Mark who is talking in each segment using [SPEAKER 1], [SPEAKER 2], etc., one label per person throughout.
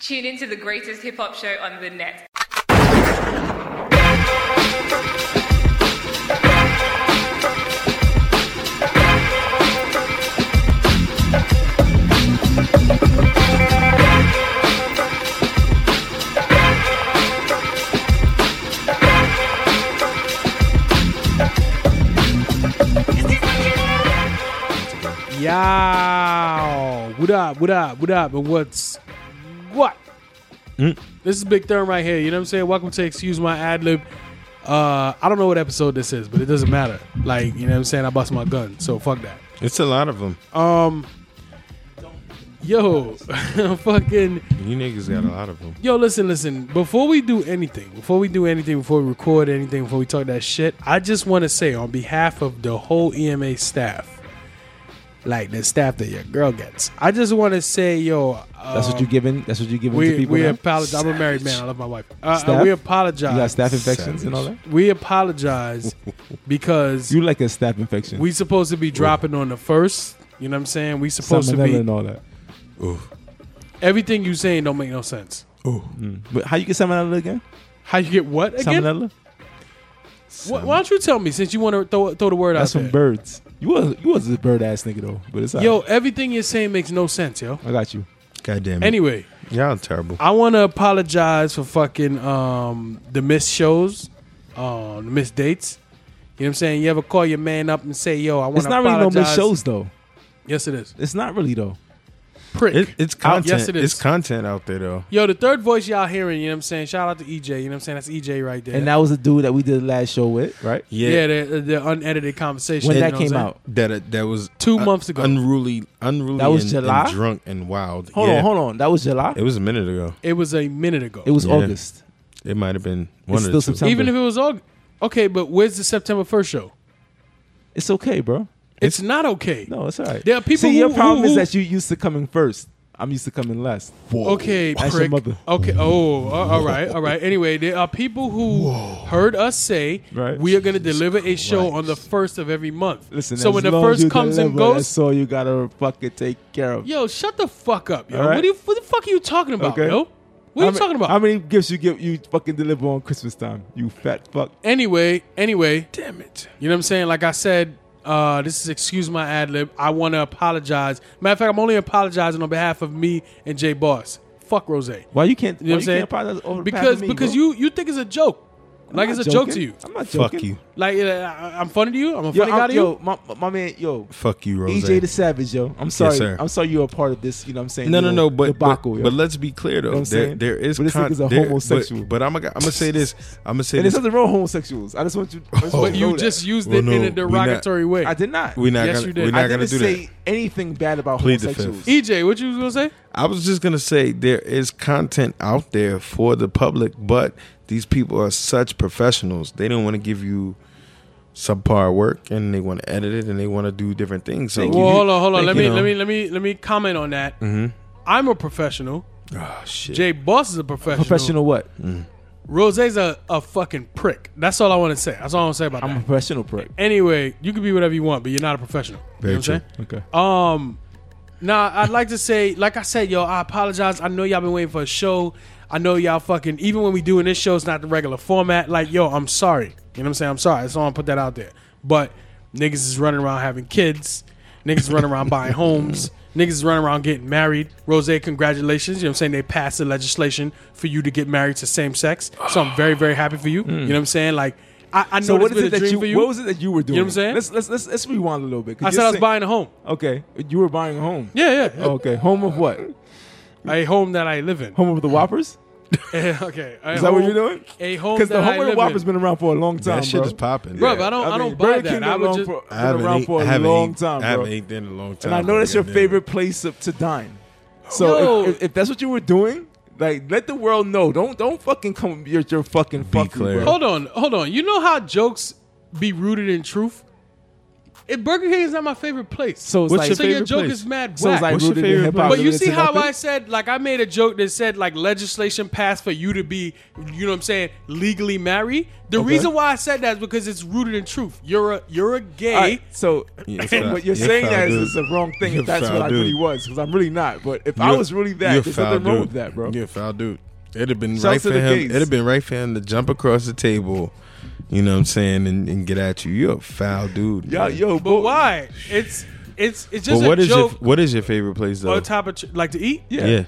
[SPEAKER 1] Tune into the greatest hip hop show on the net.
[SPEAKER 2] Yo, what up, what up, what up, and what's what?
[SPEAKER 3] Mm.
[SPEAKER 2] This is Big Therm right here. You know what I'm saying? Welcome to Excuse My Ad Lib. Uh, I don't know what episode this is, but it doesn't matter. Like, you know what I'm saying? I bust my gun, so fuck that.
[SPEAKER 4] It's a lot of them.
[SPEAKER 2] Um, yo, fucking,
[SPEAKER 4] You niggas got a lot of them.
[SPEAKER 2] yo, listen, listen. Before we do anything, before we do anything, before we record anything, before we talk that shit, I just want to say on behalf of the whole EMA staff, like the staff that your girl gets, I just want to say, yo,
[SPEAKER 3] That's what you
[SPEAKER 2] um,
[SPEAKER 3] giving. That's what you giving to
[SPEAKER 2] We
[SPEAKER 3] people.
[SPEAKER 2] we
[SPEAKER 3] now?
[SPEAKER 2] apologize. I'm a married man. I love my wife. Uh, Uh,
[SPEAKER 3] Staff?
[SPEAKER 2] we
[SPEAKER 3] You
[SPEAKER 2] apologize.
[SPEAKER 3] got staph infections and all that.
[SPEAKER 2] We apologize because
[SPEAKER 3] You like a staph infection.
[SPEAKER 2] we supposed to be dropping on the first. You know what I'm saying? We supposed to
[SPEAKER 3] salmonella
[SPEAKER 2] be
[SPEAKER 3] and all that.
[SPEAKER 2] everything you saying don't make no sense.
[SPEAKER 3] Mm. But how you get salmonella again?
[SPEAKER 2] How you get what again?
[SPEAKER 3] Salmonella.
[SPEAKER 2] Wh- why don't you tell me since you want to throw throw the word
[SPEAKER 3] That's
[SPEAKER 2] out
[SPEAKER 3] from
[SPEAKER 2] there?
[SPEAKER 3] birds. You was you was a bird ass nigga though. But it's all
[SPEAKER 2] Yo,
[SPEAKER 3] right.
[SPEAKER 2] everything you're saying makes no sense, yo.
[SPEAKER 3] I got you.
[SPEAKER 4] God damn it.
[SPEAKER 2] Anyway,
[SPEAKER 4] Y'all terrible.
[SPEAKER 2] I want to apologize for fucking um, the missed shows, uh, the missed dates. You know what I'm saying? You ever call your man up and say, "Yo, I want
[SPEAKER 3] It's
[SPEAKER 2] to
[SPEAKER 3] not really no missed shows though.
[SPEAKER 2] Yes, it is.
[SPEAKER 3] It's not really though.
[SPEAKER 2] Prick.
[SPEAKER 4] It, it's content.
[SPEAKER 2] yes, it is.
[SPEAKER 4] It's content out there though.
[SPEAKER 2] Yo, the third voice y'all hearing, you know what I'm saying? Shout out to EJ, you know what I'm saying? That's EJ right there.
[SPEAKER 3] And that was the dude that we did the last show with, right?
[SPEAKER 2] yeah, the, the unedited conversation.
[SPEAKER 3] When
[SPEAKER 2] you
[SPEAKER 3] that
[SPEAKER 2] know what I'm
[SPEAKER 3] came
[SPEAKER 2] saying?
[SPEAKER 3] out.
[SPEAKER 4] That uh, that was
[SPEAKER 2] Two months ago.
[SPEAKER 4] Unruly, unruly.
[SPEAKER 3] That was
[SPEAKER 4] and,
[SPEAKER 3] July?
[SPEAKER 4] And drunk and wild.
[SPEAKER 3] Hold
[SPEAKER 4] Yeah.
[SPEAKER 3] on, hold on. That was July.
[SPEAKER 4] It was a minute ago.
[SPEAKER 2] it was a minute ago.
[SPEAKER 3] It was
[SPEAKER 4] Yeah.
[SPEAKER 3] August.
[SPEAKER 4] It might have been one
[SPEAKER 3] It's
[SPEAKER 4] or
[SPEAKER 3] still
[SPEAKER 4] two.
[SPEAKER 3] September.
[SPEAKER 2] even if it was all okay, but where's the September first show?
[SPEAKER 3] It's okay, bro.
[SPEAKER 2] It's, not okay.
[SPEAKER 3] No, it's all right.
[SPEAKER 2] There are people
[SPEAKER 3] See,
[SPEAKER 2] who-
[SPEAKER 3] your
[SPEAKER 2] who-
[SPEAKER 3] problem
[SPEAKER 2] who-
[SPEAKER 3] is that you used to coming first. I'm used to coming last.
[SPEAKER 2] Okay,
[SPEAKER 3] That's your
[SPEAKER 2] prick.
[SPEAKER 3] mother.
[SPEAKER 2] Okay. Oh, a- all right, all right. Anyway, there are people who heard us say
[SPEAKER 3] Right.
[SPEAKER 2] we are going to deliver a show on the first of every month.
[SPEAKER 3] Listen,
[SPEAKER 2] so
[SPEAKER 3] as
[SPEAKER 2] when the
[SPEAKER 3] long as
[SPEAKER 2] first
[SPEAKER 3] you
[SPEAKER 2] comes and
[SPEAKER 3] deliver,
[SPEAKER 2] goes,
[SPEAKER 3] that's all you gotta fucking take care of.
[SPEAKER 2] yo, shut the fuck up, yo.
[SPEAKER 3] All right.
[SPEAKER 2] What, are you, what the fuck are you talking about,
[SPEAKER 3] Okay.
[SPEAKER 2] yo? What are
[SPEAKER 3] How
[SPEAKER 2] you
[SPEAKER 3] ma-
[SPEAKER 2] talking about?
[SPEAKER 3] How many gifts you give you fucking deliver on Christmas time? You fat fuck.
[SPEAKER 2] anyway, anyway,
[SPEAKER 4] Damn it.
[SPEAKER 2] You know what I'm saying? Like I said, uh, this is excuse my ad lib. I want to apologize. Matter of fact, I'm only apologizing on behalf of me and Jay Boss. Fuck Rose.
[SPEAKER 3] Why you can't?
[SPEAKER 2] You know
[SPEAKER 3] why
[SPEAKER 2] what I'm saying?
[SPEAKER 3] can't apologize over the path
[SPEAKER 2] Because
[SPEAKER 3] of me,
[SPEAKER 2] because
[SPEAKER 3] bro?
[SPEAKER 2] you you think it's a joke.
[SPEAKER 3] I'm
[SPEAKER 2] like
[SPEAKER 3] not
[SPEAKER 2] it's a joke to
[SPEAKER 3] joking.
[SPEAKER 2] you.
[SPEAKER 3] I'm not
[SPEAKER 4] Fuck
[SPEAKER 3] joking.
[SPEAKER 4] you.
[SPEAKER 2] Like uh, I- I'm funny to you. I'm a
[SPEAKER 3] Yo,
[SPEAKER 2] funny guy
[SPEAKER 3] I'm,
[SPEAKER 2] to
[SPEAKER 3] yo
[SPEAKER 2] you.
[SPEAKER 3] my, my man, yo,
[SPEAKER 4] Fuck you, Rose.
[SPEAKER 3] EJ E the Savage, yo. I'm sorry.
[SPEAKER 4] sir.
[SPEAKER 3] I'm sorry you're a part of this. You know what I'm saying?
[SPEAKER 4] no, no,
[SPEAKER 3] little
[SPEAKER 4] no. But
[SPEAKER 3] debacle,
[SPEAKER 4] but,
[SPEAKER 3] yo.
[SPEAKER 4] but let's be clear though.
[SPEAKER 3] You know what I'm
[SPEAKER 4] there,
[SPEAKER 3] saying?
[SPEAKER 4] there is.
[SPEAKER 3] But this nigga's a
[SPEAKER 4] there- but-
[SPEAKER 3] homosexual.
[SPEAKER 4] But, I'm gonna I'm gonna say this. I'm gonna say
[SPEAKER 3] and it's
[SPEAKER 4] this.
[SPEAKER 3] nothing wrong with homosexuals. I just want you. I
[SPEAKER 4] Oh.
[SPEAKER 3] just want
[SPEAKER 2] But
[SPEAKER 3] to
[SPEAKER 2] you
[SPEAKER 3] know
[SPEAKER 2] just
[SPEAKER 3] that.
[SPEAKER 2] used
[SPEAKER 4] Well,
[SPEAKER 2] it
[SPEAKER 4] no,
[SPEAKER 2] in
[SPEAKER 4] we
[SPEAKER 2] a
[SPEAKER 4] not-
[SPEAKER 2] derogatory way.
[SPEAKER 3] I did not.
[SPEAKER 4] We're not
[SPEAKER 2] Yes,
[SPEAKER 4] gonna.
[SPEAKER 2] you did.
[SPEAKER 4] We're
[SPEAKER 2] I
[SPEAKER 4] not
[SPEAKER 3] I
[SPEAKER 4] gonna
[SPEAKER 3] didn't
[SPEAKER 4] do
[SPEAKER 3] say
[SPEAKER 4] that.
[SPEAKER 3] anything bad about
[SPEAKER 4] Plead the
[SPEAKER 3] homosexuals.
[SPEAKER 2] EJ, E what you was gonna say?
[SPEAKER 4] I was just gonna say there is content out there for the public, but these people are such professionals. They don't want to give you subpar work, and they want to edit it, and they want to do different things. So
[SPEAKER 2] Well, hold on, hold on. Let
[SPEAKER 4] you
[SPEAKER 2] me
[SPEAKER 4] know.
[SPEAKER 2] let me let me let me comment on that.
[SPEAKER 4] Mm-hmm.
[SPEAKER 2] I'm a professional.
[SPEAKER 4] Oh shit!
[SPEAKER 2] Jay Boss is a professional.
[SPEAKER 3] Ah, Professional what?
[SPEAKER 2] Rose's a, a fucking prick. That's all I want to say. That's all I want to say about that.
[SPEAKER 3] I'm a professional prick.
[SPEAKER 2] anyway, you can be whatever you want, but you're not a professional.
[SPEAKER 4] Very
[SPEAKER 2] you know what I'm
[SPEAKER 4] true.
[SPEAKER 3] Okay.
[SPEAKER 2] saying? Um now I'd like to say, like I said, yo, I apologize. I know y'all been waiting for a show. I know y'all fucking even when we doing this show, it's not the regular format. Like, yo, I'm sorry. You know what I'm saying? I'm sorry. That's all I'm gonna put that out there. But niggas is running around having kids. Niggas is running around buying homes. Niggas is running around getting married. Rose, congratulations. You know what I'm saying? They passed the legislation for you to get married to same sex. So I'm very, very happy for you. You know what I'm saying? Like I, I know
[SPEAKER 3] Mm. So
[SPEAKER 2] this
[SPEAKER 3] what is
[SPEAKER 2] been
[SPEAKER 3] it
[SPEAKER 2] a
[SPEAKER 3] that
[SPEAKER 2] dream
[SPEAKER 3] you,
[SPEAKER 2] for you.
[SPEAKER 3] What was it that you were doing?
[SPEAKER 2] You know what I'm saying?
[SPEAKER 3] Let's let's let's, let's rewind a little bit. 'cause
[SPEAKER 2] I
[SPEAKER 3] you're
[SPEAKER 2] said I was
[SPEAKER 3] saying-
[SPEAKER 2] buying a home.
[SPEAKER 3] Okay, you were buying a home. Oh,
[SPEAKER 2] Yeah, yeah. yeah.
[SPEAKER 3] Okay, home of what?
[SPEAKER 2] A home that I live in.
[SPEAKER 3] Home of the Whoppers?
[SPEAKER 2] okay. a
[SPEAKER 3] Is that
[SPEAKER 2] home-
[SPEAKER 3] what you're doing?
[SPEAKER 2] A home
[SPEAKER 3] Because the
[SPEAKER 2] that I
[SPEAKER 3] home of the
[SPEAKER 2] live
[SPEAKER 3] Whoppers
[SPEAKER 2] in.
[SPEAKER 3] been around for a long time,
[SPEAKER 4] that shit
[SPEAKER 3] bro.
[SPEAKER 4] is popping,
[SPEAKER 2] Bro, I don't, I,
[SPEAKER 3] mean,
[SPEAKER 2] don't buy
[SPEAKER 3] Burger
[SPEAKER 2] that.
[SPEAKER 3] King
[SPEAKER 2] I
[SPEAKER 3] been
[SPEAKER 2] would
[SPEAKER 3] around
[SPEAKER 2] just,
[SPEAKER 3] for, been
[SPEAKER 4] I haven't
[SPEAKER 3] around
[SPEAKER 4] ate-
[SPEAKER 3] for
[SPEAKER 4] I
[SPEAKER 3] a
[SPEAKER 4] haven't
[SPEAKER 3] long
[SPEAKER 4] ate-
[SPEAKER 3] time,
[SPEAKER 4] I haven't
[SPEAKER 3] bro.
[SPEAKER 4] ate there in a long time.
[SPEAKER 3] And I know that's your
[SPEAKER 4] goddamn.
[SPEAKER 3] favorite place of- to dine.
[SPEAKER 2] Yo.
[SPEAKER 3] So if, if, if that's what you were doing, like let the world know. Don't don't fucking come. You're your fucking fuck you,
[SPEAKER 4] clear.
[SPEAKER 3] bro.
[SPEAKER 2] hold on, hold on. You know how jokes be rooted in truth? If Burger King is not my favorite place, so
[SPEAKER 3] So it's
[SPEAKER 4] What's
[SPEAKER 3] like
[SPEAKER 4] your
[SPEAKER 2] so your
[SPEAKER 4] favorite
[SPEAKER 2] joke
[SPEAKER 4] place?
[SPEAKER 2] is mad
[SPEAKER 3] so
[SPEAKER 2] whack.
[SPEAKER 3] it's like
[SPEAKER 4] What's your
[SPEAKER 3] rooted in
[SPEAKER 4] favorite
[SPEAKER 3] hip hop.
[SPEAKER 4] place?
[SPEAKER 2] but you see how I
[SPEAKER 3] nothing?
[SPEAKER 2] said, like, I made a joke that said, like, legislation passed for you to be, you know what I'm saying, legally married. The reason why I said that is because it's rooted in truth. You're a you're a gay.
[SPEAKER 3] All right, so
[SPEAKER 4] Yes,
[SPEAKER 3] and
[SPEAKER 4] I-
[SPEAKER 3] what you're
[SPEAKER 4] yes,
[SPEAKER 3] saying
[SPEAKER 4] I
[SPEAKER 3] that
[SPEAKER 4] do.
[SPEAKER 3] is it's the wrong thing.
[SPEAKER 4] Yes,
[SPEAKER 3] if that's
[SPEAKER 4] I
[SPEAKER 3] what I
[SPEAKER 4] do.
[SPEAKER 3] really was, because I'm really not. But if I
[SPEAKER 4] You're-
[SPEAKER 3] was really
[SPEAKER 4] you're
[SPEAKER 3] that, there's
[SPEAKER 4] foul,
[SPEAKER 3] nothing wrong
[SPEAKER 4] dude.
[SPEAKER 3] with that, bro.
[SPEAKER 4] You're a foul dude. It'd have been
[SPEAKER 3] Shouts
[SPEAKER 4] right
[SPEAKER 3] to
[SPEAKER 4] for
[SPEAKER 3] the
[SPEAKER 4] him.
[SPEAKER 3] gays.
[SPEAKER 4] It'd have been right for him to jump across the table. You know what I'm saying, and, and get at you. You're a foul dude.
[SPEAKER 3] Yo,
[SPEAKER 4] man.
[SPEAKER 3] yo,
[SPEAKER 2] But why? It's it's it's
[SPEAKER 4] But
[SPEAKER 2] just
[SPEAKER 4] what
[SPEAKER 2] a
[SPEAKER 4] is your
[SPEAKER 2] joke.
[SPEAKER 4] what is your favorite place though?
[SPEAKER 2] What type of tr- like to eat?
[SPEAKER 3] Yeah,
[SPEAKER 4] yeah.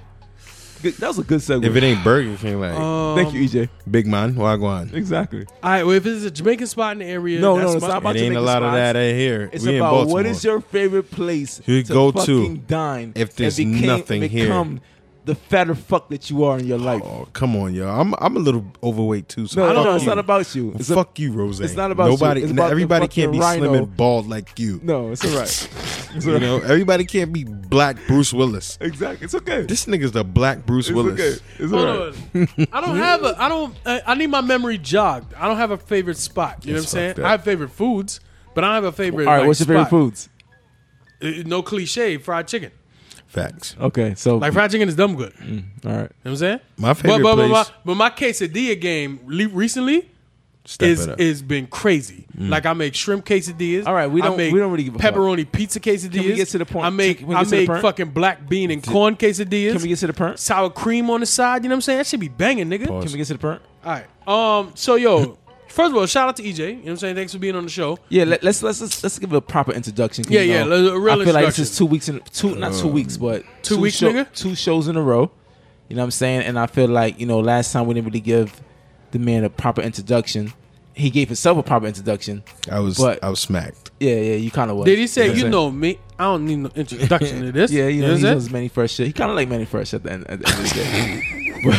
[SPEAKER 3] Good- that was a good segue.
[SPEAKER 4] if it ain't Burger King, like
[SPEAKER 3] Thank you,
[SPEAKER 2] Um,
[SPEAKER 3] EJ.
[SPEAKER 4] Big Man, Wagwan.
[SPEAKER 3] Exactly.
[SPEAKER 2] All right. Well, if it's a Jamaican spot in the area,
[SPEAKER 3] No,
[SPEAKER 2] that's
[SPEAKER 3] no, it's
[SPEAKER 2] my-
[SPEAKER 3] not about
[SPEAKER 4] It ain't
[SPEAKER 3] Jamaican
[SPEAKER 4] a lot of
[SPEAKER 3] spots.
[SPEAKER 4] that in here.
[SPEAKER 3] It's
[SPEAKER 4] we in
[SPEAKER 3] about
[SPEAKER 4] Baltimore.
[SPEAKER 3] what is your favorite place
[SPEAKER 4] You
[SPEAKER 3] to
[SPEAKER 4] go to
[SPEAKER 3] fucking dine
[SPEAKER 4] if there's
[SPEAKER 3] and became,
[SPEAKER 4] nothing here.
[SPEAKER 3] become the fatter fuck that you are in your life.
[SPEAKER 4] Oh come on, yo! I'm I'm a little overweight too. So
[SPEAKER 3] No,
[SPEAKER 4] fuck
[SPEAKER 3] no, it's
[SPEAKER 4] you.
[SPEAKER 3] not about you. It's a-
[SPEAKER 4] fuck you, Rose.
[SPEAKER 3] it's not about you.
[SPEAKER 4] nobody.
[SPEAKER 3] It's about the
[SPEAKER 4] everybody can't be
[SPEAKER 3] fucking
[SPEAKER 4] slim
[SPEAKER 3] rhino.
[SPEAKER 4] and bald like you.
[SPEAKER 3] No, it's all right.
[SPEAKER 4] You know, everybody can't be black Bruce Willis.
[SPEAKER 3] exactly. It's okay.
[SPEAKER 4] This nigga's the black Bruce
[SPEAKER 3] it's
[SPEAKER 4] Willis.
[SPEAKER 3] okay. It's all
[SPEAKER 2] Hold
[SPEAKER 3] right.
[SPEAKER 2] on. I don't have a. I don't. Uh, I need my memory jogged. I don't have a favorite spot. You know what I'm
[SPEAKER 4] It's
[SPEAKER 2] saying?
[SPEAKER 4] fucked up.
[SPEAKER 2] I have favorite foods, but I don't have a favorite.
[SPEAKER 3] All right,
[SPEAKER 2] like,
[SPEAKER 3] what's your favorite
[SPEAKER 2] spot.
[SPEAKER 3] foods?
[SPEAKER 2] Uh, no cliche, fried chicken.
[SPEAKER 4] Facts.
[SPEAKER 2] Oh.
[SPEAKER 3] Okay, so
[SPEAKER 2] Like fried chicken is dumb good. You know
[SPEAKER 3] all right.
[SPEAKER 2] what I'm saying?
[SPEAKER 4] My favorite
[SPEAKER 2] but, but,
[SPEAKER 4] place.
[SPEAKER 2] But my, but my quesadilla game le- recently
[SPEAKER 4] Step
[SPEAKER 2] is
[SPEAKER 4] it up.
[SPEAKER 2] is been crazy.
[SPEAKER 4] Mm.
[SPEAKER 2] Like I make shrimp quesadillas.
[SPEAKER 3] All right, we don't-
[SPEAKER 2] I make
[SPEAKER 3] we don't really give a fuck.
[SPEAKER 2] pepperoni pizza quesadillas.
[SPEAKER 3] Can we get to the point?
[SPEAKER 2] I make
[SPEAKER 3] Can we
[SPEAKER 2] I
[SPEAKER 3] get to the
[SPEAKER 2] make
[SPEAKER 3] point?
[SPEAKER 2] fucking black bean and corn quesadillas.
[SPEAKER 3] Can we get to the perm?
[SPEAKER 2] sour cream on the side? You know what I'm saying? That should be banging, nigga.
[SPEAKER 4] Pause.
[SPEAKER 3] Can we get to the perm?
[SPEAKER 2] All right. Um. So yo, first of all, shout out to EJ. You know what I'm saying? Thanks for being on the show.
[SPEAKER 3] Yeah, let, let's let's let's let's give a proper introduction. 'cause,
[SPEAKER 2] Yeah,
[SPEAKER 3] you
[SPEAKER 2] yeah,
[SPEAKER 3] know,
[SPEAKER 2] let's- a real
[SPEAKER 3] I feel like this
[SPEAKER 2] introduction.
[SPEAKER 3] is two weeks in two not
[SPEAKER 4] Uh,
[SPEAKER 3] two weeks, but
[SPEAKER 2] Two weeks, nigga?
[SPEAKER 3] two shows in a row. You know what I'm saying? And I feel like you know last time we didn't really give the man a proper introduction. He gave himself a proper introduction.
[SPEAKER 4] I was
[SPEAKER 3] But-
[SPEAKER 4] I was smacked.
[SPEAKER 3] Yeah, yeah, you kind of was.
[SPEAKER 2] Did he say
[SPEAKER 3] what
[SPEAKER 2] you
[SPEAKER 3] I'm
[SPEAKER 2] know me? I don't need no introduction to this.
[SPEAKER 3] Yeah, you
[SPEAKER 2] what
[SPEAKER 3] know, he
[SPEAKER 2] I'm saying?
[SPEAKER 3] knows Manny Fresh shit. He kind of like Manny Fresh at the end, at the end of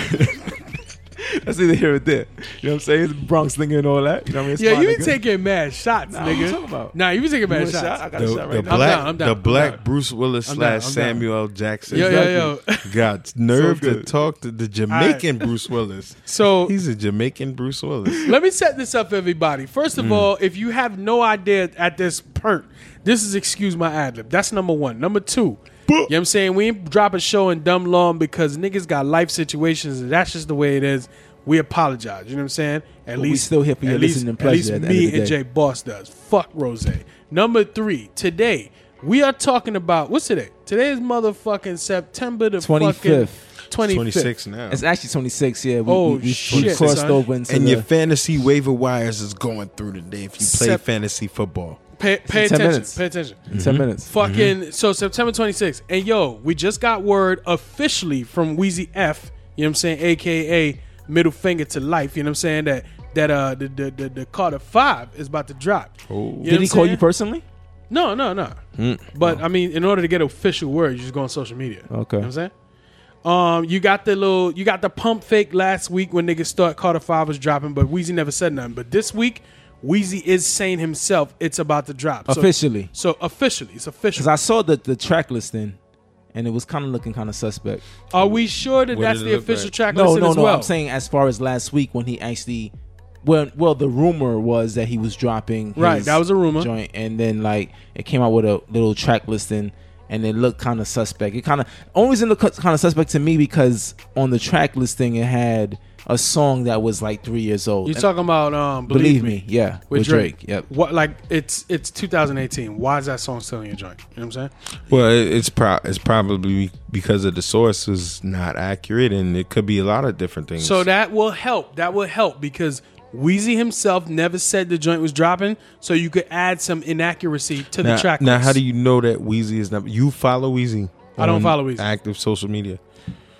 [SPEAKER 3] the day. But- That's either here or there. You know what I'm saying? It's Bronx nigga and all that. You know what I mean? It's
[SPEAKER 2] Yeah,
[SPEAKER 3] my
[SPEAKER 2] you
[SPEAKER 3] nigga.
[SPEAKER 2] been taking mad shots,
[SPEAKER 3] Nah, what you
[SPEAKER 2] nigga.
[SPEAKER 3] talking about?
[SPEAKER 2] Nah, you been taking
[SPEAKER 3] You
[SPEAKER 2] mad
[SPEAKER 3] want a shot? I
[SPEAKER 2] shots.
[SPEAKER 3] got
[SPEAKER 4] The,
[SPEAKER 3] a
[SPEAKER 4] the
[SPEAKER 3] shot right now.
[SPEAKER 4] black,
[SPEAKER 2] down, I'm down,
[SPEAKER 4] the
[SPEAKER 2] I'm
[SPEAKER 4] black
[SPEAKER 2] down.
[SPEAKER 4] Bruce Willis
[SPEAKER 2] I'm down,
[SPEAKER 4] slash
[SPEAKER 2] I'm down.
[SPEAKER 4] Samuel L. Jackson.
[SPEAKER 2] Yo, yo,
[SPEAKER 4] Got nerve to
[SPEAKER 3] good.
[SPEAKER 4] talk to the Jamaican Bruce Willis.
[SPEAKER 2] So
[SPEAKER 4] He's a Jamaican Bruce Willis.
[SPEAKER 2] let me set this up for everybody. First of
[SPEAKER 3] Hmm.
[SPEAKER 2] all, if you have no idea at this perk, this is excuse my ad lib. That's number one. Number two, you know what I'm saying? We ain't drop a show in dumb long because niggas got life situations and that's just the way it is. We apologize. You know what I'm saying? At
[SPEAKER 3] we still here for your
[SPEAKER 2] at least-
[SPEAKER 3] listening pleasure
[SPEAKER 2] At least
[SPEAKER 3] at the end
[SPEAKER 2] me
[SPEAKER 3] of the
[SPEAKER 2] and Jay
[SPEAKER 3] day.
[SPEAKER 2] Boss does. Fuck Rose. Number three, today we are talking about what's today? Today is motherfucking September the
[SPEAKER 3] 25th.
[SPEAKER 2] Twenty
[SPEAKER 4] Twenty six now.
[SPEAKER 3] It's actually 26, yeah. We,
[SPEAKER 2] Oh,
[SPEAKER 3] we, we, we
[SPEAKER 2] shit,
[SPEAKER 3] crossed
[SPEAKER 2] son.
[SPEAKER 3] over into
[SPEAKER 4] and
[SPEAKER 3] the,
[SPEAKER 4] your fantasy waiver wires is going through today if you play
[SPEAKER 2] Sep-
[SPEAKER 4] fantasy football.
[SPEAKER 2] Pay, pay
[SPEAKER 3] in 10
[SPEAKER 2] attention.
[SPEAKER 3] minutes.
[SPEAKER 2] Pay attention.
[SPEAKER 4] mm-hmm.
[SPEAKER 3] 10 minutes.
[SPEAKER 2] Fucking
[SPEAKER 3] Mm-hmm.
[SPEAKER 2] so September 26th. And yo, we just got word officially from Wheezy F, you know what I'm saying, aka middle finger to life, you know what I'm saying, that that uh the the the, the Carter 5 is about to drop. You know what
[SPEAKER 3] Oh. Did he
[SPEAKER 2] I'm
[SPEAKER 3] call
[SPEAKER 2] saying?
[SPEAKER 3] you Mm. personally?
[SPEAKER 2] No, no, no. But I mean, in order to get official word, you just go on social media.
[SPEAKER 3] Okay.
[SPEAKER 2] You know what I'm saying? Um, you got the little, you got the pump fake last week when niggas thought Carter Five was dropping, but Wheezy never said nothing. But this week, Wheezy is saying himself, it's about to drop So-
[SPEAKER 3] Officially.
[SPEAKER 2] So, officially, it's official.
[SPEAKER 3] Because I saw the, the track listing, and it was kind of looking kind of suspect.
[SPEAKER 2] Are we sure that
[SPEAKER 4] What
[SPEAKER 2] that's
[SPEAKER 4] did it
[SPEAKER 2] the
[SPEAKER 4] look
[SPEAKER 2] official
[SPEAKER 4] like?
[SPEAKER 2] track
[SPEAKER 3] No,
[SPEAKER 2] listing
[SPEAKER 3] no,
[SPEAKER 2] as
[SPEAKER 3] no.
[SPEAKER 2] well?
[SPEAKER 3] I'm saying as far as last week when he actually, well, well, the rumor was that he was dropping.
[SPEAKER 2] Right,
[SPEAKER 3] his
[SPEAKER 2] that was a rumor.
[SPEAKER 3] Joint, and then like it came out with a little track listing, and it looked kind of suspect. It kind of only reason it looked kind of suspect to me because on the track listing it had a song that was like three years old.
[SPEAKER 2] You're
[SPEAKER 3] And
[SPEAKER 2] talking about um,
[SPEAKER 3] believe me, yeah,
[SPEAKER 2] with, Drake.
[SPEAKER 3] Yep.
[SPEAKER 2] What like it's it's 2018. Why is that song still in your joint? You know what I'm saying?
[SPEAKER 4] Well, it- it's pro- it's probably because of the source is not accurate, and it could be a lot of different things.
[SPEAKER 2] So that will help. That will help because Wheezy himself never said the joint was dropping, so you could add some inaccuracy to
[SPEAKER 4] now,
[SPEAKER 2] the track.
[SPEAKER 4] now
[SPEAKER 2] list.
[SPEAKER 4] how do you know that Wheezy is not? You follow Wheezy.
[SPEAKER 2] I don't
[SPEAKER 4] on
[SPEAKER 2] follow Weezy.
[SPEAKER 4] Active social media.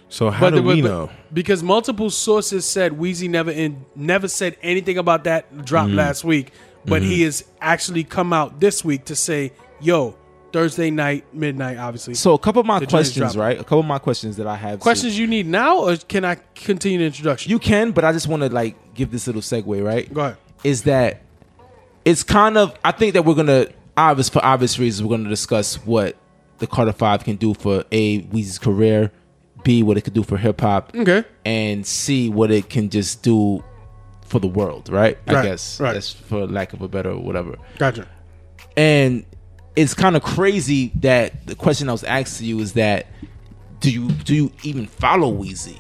[SPEAKER 4] So how do
[SPEAKER 2] the-
[SPEAKER 4] we know?
[SPEAKER 2] Because multiple sources said Wheezy never in, never said anything about that drop last week, but he has actually come out this week to say, "Yo, Thursday night, midnight, obviously."
[SPEAKER 3] So a couple of my
[SPEAKER 2] joint is
[SPEAKER 3] questions,
[SPEAKER 2] dropping.
[SPEAKER 3] right? A couple of my questions that I have.
[SPEAKER 2] questions you need now, or can I continue the introduction?
[SPEAKER 3] You can, but I just want to like give this little segue, right?
[SPEAKER 2] Go ahead.
[SPEAKER 3] Is that it's kind of I think that we're gonna obvious for obvious reasons we're gonna discuss what the Carter Five can do for a Weezy's career, b what it could do for hip hop,
[SPEAKER 2] okay.
[SPEAKER 3] and c what it can just do for the world, right? I
[SPEAKER 2] Right,
[SPEAKER 3] guess
[SPEAKER 2] right.
[SPEAKER 3] that's for lack of a better whatever.
[SPEAKER 2] Gotcha.
[SPEAKER 3] and it's kind of crazy that the question I was asking you is that do you do you even follow Weezy,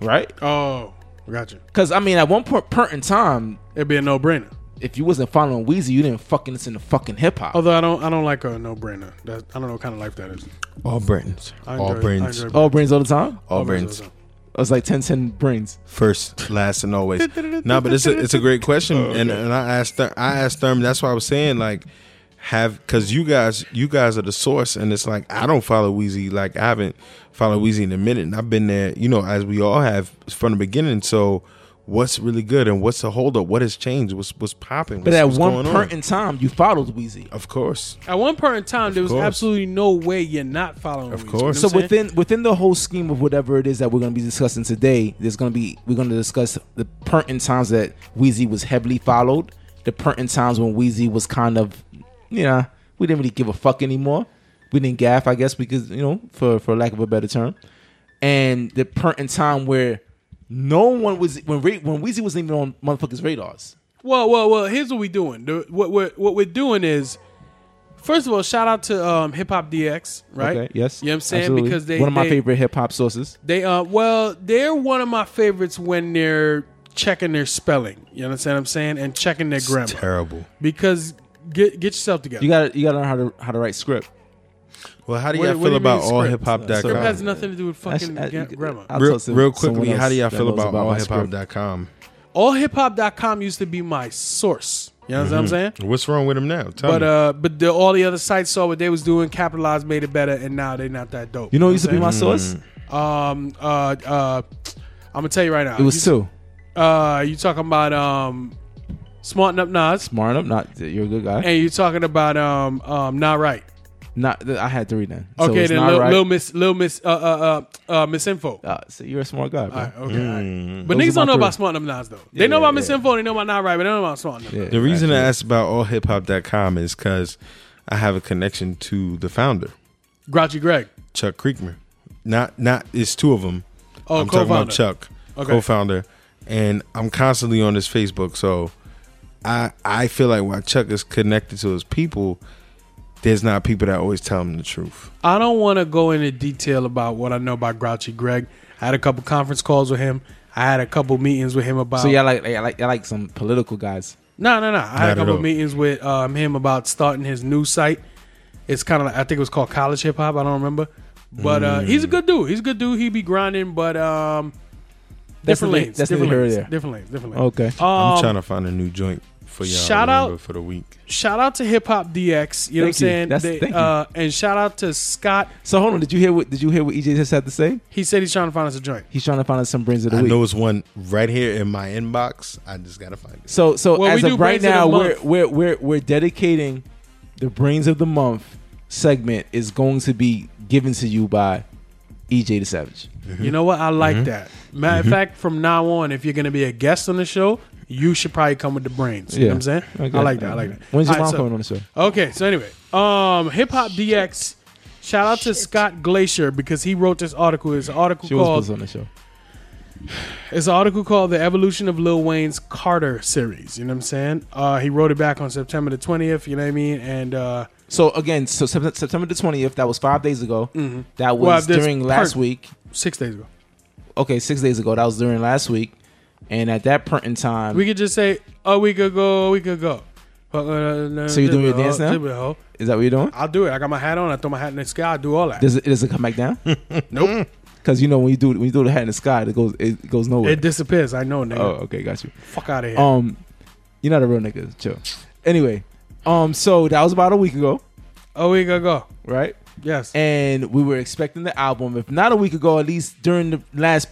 [SPEAKER 3] right?
[SPEAKER 2] Oh, gotcha.
[SPEAKER 3] Because I mean, at one point, point in time,
[SPEAKER 2] It'd be a no brainer.
[SPEAKER 3] if you wasn't following Weezy, you didn't fucking listen to fucking hip hop.
[SPEAKER 2] Although I don't, I don't like a no brainer. That I don't know what kind of life that is.
[SPEAKER 4] All Britons.
[SPEAKER 2] I
[SPEAKER 4] All
[SPEAKER 2] enjoy- I
[SPEAKER 4] Britons.
[SPEAKER 2] enjoy-
[SPEAKER 3] All brains all the time.
[SPEAKER 4] All
[SPEAKER 2] Brains.
[SPEAKER 4] Britons.
[SPEAKER 3] It was like 10, 10 brains.
[SPEAKER 4] First, last, and always. no, but it's a it's a great question,
[SPEAKER 2] Oh,
[SPEAKER 4] and and I asked Thur- I asked Thurman. That's why I was saying like have because you guys you guys are the source, and it's like I don't follow Weezy. Like I haven't followed Weezy in a minute, and I've been there. You know, as we all have from the beginning. So. What's really good and what's the holdup? What has changed? What's what's popping?
[SPEAKER 3] But
[SPEAKER 4] what's,
[SPEAKER 3] at
[SPEAKER 4] what's
[SPEAKER 3] one
[SPEAKER 4] going on?
[SPEAKER 3] point in time, you followed Weezy.
[SPEAKER 4] of course,
[SPEAKER 2] At one point in time, there was
[SPEAKER 4] course.
[SPEAKER 2] absolutely no way you're not following.
[SPEAKER 4] Of
[SPEAKER 2] Weezy.
[SPEAKER 4] course.
[SPEAKER 2] You know
[SPEAKER 3] So
[SPEAKER 2] what I'm saying?
[SPEAKER 3] within within the whole scheme of whatever it is that we're going to be discussing today, there's going to be we're going to discuss the point in times that Weezy was heavily followed, the point in times when Weezy was kind of, you know, we didn't really give a fuck anymore. We didn't gaff, I guess, because you know, for for lack of a better term, and the point in time where no one was when Re- when Weezy wasn't even on motherfuckers' radars.
[SPEAKER 2] Well, well, well. Here's what we're doing. The, what we're what we're doing is, first of all, shout out to um, Hip Hop DX, right?
[SPEAKER 3] Okay, yes.
[SPEAKER 2] You know what I'm saying?
[SPEAKER 3] Absolutely.
[SPEAKER 2] Because they
[SPEAKER 3] one of my
[SPEAKER 2] they-
[SPEAKER 3] favorite hip hop sources.
[SPEAKER 2] They uh, well, they're one of my favorites when they're checking their spelling. You understand what I'm saying? And checking their grammar
[SPEAKER 4] terrible.
[SPEAKER 2] because get get yourself together.
[SPEAKER 3] You got to you got to learn how to how to write sip.
[SPEAKER 4] Well, how do
[SPEAKER 2] What-
[SPEAKER 4] y'all
[SPEAKER 2] what do
[SPEAKER 4] feel
[SPEAKER 2] you
[SPEAKER 4] about
[SPEAKER 2] mean
[SPEAKER 4] all
[SPEAKER 2] script?
[SPEAKER 4] hip hop dot
[SPEAKER 2] Script has
[SPEAKER 3] Oh,
[SPEAKER 4] com?
[SPEAKER 2] nothing to do with fucking ga- grammar.
[SPEAKER 4] Real, real quickly, how do y'all feel about, all hip hop dot com?
[SPEAKER 2] allhiphop.com used to be my source. You know what
[SPEAKER 3] Mm-hmm.
[SPEAKER 2] I'm saying?
[SPEAKER 4] What's wrong with him now? Tell
[SPEAKER 2] But
[SPEAKER 4] me.
[SPEAKER 2] uh, but the, all the other sites saw what they was doing, capitalized, made it better, and now they're not that dope.
[SPEAKER 3] You know, what used to be
[SPEAKER 2] what
[SPEAKER 3] my
[SPEAKER 2] I'm
[SPEAKER 3] source.
[SPEAKER 2] saying? Um, uh, uh, I'm gonna tell you right now.
[SPEAKER 3] It was
[SPEAKER 2] you,
[SPEAKER 3] two.
[SPEAKER 2] Uh, you talking about um, smarting up Nas,
[SPEAKER 3] Smart up, not you're a good guy.
[SPEAKER 2] and you talking about um, um, not right.
[SPEAKER 3] Not I had three then. So
[SPEAKER 2] Okay,
[SPEAKER 3] it's
[SPEAKER 2] then
[SPEAKER 3] not
[SPEAKER 2] Lil,
[SPEAKER 3] right.
[SPEAKER 2] Lil Miss, Lil Miss, uh, uh, uh, uh Miss Info.
[SPEAKER 3] Uh, so you're a smart guy. Bro.
[SPEAKER 2] All right, okay, all right. But
[SPEAKER 3] Mm. Those
[SPEAKER 2] niggas don't
[SPEAKER 3] are my
[SPEAKER 2] know about
[SPEAKER 3] three.
[SPEAKER 2] smarting up Nas though.
[SPEAKER 3] Yeah,
[SPEAKER 2] they know about
[SPEAKER 3] yeah,
[SPEAKER 2] Miss
[SPEAKER 3] yeah.
[SPEAKER 2] Info, they know about not right, but they don't know about smarting up.
[SPEAKER 3] Yeah,
[SPEAKER 4] The reason I
[SPEAKER 3] actually.
[SPEAKER 4] asked about allhiphop.com is because I have a connection to the founder,
[SPEAKER 2] Grouchy Greg.
[SPEAKER 4] Chuck Kriegman. Not not it's two of them.
[SPEAKER 2] Oh,
[SPEAKER 4] I'm talking about
[SPEAKER 2] co-founder.
[SPEAKER 4] Chuck,
[SPEAKER 2] Okay.
[SPEAKER 4] co-founder, and I'm constantly on his Facebook. So I I feel like while Chuck is connected to his people, there's not people that always tell him the truth.
[SPEAKER 2] I don't want to go into detail about what I know about Grouchy Greg. I had a couple conference calls with him. I had a couple meetings with him about.
[SPEAKER 3] So y'all like y'all like y'all like some political guys.
[SPEAKER 2] no, no, no. I had
[SPEAKER 4] Not
[SPEAKER 2] a
[SPEAKER 4] at
[SPEAKER 2] couple
[SPEAKER 4] all.
[SPEAKER 2] meetings with um, him about starting his new site. It's kind of like I think it was called College Hip Hop. I don't remember, but uh, he's a
[SPEAKER 3] Mm.
[SPEAKER 2] good dude. He's a good dude. He be grinding, but um,
[SPEAKER 3] That's
[SPEAKER 2] different
[SPEAKER 3] neither-
[SPEAKER 2] lanes,
[SPEAKER 3] that's
[SPEAKER 2] different
[SPEAKER 3] neither here
[SPEAKER 2] lanes,
[SPEAKER 3] nor there.
[SPEAKER 2] different lanes, different lanes.
[SPEAKER 3] Okay.
[SPEAKER 2] Um,
[SPEAKER 4] I'm trying to find a new joint for y'all. to
[SPEAKER 2] shout out-
[SPEAKER 4] remember for the week.
[SPEAKER 2] shout out to Hip Hop DX. You know what I'm
[SPEAKER 3] Thank you.
[SPEAKER 2] saying?
[SPEAKER 3] That's-
[SPEAKER 2] They-
[SPEAKER 3] thank you.
[SPEAKER 2] uh, and shout out to Scott.
[SPEAKER 3] So hold on, did you hear what did you hear what EJ just had to say?
[SPEAKER 2] He said he's trying to find us a joint.
[SPEAKER 3] He's trying to find us some brains of the
[SPEAKER 4] I
[SPEAKER 3] week.
[SPEAKER 4] know it's one right here in my inbox. I just gotta find it.
[SPEAKER 3] So so
[SPEAKER 2] Well,
[SPEAKER 3] as
[SPEAKER 2] we do
[SPEAKER 3] of right
[SPEAKER 2] brains of the
[SPEAKER 3] now, we're
[SPEAKER 2] month.
[SPEAKER 3] we're we're we're dedicating the brains of the month segment is going to be given to you by EJ the Savage.
[SPEAKER 2] You know what? I like
[SPEAKER 3] Mm-hmm.
[SPEAKER 2] that. Matter of fact, from now on, if you're going to be a guest on the show, you should probably come with the brains. You know what I'm saying? I like that. I like that.
[SPEAKER 3] When's your
[SPEAKER 2] All right,
[SPEAKER 3] mom
[SPEAKER 2] so-
[SPEAKER 3] coming on the show?
[SPEAKER 2] Okay, so anyway, um, Hip Hop DX. Shout out to Scott Glacier because he wrote this article. It's an article
[SPEAKER 3] She was supposed to
[SPEAKER 2] called
[SPEAKER 3] on the show.
[SPEAKER 2] it's an article called "The Evolution of Lil Wayne's Carter Series." You know what I'm saying? Uh, he wrote it back on September the 20th. You know what I mean? And uh,
[SPEAKER 3] So again, so Sep- September the twentieth. That was five days ago. That was
[SPEAKER 2] Mm-hmm. Well, this
[SPEAKER 3] during last
[SPEAKER 2] part-
[SPEAKER 3] week.
[SPEAKER 2] six days ago,
[SPEAKER 3] Okay, six days ago. That was during last week. And at that point in time,
[SPEAKER 2] we could just say a week ago, a week ago. uh, So
[SPEAKER 3] you're doing your dance now? is that what you're doing?
[SPEAKER 2] I'll do it. I got my hat on. I throw my hat in the sky. I do all that.
[SPEAKER 3] Does it, does it come back down?
[SPEAKER 2] nope.
[SPEAKER 3] Because you know when you do when you throw the hat in the sky, it goes it goes nowhere.
[SPEAKER 2] It disappears. I know, nigga.
[SPEAKER 3] oh, okay, got you.
[SPEAKER 2] Fuck out of here.
[SPEAKER 3] Um, you're not a real nigga. Chill. Anyway, um, so that was about a week ago,
[SPEAKER 2] oh, we gonna go.
[SPEAKER 3] right?
[SPEAKER 2] Yes.
[SPEAKER 3] and we were expecting the album, if not a week ago, at least during the last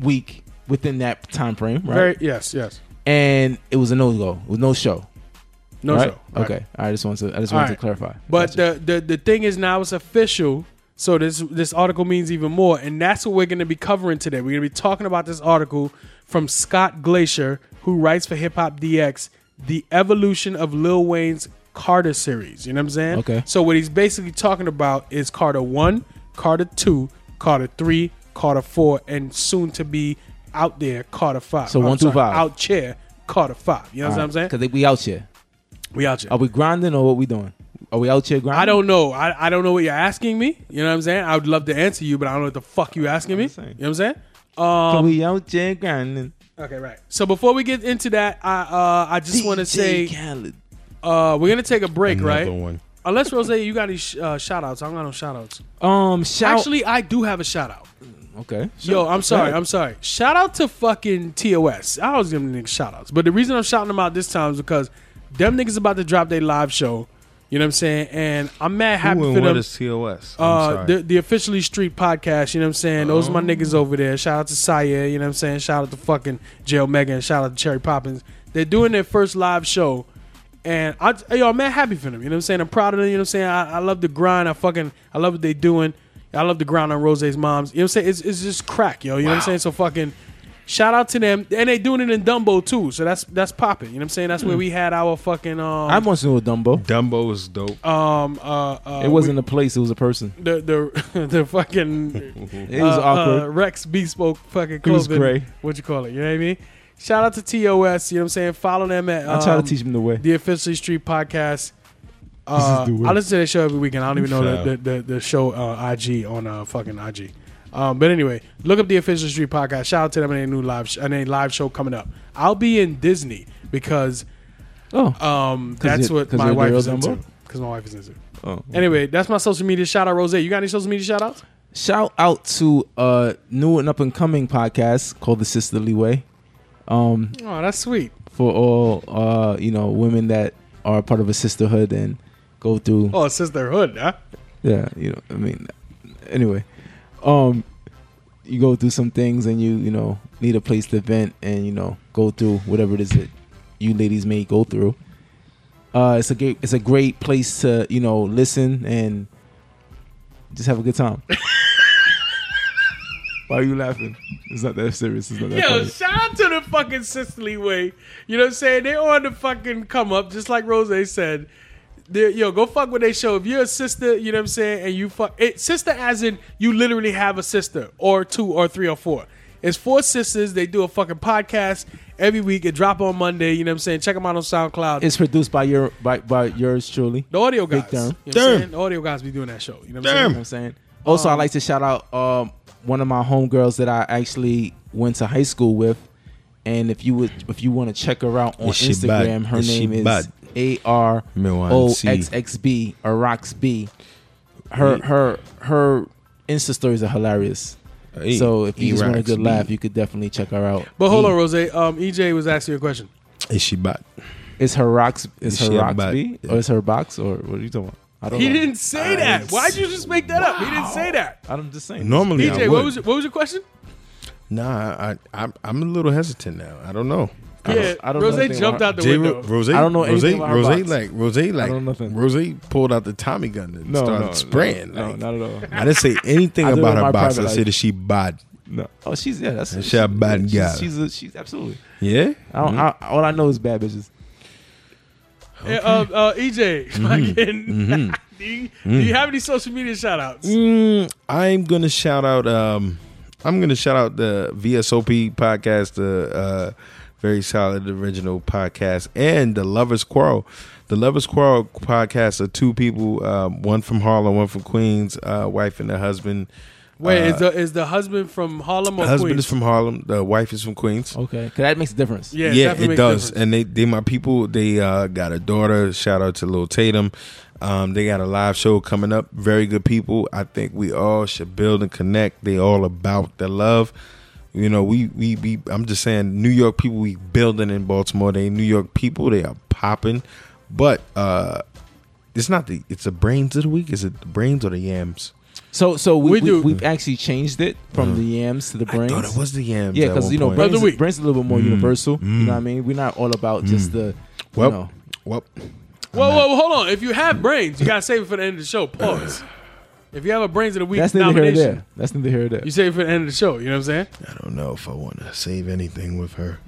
[SPEAKER 3] week within that time frame, right?
[SPEAKER 2] Very. Yes. Yes.
[SPEAKER 3] And it was a no go, it was no show.
[SPEAKER 2] No
[SPEAKER 3] right?
[SPEAKER 2] show. Right.
[SPEAKER 3] Okay, I just wanted to, I just wanted to
[SPEAKER 2] Alright.
[SPEAKER 3] clarify.
[SPEAKER 2] But
[SPEAKER 3] Gotcha.
[SPEAKER 2] the, the the thing is now it's official. So this this article means even more, and that's what we're gonna be covering today. We're gonna be talking about this article from Scott Glacier, who writes for Hip Hop DX, the evolution of Lil Wayne's Carter series. You know what I'm saying?
[SPEAKER 3] Okay.
[SPEAKER 2] So what he's basically talking about is Carter one, Carter two, Carter three, Carter four, and soon to be out there Carter five.
[SPEAKER 3] So
[SPEAKER 2] I'm
[SPEAKER 3] one through
[SPEAKER 2] sorry,
[SPEAKER 3] five.
[SPEAKER 2] out chair Carter five. You know what I'm saying?
[SPEAKER 3] Because we out here.
[SPEAKER 2] We out here.
[SPEAKER 3] Are we grinding or what we doing? Are we out here grinding?
[SPEAKER 2] I don't know. I, I don't know what you're asking me. You know what I'm saying? I would love to answer you, but I don't know what the fuck you asking me. You
[SPEAKER 3] saying.
[SPEAKER 2] know what I'm saying? Um,
[SPEAKER 3] Are we out here grinding?
[SPEAKER 2] okay, right. So before we get into that, I uh, I just want to say
[SPEAKER 3] Khaled.
[SPEAKER 2] uh, we're gonna take a break,
[SPEAKER 4] Another
[SPEAKER 2] right?
[SPEAKER 4] one.
[SPEAKER 2] Unless Rose, you got any sh- uh, shout outs? I don't got no shout outs.
[SPEAKER 3] Um, shout.
[SPEAKER 2] Actually, I do have a shout out.
[SPEAKER 3] okay.
[SPEAKER 2] Yo, I'm sorry.
[SPEAKER 3] ahead.
[SPEAKER 2] I'm sorry. Shout out to fucking TOS. I always give them niggas shout outs. But the reason I'm shouting them out this time is because them niggas about to drop their live show. You know what I'm saying? And I'm mad happy
[SPEAKER 4] Who
[SPEAKER 2] for
[SPEAKER 4] and
[SPEAKER 2] them.
[SPEAKER 4] what is TOS? I'm
[SPEAKER 2] uh,
[SPEAKER 4] sorry.
[SPEAKER 2] the, the officially street podcast. You know what I'm saying? Those are my niggas over there. Shout out to Saya. You know what I'm saying? Shout out to fucking Jail Mega and shout out to Cherry Poppins. They're doing their first live show, and I yo, I'm mad happy for them. You know what I'm saying? I'm proud of them. You know what I'm saying? I, I love the grind. I fucking I love what they doing. I love the grind on Rose's moms. You know what I'm saying? It's, it's just crack, yo. You know what I'm saying? So fucking. Shout out to them, and they doing it in Dumbo too. So that's that's popping. You know what I'm saying? That's where we had our fucking um
[SPEAKER 3] I once knew a Dumbo.
[SPEAKER 4] Dumbo was dope.
[SPEAKER 2] um uh, uh
[SPEAKER 3] It wasn't a place. It was a person.
[SPEAKER 2] we- the the the fucking
[SPEAKER 3] It was
[SPEAKER 2] uh,
[SPEAKER 3] awkward.
[SPEAKER 2] uh, Rex bespoke fucking
[SPEAKER 3] He
[SPEAKER 2] clothing.
[SPEAKER 3] was gray.
[SPEAKER 2] What you call it? You know what I mean? Shout out to TOS. You know what I'm saying? Follow them at. Um,
[SPEAKER 3] I try to teach him the way.
[SPEAKER 2] the Officially Street Podcast. Uh,
[SPEAKER 3] the way.
[SPEAKER 2] I listen to their show every weekend. I don't even know
[SPEAKER 4] Shout
[SPEAKER 2] the, the, the, the show uh, IG on uh, fucking IG. Um, but anyway, look up the Official Street Podcast. Shout out to them and their new live sh- and their live show coming up. I'll be in Disney because
[SPEAKER 3] Oh,
[SPEAKER 2] um,
[SPEAKER 3] 'Cause
[SPEAKER 2] that's
[SPEAKER 3] you-
[SPEAKER 2] what
[SPEAKER 3] 'cause
[SPEAKER 2] my
[SPEAKER 3] you're the
[SPEAKER 2] wife
[SPEAKER 3] real
[SPEAKER 2] is into.
[SPEAKER 3] Dumbo?
[SPEAKER 2] Because my wife is into.
[SPEAKER 3] oh.
[SPEAKER 2] Anyway, that's my social media shout out. Rose, you got any social media shout outs?
[SPEAKER 3] shout out to a new and up and coming podcast called The Sisterly Way. Um,
[SPEAKER 2] Oh, that's sweet.
[SPEAKER 3] for all uh, you know, women that are part of a sisterhood and go through
[SPEAKER 2] Oh, sisterhood, huh?
[SPEAKER 3] yeah, you know, I mean anyway. Um you go through some things and you, you know, need a place to vent and, you know, go through whatever it is that you ladies may go through. Uh it's a great it's a great place to, you know, listen and just have a good time. Why are you laughing? It's not that serious. It's not that
[SPEAKER 2] Yo,
[SPEAKER 3] funny.
[SPEAKER 2] shout out to the fucking Sicily way. You know what I'm saying? They're on the fucking come up, just like Rose said. They're, yo, go fuck with they show. If you're a sister, you know what I'm saying, and you fuck it, sister as in you literally have a sister or two or three or four. It's four sisters. They do a fucking podcast every week. It drop on Monday. You know what I'm saying? Check them out on SoundCloud.
[SPEAKER 3] It's produced by your by, by yours truly.
[SPEAKER 2] the audio guys.
[SPEAKER 3] Big Damn.
[SPEAKER 2] You know what I'm
[SPEAKER 4] Damn.
[SPEAKER 2] saying? The audio guys be doing that show. You know what I'm
[SPEAKER 4] Damn.
[SPEAKER 2] saying?
[SPEAKER 3] You know what I'm saying. Also, I'd like to shout out um, one of my homegirls that I actually went to high school with. And if you would, if you want to check her out on
[SPEAKER 4] Is she bad?
[SPEAKER 3] Instagram, her
[SPEAKER 4] Is she
[SPEAKER 3] name is
[SPEAKER 4] bad?
[SPEAKER 3] A R O X X B or Rocks B. Her her her Insta stories are hilarious. So if you just want a good laugh, you could definitely check her out.
[SPEAKER 2] But hold
[SPEAKER 3] E-
[SPEAKER 2] on, Rose. Um, EJ was asking you a question.
[SPEAKER 4] is she bad?
[SPEAKER 3] is her rocks is
[SPEAKER 4] Is
[SPEAKER 3] her
[SPEAKER 4] she a
[SPEAKER 3] rocks
[SPEAKER 4] bad-
[SPEAKER 3] B or is her box or what are you talking about? I don't.
[SPEAKER 2] He
[SPEAKER 3] know.
[SPEAKER 2] didn't say that.
[SPEAKER 3] didn't
[SPEAKER 2] Why'd you just make that up? He didn't say that.
[SPEAKER 3] I'm just saying.
[SPEAKER 4] Normally, I
[SPEAKER 2] EJ,
[SPEAKER 4] would.
[SPEAKER 2] E what was what was your question?
[SPEAKER 4] Nah, I, I I'm, I'm a little hesitant now. I don't know.
[SPEAKER 2] Yeah,
[SPEAKER 3] I don't know
[SPEAKER 2] Rose
[SPEAKER 3] anything
[SPEAKER 2] jumped
[SPEAKER 3] about-
[SPEAKER 2] out the
[SPEAKER 4] J-
[SPEAKER 2] window.
[SPEAKER 4] Rose,
[SPEAKER 3] I don't know
[SPEAKER 4] Rose,
[SPEAKER 3] anything about her
[SPEAKER 4] Rose,
[SPEAKER 3] box.
[SPEAKER 4] like Rose, like
[SPEAKER 3] know nothing.
[SPEAKER 4] Rose pulled out the Tommy gun and
[SPEAKER 3] No,
[SPEAKER 4] started
[SPEAKER 3] no,
[SPEAKER 4] spraying.
[SPEAKER 3] No,
[SPEAKER 4] like,
[SPEAKER 3] no, not at all.
[SPEAKER 4] I didn't say anything
[SPEAKER 3] I do it in
[SPEAKER 4] about
[SPEAKER 3] my
[SPEAKER 4] her box.
[SPEAKER 3] private
[SPEAKER 4] I
[SPEAKER 3] life.
[SPEAKER 4] said that she bad.
[SPEAKER 3] No. Oh, she's yeah. That's
[SPEAKER 4] She a bad Mm-hmm.
[SPEAKER 3] she's-
[SPEAKER 4] gal.
[SPEAKER 3] She's a, she's absolutely.
[SPEAKER 4] Yeah,
[SPEAKER 3] I don't, I, all I know is bad bitches.
[SPEAKER 2] Yeah, uh, uh, EJ,
[SPEAKER 4] Mm-hmm.
[SPEAKER 2] fucking- do, you, do you have any social media shout outs?
[SPEAKER 4] Mm, I'm gonna shout out. Um, I'm gonna shout out the VSOP podcast, the uh, very solid original podcast, and the Lovers Quarrel. The Lovers Quarrel podcast are two people, um, one from Harlem, one from Queens, uh, wife and a husband.
[SPEAKER 2] Wait,
[SPEAKER 4] Uh,
[SPEAKER 2] is the is the husband from Harlem or
[SPEAKER 4] husband
[SPEAKER 2] Queens?
[SPEAKER 4] is from Harlem, the wife is from Queens.
[SPEAKER 3] Okay, because that makes a difference.
[SPEAKER 2] yeah,
[SPEAKER 4] yeah,
[SPEAKER 2] definitely
[SPEAKER 4] it
[SPEAKER 2] makes
[SPEAKER 4] does.
[SPEAKER 2] difference.
[SPEAKER 4] And they, they my people. They uh, got a daughter. Shout out to Lil Tatum. Um, they got a live show coming up. Very good people. I think we all should build and connect. They all about the love. You know, we we be. I'm just saying, New York people. We building in Baltimore. They New York people. They are popping. But uh, it's not the. It's the brains of the week. Is it the brains or the yams?
[SPEAKER 3] So so we,
[SPEAKER 2] We
[SPEAKER 3] we,
[SPEAKER 2] do.
[SPEAKER 3] have actually changed it from the yams to the brains.
[SPEAKER 4] Mm-hmm. I thought it was the yams.
[SPEAKER 3] yeah,
[SPEAKER 4] at
[SPEAKER 3] because
[SPEAKER 4] one
[SPEAKER 3] you know
[SPEAKER 4] point. Mm-hmm.
[SPEAKER 2] Brother
[SPEAKER 3] brains,
[SPEAKER 2] Week.
[SPEAKER 3] brains is a little bit more universal. You know what I mean? We're not all about just the.
[SPEAKER 4] well,
[SPEAKER 3] you know,
[SPEAKER 4] well,
[SPEAKER 2] Whoa, whoa, hold on. If you have brains, you gotta save it for the end of the show. Pause. if you have a brains of the week
[SPEAKER 3] that's neither here nor
[SPEAKER 2] nomination,
[SPEAKER 3] there. That's neither here nor there.
[SPEAKER 2] you save it for the end of the show. You know what I'm saying?
[SPEAKER 4] I don't know if I want to save anything with her.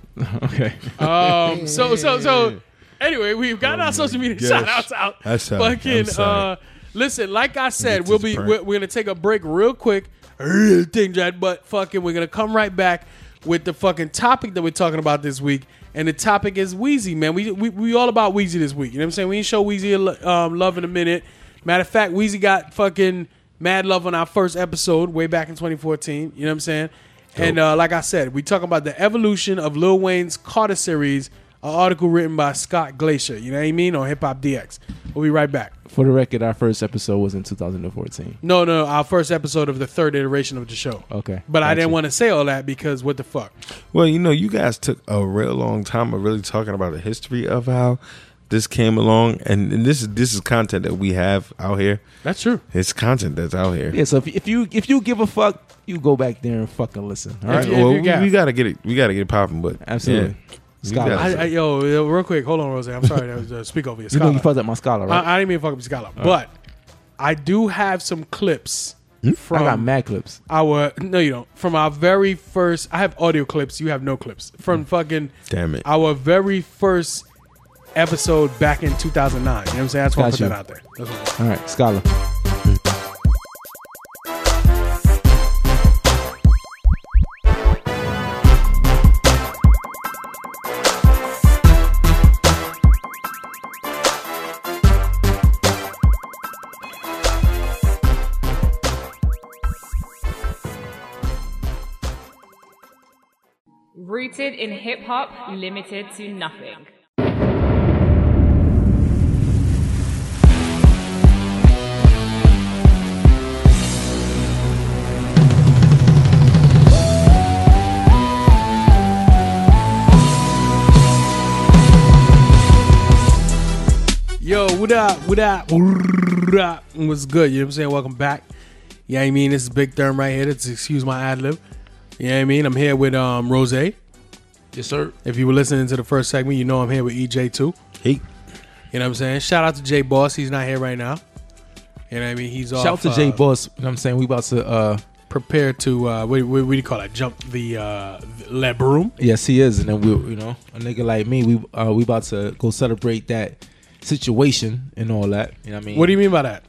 [SPEAKER 3] okay.
[SPEAKER 2] Um, so so so. Anyway, we've got our social media
[SPEAKER 4] Oh gosh.
[SPEAKER 2] shout outs out.
[SPEAKER 4] That's how- I'm
[SPEAKER 2] fucking.
[SPEAKER 4] sorry.
[SPEAKER 2] Uh, listen, like I said,
[SPEAKER 4] Get
[SPEAKER 2] we'll
[SPEAKER 4] to the
[SPEAKER 2] be
[SPEAKER 4] prank.
[SPEAKER 2] we're, we're gonna take a break real quick. Real thing, Jack, but fucking, we're gonna come right back. with the fucking topic that we're talking about this week. And the topic is Wheezy, man. We we, we all about Wheezy this week. You know what I'm saying? We ain't show Wheezy um, love in a minute. Matter of fact, Wheezy got fucking mad love on our first episode way back in 2014. You know what I'm saying? And uh, like I said, we talk about the evolution of Lil Wayne's Carter series, an article written by Scott Glacier. You know what I mean? On Hip Hop DX. We'll be right back.
[SPEAKER 3] For the record, our first episode was in 2014.
[SPEAKER 2] No, no, our first episode of the third iteration of the show.
[SPEAKER 3] Okay.
[SPEAKER 2] But I
[SPEAKER 3] Gotcha.
[SPEAKER 2] didn't want to say all that because what the fuck?
[SPEAKER 4] Well, you know, you guys took a real long time of really talking about the history of how this came along, and, and this is this is content that we have out here.
[SPEAKER 2] That's true.
[SPEAKER 4] It's content that's out here.
[SPEAKER 3] Yeah, so if, if you if you give a fuck, you go back there and fucking listen. All
[SPEAKER 4] All
[SPEAKER 3] right.
[SPEAKER 4] right,
[SPEAKER 2] you- if
[SPEAKER 4] well,
[SPEAKER 2] you
[SPEAKER 4] we,
[SPEAKER 2] got-
[SPEAKER 4] we gotta get it. We gotta get it popping, but
[SPEAKER 3] Absolutely. Scholar.
[SPEAKER 4] You
[SPEAKER 2] I,
[SPEAKER 4] got
[SPEAKER 2] I, yo, yo, real quick, hold on, Rose. I'm sorry that was uh, speak over your
[SPEAKER 3] You know you
[SPEAKER 2] scholar.
[SPEAKER 3] fucked up my scholar, Uh, right?
[SPEAKER 2] I, I didn't mean to fuck up scholar, but I do have some clips
[SPEAKER 3] I,
[SPEAKER 2] from
[SPEAKER 3] got mad clips.
[SPEAKER 2] our no, you don't. From our very first, I have audio clips. You have no clips from fucking
[SPEAKER 4] Damn it.
[SPEAKER 2] our very first episode back in 2009. You know what I'm saying? I just want to put
[SPEAKER 3] Got you.
[SPEAKER 2] that out there. That's what
[SPEAKER 3] All right, scholar.
[SPEAKER 1] Rooted in hip hop, limited to nothing.
[SPEAKER 2] Yo, what up? What up? What up? What's good? You know what I'm saying? Welcome back. You know what I mean? This is Big Therm right here. That's excuse my ad lib. You know what I mean? I'm here with um Rose. If
[SPEAKER 3] Yes, sir.
[SPEAKER 2] you were listening to the first segment, you know I'm here with EJ too.
[SPEAKER 4] Hey,
[SPEAKER 2] You know what I'm saying? Shout out to J Boss. He's not here right now. You know what I mean? He's
[SPEAKER 3] Shout out to J Boss. uh, You know what I'm saying? We about to uh
[SPEAKER 2] Prepare to uh, what, what, what do you call that? Jump the uh, lab room.
[SPEAKER 3] yes, he is. And then we you know, a nigga like me, we uh we about to go celebrate that situation and all that. You know what I mean?
[SPEAKER 2] What do you mean by that?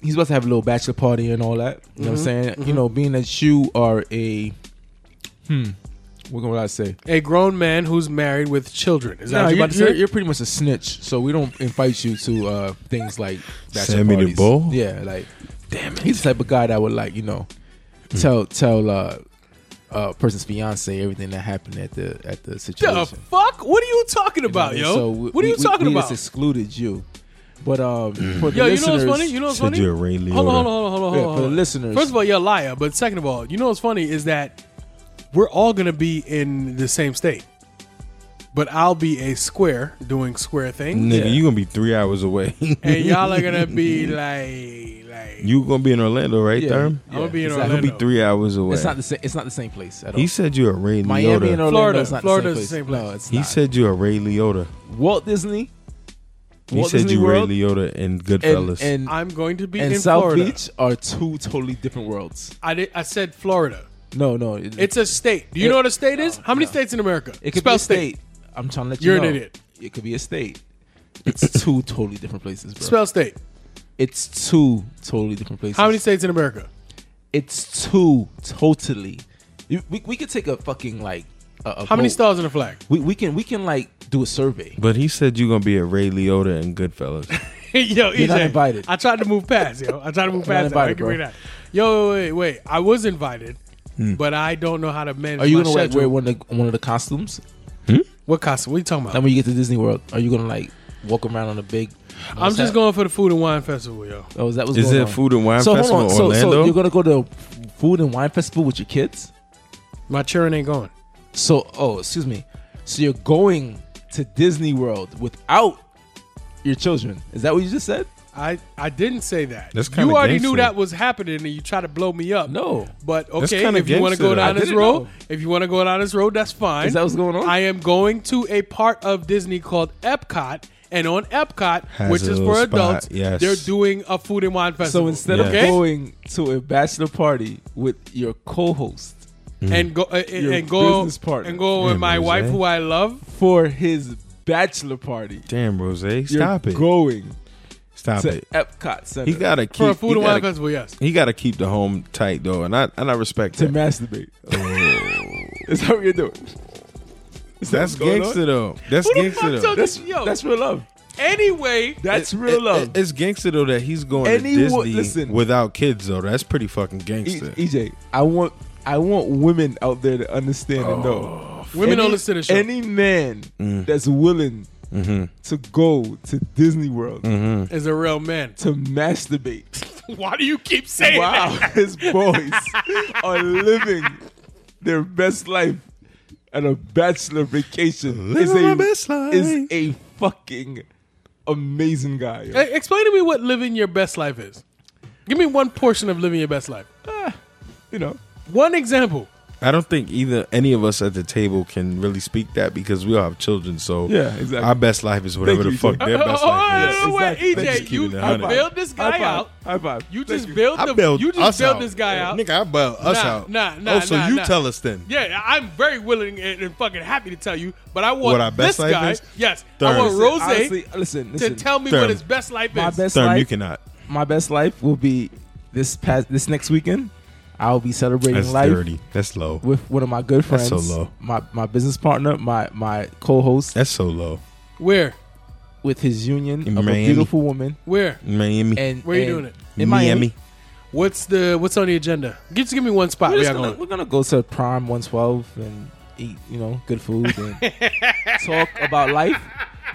[SPEAKER 3] he's about to have a little bachelor party and all that. You know what I'm saying? You know, being that you are a hmm, what can I say?
[SPEAKER 2] A grown man who's married with children. Is that
[SPEAKER 3] Nah,
[SPEAKER 2] what
[SPEAKER 3] you're,
[SPEAKER 2] you're about to
[SPEAKER 3] you're-
[SPEAKER 2] say?
[SPEAKER 3] you're pretty much a snitch, so we don't invite you to uh, things like bachelor
[SPEAKER 4] Sammy the
[SPEAKER 3] parties.
[SPEAKER 4] Bull?
[SPEAKER 3] Yeah, like damn it. He's the type of guy that would like you know
[SPEAKER 4] Hmm.
[SPEAKER 3] tell tell uh, uh person's fiance everything that happened at the at the situation.
[SPEAKER 2] the fuck? What are you talking
[SPEAKER 3] You know
[SPEAKER 2] about,
[SPEAKER 3] what I mean?
[SPEAKER 2] yo?
[SPEAKER 3] So we-
[SPEAKER 2] what are you
[SPEAKER 3] we-
[SPEAKER 2] talking
[SPEAKER 3] we
[SPEAKER 2] about?
[SPEAKER 3] Just excluded you, but um,
[SPEAKER 4] Hmm.
[SPEAKER 3] for the
[SPEAKER 2] Yo, you
[SPEAKER 3] listeners,
[SPEAKER 2] know what's funny? You know what's
[SPEAKER 4] said
[SPEAKER 2] funny?
[SPEAKER 4] you're a Ray Liotta.
[SPEAKER 2] Hold on, hold on, hold on, hold on.
[SPEAKER 3] Yeah,
[SPEAKER 2] hold on.
[SPEAKER 3] for the listeners.
[SPEAKER 2] First of all, you're a liar. But second of all, you know what's funny is that we're all gonna be in the same state, but I'll be a square doing square things,
[SPEAKER 4] nigga,
[SPEAKER 3] Yeah.
[SPEAKER 4] you gonna be three hours away.
[SPEAKER 2] and y'all are gonna be like, like
[SPEAKER 4] you gonna be in Orlando, right,
[SPEAKER 3] Yeah.
[SPEAKER 4] Therm?
[SPEAKER 2] I'm gonna be in
[SPEAKER 3] exactly.
[SPEAKER 4] You'll be
[SPEAKER 2] Orlando.
[SPEAKER 4] three hours away.
[SPEAKER 3] It's not the same. It's not the same place at all.
[SPEAKER 4] he said you're a Ray
[SPEAKER 3] Miami
[SPEAKER 4] Liotta.
[SPEAKER 3] and Orlando
[SPEAKER 2] Florida.
[SPEAKER 3] is not
[SPEAKER 2] Florida
[SPEAKER 3] the
[SPEAKER 2] is
[SPEAKER 3] same place.
[SPEAKER 2] the same place.
[SPEAKER 3] No, it's
[SPEAKER 4] he
[SPEAKER 3] not.
[SPEAKER 4] said you're a Ray Liotta.
[SPEAKER 3] Walt Disney.
[SPEAKER 4] He
[SPEAKER 3] Walt
[SPEAKER 4] said
[SPEAKER 3] Disney
[SPEAKER 4] you
[SPEAKER 3] World
[SPEAKER 4] Ray Liotta and
[SPEAKER 3] and
[SPEAKER 4] Goodfellas.
[SPEAKER 3] and,
[SPEAKER 2] I'm going to be
[SPEAKER 3] and
[SPEAKER 2] in
[SPEAKER 3] South
[SPEAKER 2] Florida.
[SPEAKER 3] Beach are two totally different worlds.
[SPEAKER 2] I did, I said Florida.
[SPEAKER 3] No, no, it-
[SPEAKER 2] It's a state. Do you
[SPEAKER 3] It- Oh,
[SPEAKER 2] know what a state is? How many
[SPEAKER 3] no.
[SPEAKER 2] states in America?
[SPEAKER 3] it could
[SPEAKER 2] Spell
[SPEAKER 3] be a state. I'm trying to let you
[SPEAKER 2] You're
[SPEAKER 3] know.
[SPEAKER 2] an idiot.
[SPEAKER 3] It could be a state. It's two totally different places, bro.
[SPEAKER 2] Spell state.
[SPEAKER 3] it's two totally different places.
[SPEAKER 2] How many states in America?
[SPEAKER 3] It's two totally. You- We, we could take a fucking like. A, a
[SPEAKER 2] How many
[SPEAKER 3] vote.
[SPEAKER 2] stars in a flag?
[SPEAKER 3] We, we can we can like do a survey.
[SPEAKER 4] but he said you're gonna be a Ray Liotta and Goodfellas.
[SPEAKER 2] yo, EJ,
[SPEAKER 3] You're not invited.
[SPEAKER 2] I tried to move past, yo. I tried to move
[SPEAKER 3] You're not
[SPEAKER 2] past. that. I
[SPEAKER 3] invited,
[SPEAKER 2] can
[SPEAKER 3] bro. Hmm.
[SPEAKER 2] bring that. Yo, wait, wait, wait. I was invited, but I don't know how to manage.
[SPEAKER 3] Are you
[SPEAKER 2] my
[SPEAKER 3] gonna like
[SPEAKER 2] schedule.
[SPEAKER 3] wear one of the, one of the costumes?
[SPEAKER 2] What costume? What are you talking
[SPEAKER 3] Like
[SPEAKER 2] about?
[SPEAKER 3] when you get to Disney World, are you gonna like walk around on a big?
[SPEAKER 2] I'm just going for the food and wine festival, yo.
[SPEAKER 3] Oh, is that was
[SPEAKER 4] Is
[SPEAKER 3] going
[SPEAKER 4] it
[SPEAKER 3] on?
[SPEAKER 4] food and wine
[SPEAKER 3] so
[SPEAKER 4] festival in
[SPEAKER 3] hold on. So, so
[SPEAKER 4] Orlando?
[SPEAKER 3] you're gonna go to a food and wine festival with your kids?
[SPEAKER 2] My children ain't going.
[SPEAKER 3] So oh, excuse me. So you're going to Disney World without your children? Is that what you just said?
[SPEAKER 2] I I didn't say that.
[SPEAKER 4] That's kinda
[SPEAKER 2] you already
[SPEAKER 4] gangster.
[SPEAKER 2] knew that was happening, and you try to blow me up.
[SPEAKER 3] No.
[SPEAKER 2] but okay.
[SPEAKER 4] kinda
[SPEAKER 2] If you want to go
[SPEAKER 4] gangster.
[SPEAKER 2] down
[SPEAKER 4] I
[SPEAKER 2] this
[SPEAKER 3] didn't
[SPEAKER 2] road,
[SPEAKER 3] know.
[SPEAKER 2] if you want to go down this road, that's fine.
[SPEAKER 3] Is that what's going on?
[SPEAKER 2] I am going to a part of Disney called Epcot, and on Epcot,
[SPEAKER 4] Has
[SPEAKER 2] which
[SPEAKER 4] a
[SPEAKER 2] is
[SPEAKER 4] little
[SPEAKER 2] for
[SPEAKER 4] spot,
[SPEAKER 2] adults,
[SPEAKER 4] yes.
[SPEAKER 2] they're doing a food and wine festival.
[SPEAKER 3] so instead
[SPEAKER 4] Yes.
[SPEAKER 3] of
[SPEAKER 2] Okay?
[SPEAKER 3] going to a bachelor party with your co-host
[SPEAKER 2] and go uh, and,
[SPEAKER 3] Your
[SPEAKER 2] and go
[SPEAKER 3] business partner.
[SPEAKER 2] and go with
[SPEAKER 4] Damn,
[SPEAKER 2] my
[SPEAKER 4] Jose.
[SPEAKER 2] wife, who I love.
[SPEAKER 3] for his bachelor party,
[SPEAKER 4] Damn, Rose,
[SPEAKER 3] you're
[SPEAKER 4] stop it.
[SPEAKER 3] going
[SPEAKER 4] Stop
[SPEAKER 3] to
[SPEAKER 4] it.
[SPEAKER 3] Epcot Center
[SPEAKER 4] He gotta keep
[SPEAKER 2] For a food
[SPEAKER 4] he
[SPEAKER 2] and wine
[SPEAKER 4] gotta-
[SPEAKER 2] festival, yes.
[SPEAKER 4] He got to keep the home tight though, and I and I respect
[SPEAKER 3] to
[SPEAKER 4] that.
[SPEAKER 3] masturbate.
[SPEAKER 4] Oh.
[SPEAKER 3] That's how you do it. Is that
[SPEAKER 4] That's
[SPEAKER 3] what's going on?
[SPEAKER 4] gangster though. That's
[SPEAKER 2] Who the fuck
[SPEAKER 4] gangster though.
[SPEAKER 2] told-
[SPEAKER 3] That's
[SPEAKER 2] Yo.
[SPEAKER 3] that's real love.
[SPEAKER 2] Anyway,
[SPEAKER 3] That's
[SPEAKER 4] It-
[SPEAKER 3] real
[SPEAKER 4] it-
[SPEAKER 3] love.
[SPEAKER 4] it's gangster though that he's going
[SPEAKER 3] Any
[SPEAKER 4] to
[SPEAKER 3] wo-
[SPEAKER 4] Disney
[SPEAKER 3] listen.
[SPEAKER 4] without kids though. That's pretty fucking
[SPEAKER 3] E-
[SPEAKER 4] gangster.
[SPEAKER 3] EJ, I want I want women out there to understand and know.
[SPEAKER 2] Oh. women
[SPEAKER 3] Any-
[SPEAKER 2] don't listen to the show. Mm-hmm.
[SPEAKER 3] Any man that's willing to go to Disney World
[SPEAKER 2] is a real man.
[SPEAKER 3] to masturbate,
[SPEAKER 2] Why do you keep saying
[SPEAKER 3] wow, his boys are living their best life at a bachelor vacation.
[SPEAKER 4] Living
[SPEAKER 3] Is a-
[SPEAKER 4] my best life.
[SPEAKER 3] Is a fucking amazing guy. yo.
[SPEAKER 2] Hey, E, explain to me what living your best life is. Give me one portion of living your best life.
[SPEAKER 3] You know,
[SPEAKER 2] One example.
[SPEAKER 4] I don't think either any of us at the table can really speak that because we all have children. So
[SPEAKER 3] Yeah, exactly.
[SPEAKER 4] Our best life is whatever
[SPEAKER 3] Thank
[SPEAKER 4] the
[SPEAKER 3] you,
[SPEAKER 4] fuck
[SPEAKER 3] EJ.
[SPEAKER 4] their best
[SPEAKER 2] oh,
[SPEAKER 4] life is.
[SPEAKER 2] oh, wait,
[SPEAKER 3] Exactly.
[SPEAKER 2] EJ,
[SPEAKER 4] Just keeping
[SPEAKER 2] you,
[SPEAKER 4] it
[SPEAKER 2] you
[SPEAKER 4] a hundred.
[SPEAKER 2] build this
[SPEAKER 3] high
[SPEAKER 2] guy
[SPEAKER 3] five.
[SPEAKER 2] out.
[SPEAKER 3] High five.
[SPEAKER 2] You
[SPEAKER 3] Thank
[SPEAKER 2] just build
[SPEAKER 4] I
[SPEAKER 2] the
[SPEAKER 4] bailed
[SPEAKER 2] you
[SPEAKER 4] us
[SPEAKER 2] just build
[SPEAKER 4] out.
[SPEAKER 2] this guy out.
[SPEAKER 4] Nigga, I bailed us
[SPEAKER 2] Nah,
[SPEAKER 4] out.
[SPEAKER 2] nah, nah,
[SPEAKER 4] Oh, so
[SPEAKER 2] nah,
[SPEAKER 4] you
[SPEAKER 2] nah.
[SPEAKER 4] tell us then.
[SPEAKER 2] Yeah, I'm very willing and, and fucking happy to tell you, but I want
[SPEAKER 4] What our
[SPEAKER 2] this
[SPEAKER 4] best life
[SPEAKER 2] guy.
[SPEAKER 4] is?
[SPEAKER 2] Yes, I
[SPEAKER 4] Third.
[SPEAKER 2] want Rose
[SPEAKER 3] Honestly, listen,
[SPEAKER 2] to
[SPEAKER 3] listen.
[SPEAKER 2] tell me
[SPEAKER 4] Third.
[SPEAKER 2] what his best life
[SPEAKER 3] my
[SPEAKER 2] is.
[SPEAKER 3] best
[SPEAKER 4] Therm,
[SPEAKER 3] life.
[SPEAKER 4] you cannot.
[SPEAKER 3] my best life will be this past this next weekend. I'll be celebrating
[SPEAKER 4] That's
[SPEAKER 3] life
[SPEAKER 4] dirty. That's low.
[SPEAKER 3] with one of my good
[SPEAKER 4] That's
[SPEAKER 3] friends,
[SPEAKER 4] so low.
[SPEAKER 3] my my business partner, my my co-host
[SPEAKER 4] That's so low.
[SPEAKER 2] Where?
[SPEAKER 3] with his union
[SPEAKER 4] In
[SPEAKER 3] of
[SPEAKER 4] Miami.
[SPEAKER 3] a beautiful woman.
[SPEAKER 2] Where?
[SPEAKER 4] Miami.
[SPEAKER 3] And
[SPEAKER 2] Where you
[SPEAKER 3] and-
[SPEAKER 2] doing it?
[SPEAKER 3] In Miami.
[SPEAKER 2] What's the what's on the agenda? Just give me one spot.
[SPEAKER 3] We're,
[SPEAKER 2] We
[SPEAKER 3] just
[SPEAKER 2] are
[SPEAKER 3] gonna,
[SPEAKER 2] going.
[SPEAKER 3] we're gonna go to Prime 112 and eat, you know, good food and talk about life.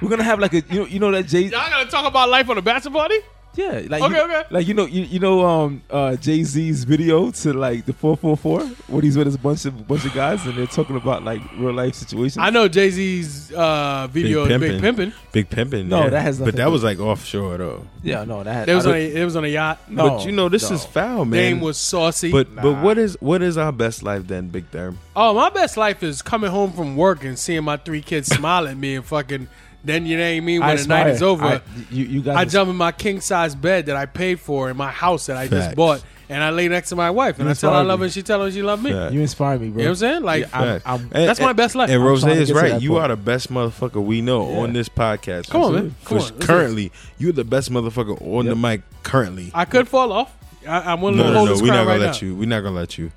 [SPEAKER 3] We're gonna have like a you know you know that Jay
[SPEAKER 2] Y'all gonna talk about life on a bachelor party?
[SPEAKER 3] yeah like
[SPEAKER 2] Okay,
[SPEAKER 3] you,
[SPEAKER 2] okay.
[SPEAKER 3] like you know you, you know um uh Jay Z's video to like the 444 where he's with his bunch of bunch of guys and they're talking about like real life situations.
[SPEAKER 2] I know Jay Z's uh, video of Big Pimpin.
[SPEAKER 4] Big pimpin.
[SPEAKER 3] No,
[SPEAKER 4] yeah.
[SPEAKER 3] that has
[SPEAKER 4] But
[SPEAKER 3] nothing to
[SPEAKER 4] that
[SPEAKER 3] do-
[SPEAKER 4] was like offshore though.
[SPEAKER 3] Yeah, no, that
[SPEAKER 2] It was
[SPEAKER 3] I
[SPEAKER 2] on
[SPEAKER 3] don't-
[SPEAKER 2] a it was on a yacht.
[SPEAKER 3] No,
[SPEAKER 4] but you know this
[SPEAKER 3] no.
[SPEAKER 4] is foul, man.
[SPEAKER 2] Name was saucy.
[SPEAKER 4] But but what is what is our best life then, Big Therm?
[SPEAKER 2] oh, my best life is coming home from work and seeing my three kids smile at me and fucking. Then you know what I mean. When
[SPEAKER 3] I
[SPEAKER 2] the night
[SPEAKER 3] aspire-
[SPEAKER 2] is over,
[SPEAKER 3] I,
[SPEAKER 2] I,
[SPEAKER 3] you, you guys,
[SPEAKER 2] jump in my king size bed that I paid for in my house that I
[SPEAKER 4] Facts.
[SPEAKER 2] just bought, and I lay next to my wife and
[SPEAKER 3] You
[SPEAKER 2] I tell her I
[SPEAKER 3] inspired
[SPEAKER 2] love her
[SPEAKER 3] me.
[SPEAKER 2] and she tell her she love me.
[SPEAKER 4] Facts.
[SPEAKER 3] you inspire me, bro.
[SPEAKER 2] You know what I'm saying? Like
[SPEAKER 3] I'm-
[SPEAKER 4] Facts.
[SPEAKER 3] I'm-
[SPEAKER 4] And-
[SPEAKER 2] That's my
[SPEAKER 4] and-
[SPEAKER 2] best life.
[SPEAKER 4] And
[SPEAKER 2] I'm
[SPEAKER 4] Rose
[SPEAKER 3] trying to
[SPEAKER 4] is
[SPEAKER 3] get to
[SPEAKER 4] right.
[SPEAKER 3] that
[SPEAKER 4] You
[SPEAKER 3] point.
[SPEAKER 4] are the best motherfucker we know
[SPEAKER 3] Yeah.
[SPEAKER 4] on this podcast.
[SPEAKER 2] Come on, man.
[SPEAKER 4] Absolutely.
[SPEAKER 2] Come on.
[SPEAKER 4] For-
[SPEAKER 2] Let's
[SPEAKER 4] Currently, you're the best motherfucker on the
[SPEAKER 3] Yep.
[SPEAKER 4] mic. Currently,
[SPEAKER 2] I could fall off. I, I'm willing
[SPEAKER 4] no,
[SPEAKER 2] to
[SPEAKER 4] no,
[SPEAKER 2] hold
[SPEAKER 4] no.
[SPEAKER 2] this
[SPEAKER 4] We're not
[SPEAKER 2] crown
[SPEAKER 4] gonna
[SPEAKER 2] right
[SPEAKER 4] let
[SPEAKER 2] now.
[SPEAKER 4] you. We're not gonna let you.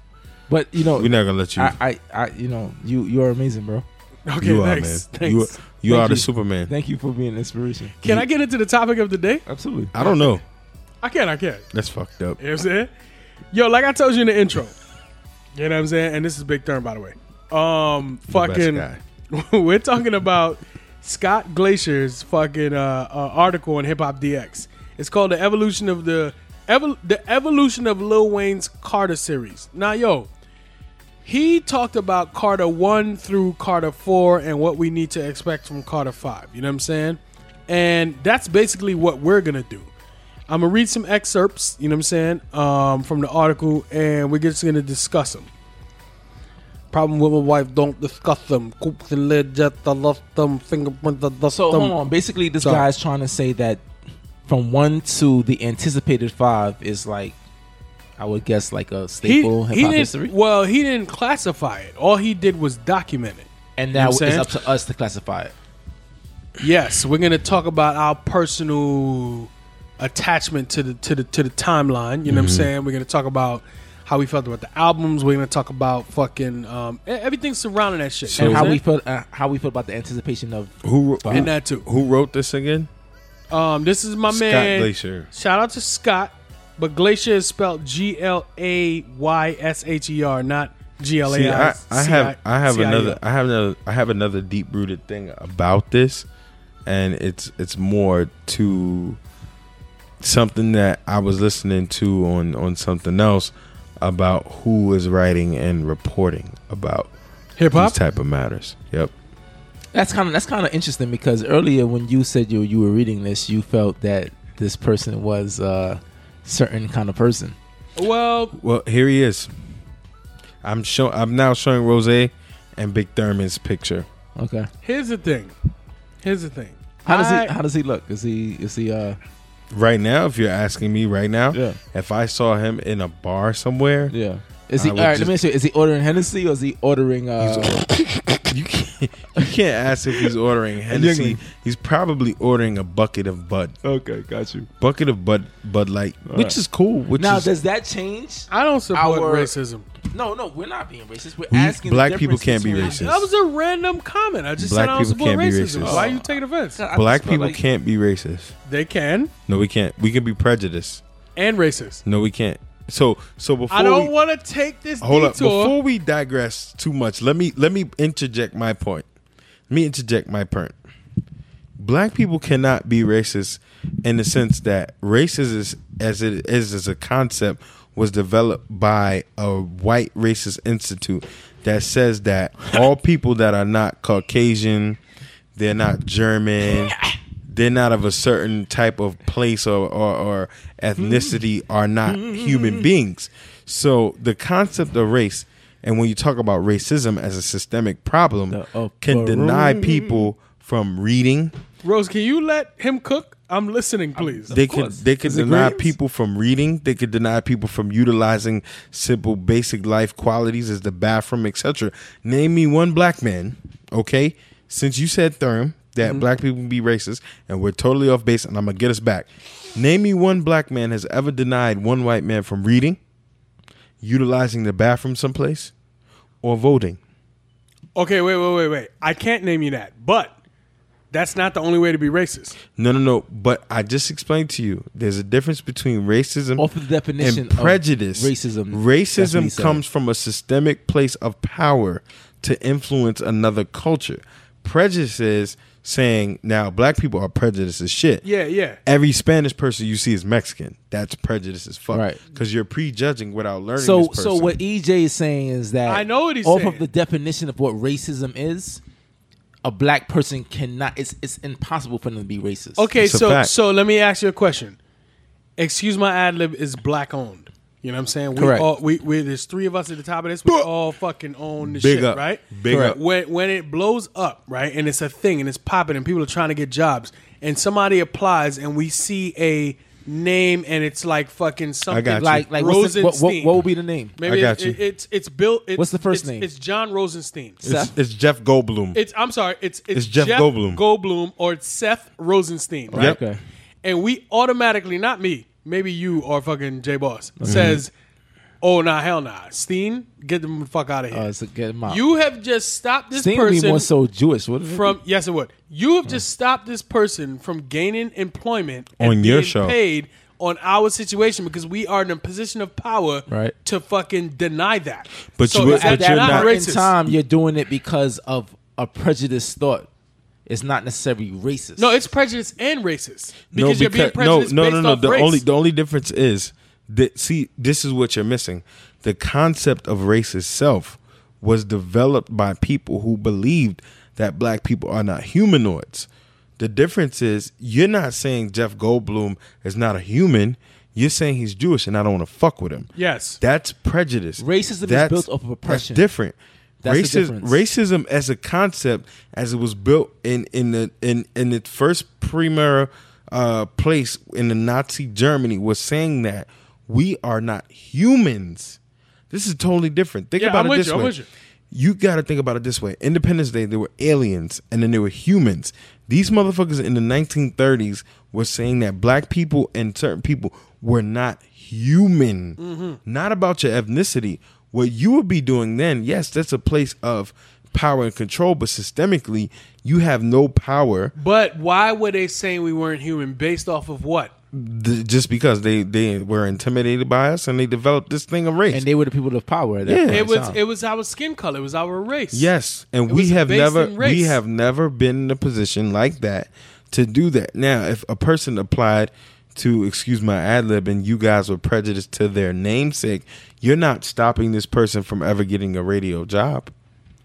[SPEAKER 3] but you know,
[SPEAKER 4] We're not gonna let you.
[SPEAKER 3] I, I, I, you know, you, you are amazing, bro.
[SPEAKER 2] Okay,
[SPEAKER 4] You are man.
[SPEAKER 2] thanks.
[SPEAKER 4] You are-
[SPEAKER 2] Thanks.
[SPEAKER 4] you
[SPEAKER 3] Thank
[SPEAKER 4] are the
[SPEAKER 3] you.
[SPEAKER 4] Superman.
[SPEAKER 3] Thank you for being an inspiration.
[SPEAKER 2] Can I get into the topic of the day?
[SPEAKER 3] Absolutely.
[SPEAKER 4] I don't know.
[SPEAKER 2] I can, I can.
[SPEAKER 4] That's fucked up.
[SPEAKER 2] You know what I'm saying? Yo, like I told you in the intro. You know what I'm saying? And this is Big Therm, by the way. Um,
[SPEAKER 4] best
[SPEAKER 2] fucking, we're talking about Scott Glacier's fucking uh, uh, article on Hip Hop DX. It's called "The Evolution of the Evol- the Evolution of Lil Wayne's Carter Series." Now, yo, he talked about Carter 1 through Carter 4 and what we need to expect from Carter 5. You know what I'm saying? And that's basically what we're going to do. I'm going to read some excerpts, you know what I'm saying, um, from the article, and we're just going to discuss them. Problem with my wife, don't discuss them. Coops and legit, I love them. Fingerprint, I love
[SPEAKER 3] So
[SPEAKER 2] them.
[SPEAKER 3] hold on. Basically, this
[SPEAKER 2] Sorry.
[SPEAKER 3] guy's trying to say that from one to the anticipated five is like, I would guess, like a
[SPEAKER 2] He,
[SPEAKER 3] staple hip
[SPEAKER 2] he
[SPEAKER 3] hop
[SPEAKER 2] didn't,
[SPEAKER 3] history,
[SPEAKER 2] Well, he didn't classify it. All he did was document it.
[SPEAKER 3] and
[SPEAKER 2] know
[SPEAKER 3] now
[SPEAKER 2] what
[SPEAKER 3] it's
[SPEAKER 2] I'm saying?
[SPEAKER 3] up to us to classify it.
[SPEAKER 2] Yes, we're gonna talk about our personal attachment to the to the to the timeline. You know what
[SPEAKER 4] Mm-hmm.
[SPEAKER 2] I'm saying? We're gonna talk about how we felt about the albums. We're gonna talk about fucking um, e- everything surrounding that shit.
[SPEAKER 4] So-
[SPEAKER 3] and
[SPEAKER 2] you know
[SPEAKER 3] how
[SPEAKER 2] what
[SPEAKER 3] we
[SPEAKER 2] I'm
[SPEAKER 3] feel, uh, how we feel about the anticipation of
[SPEAKER 4] Who who,
[SPEAKER 2] saying? and that too.
[SPEAKER 4] who wrote this again?
[SPEAKER 2] Um, this is my
[SPEAKER 4] Scott
[SPEAKER 2] man.
[SPEAKER 4] Glacier.
[SPEAKER 2] Shout out to Scott, but Glacier is spelled G L A Y S H E R, not G L
[SPEAKER 4] See,
[SPEAKER 2] A I.
[SPEAKER 4] I,
[SPEAKER 2] E
[SPEAKER 4] I have I have another I have another I have another deep rooted thing about this, and it's it's more to something that I was listening to on on something else about who is writing and reporting about
[SPEAKER 2] hip hop.
[SPEAKER 4] these type of matters. Yep.
[SPEAKER 3] That's kind of that's kind of interesting because earlier when you said you you were reading this, you felt that this person was a certain kind of person.
[SPEAKER 2] Well,
[SPEAKER 4] Well, here he is. I'm show I'm now showing Rose and Big Thurman's picture.
[SPEAKER 3] Okay,
[SPEAKER 2] here's the thing. Here's the thing.
[SPEAKER 3] how does
[SPEAKER 2] I-
[SPEAKER 3] he how does he look? Is he is he uh
[SPEAKER 4] Right now, if you're asking me right now,
[SPEAKER 3] Yeah.
[SPEAKER 4] if I saw him in a bar somewhere,
[SPEAKER 3] yeah is he
[SPEAKER 4] I
[SPEAKER 3] all
[SPEAKER 4] would
[SPEAKER 3] right? let
[SPEAKER 4] just-
[SPEAKER 3] me ask you: Is he ordering Hennessy or is he ordering?
[SPEAKER 4] He's
[SPEAKER 3] Uh,
[SPEAKER 4] you can't you can't ask if he's ordering Hennessy.
[SPEAKER 3] Yingling.
[SPEAKER 4] He's probably ordering a bucket of Bud,
[SPEAKER 2] Oh.
[SPEAKER 3] okay, got you.
[SPEAKER 4] bucket of Bud Bud Light, which
[SPEAKER 3] right.
[SPEAKER 4] is cool. Which
[SPEAKER 3] Now
[SPEAKER 4] is
[SPEAKER 3] does that change?
[SPEAKER 2] I don't support
[SPEAKER 3] Our-
[SPEAKER 2] racism.
[SPEAKER 3] No, no, we're not being racist. We're
[SPEAKER 4] We-
[SPEAKER 3] asking.
[SPEAKER 4] black people can't be racist.
[SPEAKER 2] That was a random comment. I just
[SPEAKER 4] Black
[SPEAKER 2] said I was
[SPEAKER 4] people
[SPEAKER 2] about
[SPEAKER 4] can't be
[SPEAKER 2] racism.
[SPEAKER 4] racist.
[SPEAKER 2] Why are you taking offense?
[SPEAKER 4] Black people can't be racist.
[SPEAKER 2] They can
[SPEAKER 4] No, we can't. We can be prejudiced.
[SPEAKER 2] and racist.
[SPEAKER 4] No, we can't. So so before
[SPEAKER 2] I don't
[SPEAKER 4] we,
[SPEAKER 2] want to take this
[SPEAKER 4] hold up
[SPEAKER 2] detour.
[SPEAKER 4] before we digress too much let me let me interject my point let me interject my point black people cannot be racist in the sense that racism is, as it is as a concept was developed by a white racist institute that says that all people that are not caucasian they're not german they're not of a certain type of place or, or, or ethnicity are not human beings. So the concept of race, and when you talk about racism as a systemic problem,
[SPEAKER 3] upper
[SPEAKER 4] can deny people from reading.
[SPEAKER 2] Rose, can you let him cook? I'm listening, please.
[SPEAKER 4] They could
[SPEAKER 3] course.
[SPEAKER 4] they could
[SPEAKER 3] Is it
[SPEAKER 4] deny
[SPEAKER 3] greens?
[SPEAKER 4] people from reading. They could deny people from utilizing simple basic life qualities as the bathroom, etc. Name me one black man, okay? Since you said Thurm that black people can be racist and we're totally off base, and I'm gonna get us back. Name me one black man has ever denied one white man from reading, utilizing the bathroom someplace, or voting.
[SPEAKER 2] Okay, wait, wait, wait, wait. I can't name you that, but that's not the only way to be racist.
[SPEAKER 4] No, no, no. But I just explained to you. There's a difference between racism
[SPEAKER 3] Off of the definition
[SPEAKER 4] and
[SPEAKER 3] of
[SPEAKER 4] prejudice.
[SPEAKER 3] racism. That's what he
[SPEAKER 4] Racism
[SPEAKER 3] said.
[SPEAKER 4] comes from a systemic place of power to influence another culture. Prejudice is saying now black people are prejudiced as shit.
[SPEAKER 2] Yeah, yeah.
[SPEAKER 4] Every Spanish person you see is Mexican. That's prejudice as fuck.
[SPEAKER 3] Right.
[SPEAKER 4] Because you're prejudging without learning.
[SPEAKER 3] So,
[SPEAKER 4] this
[SPEAKER 3] so
[SPEAKER 4] person.
[SPEAKER 3] what EJ is saying is that
[SPEAKER 2] I know what he's
[SPEAKER 3] off
[SPEAKER 2] saying.
[SPEAKER 3] of the definition of what racism is, a black person cannot. It's it's impossible for them to be racist.
[SPEAKER 2] Okay,
[SPEAKER 4] It's a
[SPEAKER 2] so
[SPEAKER 4] fact.
[SPEAKER 2] so let me ask you a question. Excuse my ad lib is black owned. You know what I'm saying? We
[SPEAKER 3] Correct.
[SPEAKER 2] all we, we there's three of us at the top of this. We all fucking own this
[SPEAKER 4] Big
[SPEAKER 2] shit,
[SPEAKER 4] up.
[SPEAKER 2] right?
[SPEAKER 4] Big Correct. up.
[SPEAKER 2] When when it blows up, right, and it's a thing and it's popping and people are trying to get jobs and somebody applies and we see a name and it's like fucking something
[SPEAKER 4] got you.
[SPEAKER 3] like like what's the, what, what
[SPEAKER 2] Rosenstein.
[SPEAKER 3] what would be the name?
[SPEAKER 2] Maybe
[SPEAKER 4] I got
[SPEAKER 2] it-
[SPEAKER 4] you.
[SPEAKER 2] it- it's it's Bill. It's,
[SPEAKER 3] What's the first
[SPEAKER 2] it's-
[SPEAKER 3] name?
[SPEAKER 2] It's John Rosenstein.
[SPEAKER 4] It's,
[SPEAKER 3] Seth?
[SPEAKER 4] it's Jeff Goldblum.
[SPEAKER 2] It's I'm sorry. It's it's,
[SPEAKER 4] It's Jeff Goldblum.
[SPEAKER 2] Goldblum or it's Seth Rosenstein. Right?
[SPEAKER 4] Yep.
[SPEAKER 3] Okay.
[SPEAKER 2] And we automatically, not me, maybe you or fucking J Boss
[SPEAKER 4] Mm-hmm.
[SPEAKER 2] says, "Oh nah, hell nah, Steen, get them the fuck out of here."
[SPEAKER 4] Oh,
[SPEAKER 3] Uh, it's a get him out.
[SPEAKER 2] you have just stopped this
[SPEAKER 3] Sting would be
[SPEAKER 2] person
[SPEAKER 3] more so Jewish. What is
[SPEAKER 2] from yes, it would. You have just stopped this person from gaining employment and
[SPEAKER 4] Mm. On your
[SPEAKER 2] being
[SPEAKER 4] show.
[SPEAKER 2] paid on our situation because we are in a position of power
[SPEAKER 3] Right.
[SPEAKER 2] to fucking deny that.
[SPEAKER 4] But you-
[SPEAKER 2] is
[SPEAKER 4] but
[SPEAKER 2] that
[SPEAKER 4] you're not-
[SPEAKER 3] in time you're doing it because of a prejudiced thought. It's not necessarily racist.
[SPEAKER 2] No, it's prejudice and racist because you're being
[SPEAKER 4] becau-
[SPEAKER 2] prejudiced based off
[SPEAKER 4] The
[SPEAKER 2] race.
[SPEAKER 4] only the only difference is that see, this is what you're missing. The concept of race itself was developed by people who believed that black people are not humanoids. The difference is you're not saying Jeff Goldblum is not a human. You're saying he's Jewish and I don't want to fuck with him.
[SPEAKER 2] yes,
[SPEAKER 4] That's prejudice.
[SPEAKER 3] Racism is
[SPEAKER 4] That's-
[SPEAKER 3] built off of oppression.
[SPEAKER 4] That's different.
[SPEAKER 3] That's the
[SPEAKER 4] Racism,
[SPEAKER 3] difference.
[SPEAKER 4] racism as a concept, as it was built in in the in in its first premier uh, place in the Nazi Germany, was saying that we are not humans. This is totally different. Think
[SPEAKER 2] Yeah,
[SPEAKER 4] about
[SPEAKER 2] I'm
[SPEAKER 4] it
[SPEAKER 2] with
[SPEAKER 4] this
[SPEAKER 2] you, I'm
[SPEAKER 4] way.
[SPEAKER 2] with you.
[SPEAKER 4] You got to think about it this way. Independence Day, there were aliens and then there were humans. These motherfuckers in the 1930s were saying that black people and certain people were not human.
[SPEAKER 2] Mm-hmm.
[SPEAKER 4] Not about your ethnicity. What you would be doing then, yes, that's a place of power and control, but systemically, you have no power
[SPEAKER 2] but why were they saying we weren't human based off of what?
[SPEAKER 4] th- just because they, they were intimidated by us and they developed this thing of race.
[SPEAKER 3] and they were the people of power. At that
[SPEAKER 4] Yeah.
[SPEAKER 3] point in
[SPEAKER 2] It was
[SPEAKER 3] time.
[SPEAKER 2] it was our skin color. It was our race.
[SPEAKER 4] Yes, and
[SPEAKER 2] It
[SPEAKER 4] we
[SPEAKER 2] was
[SPEAKER 4] have
[SPEAKER 2] based
[SPEAKER 4] never
[SPEAKER 2] in race.
[SPEAKER 4] we have never been in a position like that to do that. Now, if a person applied to excuse my ad lib and you guys were prejudiced to their namesake, you're not stopping this person from ever getting a radio job.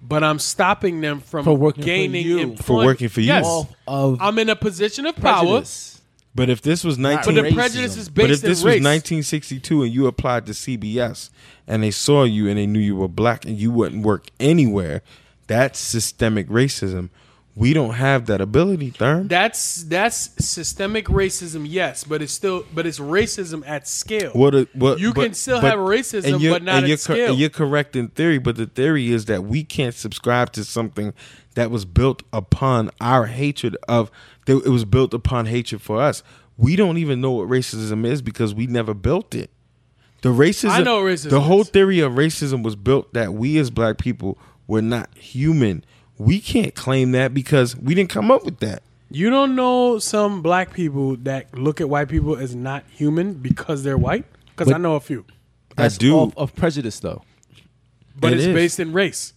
[SPEAKER 2] but I'm stopping them from
[SPEAKER 3] For working for
[SPEAKER 2] gaining
[SPEAKER 3] you.
[SPEAKER 2] employment.
[SPEAKER 4] For working for you.
[SPEAKER 2] Yes,
[SPEAKER 3] off of
[SPEAKER 2] I'm in a position of power,
[SPEAKER 3] prejudice.
[SPEAKER 4] But if this was
[SPEAKER 2] but
[SPEAKER 4] 19
[SPEAKER 2] the
[SPEAKER 3] Racism.
[SPEAKER 2] prejudice is
[SPEAKER 4] but
[SPEAKER 2] based
[SPEAKER 4] if this was
[SPEAKER 2] in race.
[SPEAKER 4] 1962 and you applied to CBS and they saw you and they knew you were black and you wouldn't work anywhere, that's systemic racism. We don't have that ability, Thurm.
[SPEAKER 2] that's that's systemic racism, yes, but it's still but it's racism at scale.
[SPEAKER 4] What? A, what?
[SPEAKER 2] You can still have racism,
[SPEAKER 4] and you're-
[SPEAKER 2] but not
[SPEAKER 4] and
[SPEAKER 2] at
[SPEAKER 4] you're
[SPEAKER 2] scale.
[SPEAKER 4] And you're correct in theory, but the theory is that we can't subscribe to something that was built upon our hatred of. That it was built upon hatred for us. We don't even know what racism is because we never built it. The racism.
[SPEAKER 2] I know racism
[SPEAKER 4] The whole
[SPEAKER 2] is.
[SPEAKER 4] theory of racism was built that we as black people were not human. We can't claim that because we didn't come up with that.
[SPEAKER 2] You don't know some black people that look at white people as not human because they're white? Because
[SPEAKER 3] But-
[SPEAKER 2] I know a few.
[SPEAKER 3] That's
[SPEAKER 4] I do,
[SPEAKER 3] off of prejudice though.
[SPEAKER 2] But
[SPEAKER 4] It
[SPEAKER 2] it's
[SPEAKER 4] is.
[SPEAKER 2] based in race.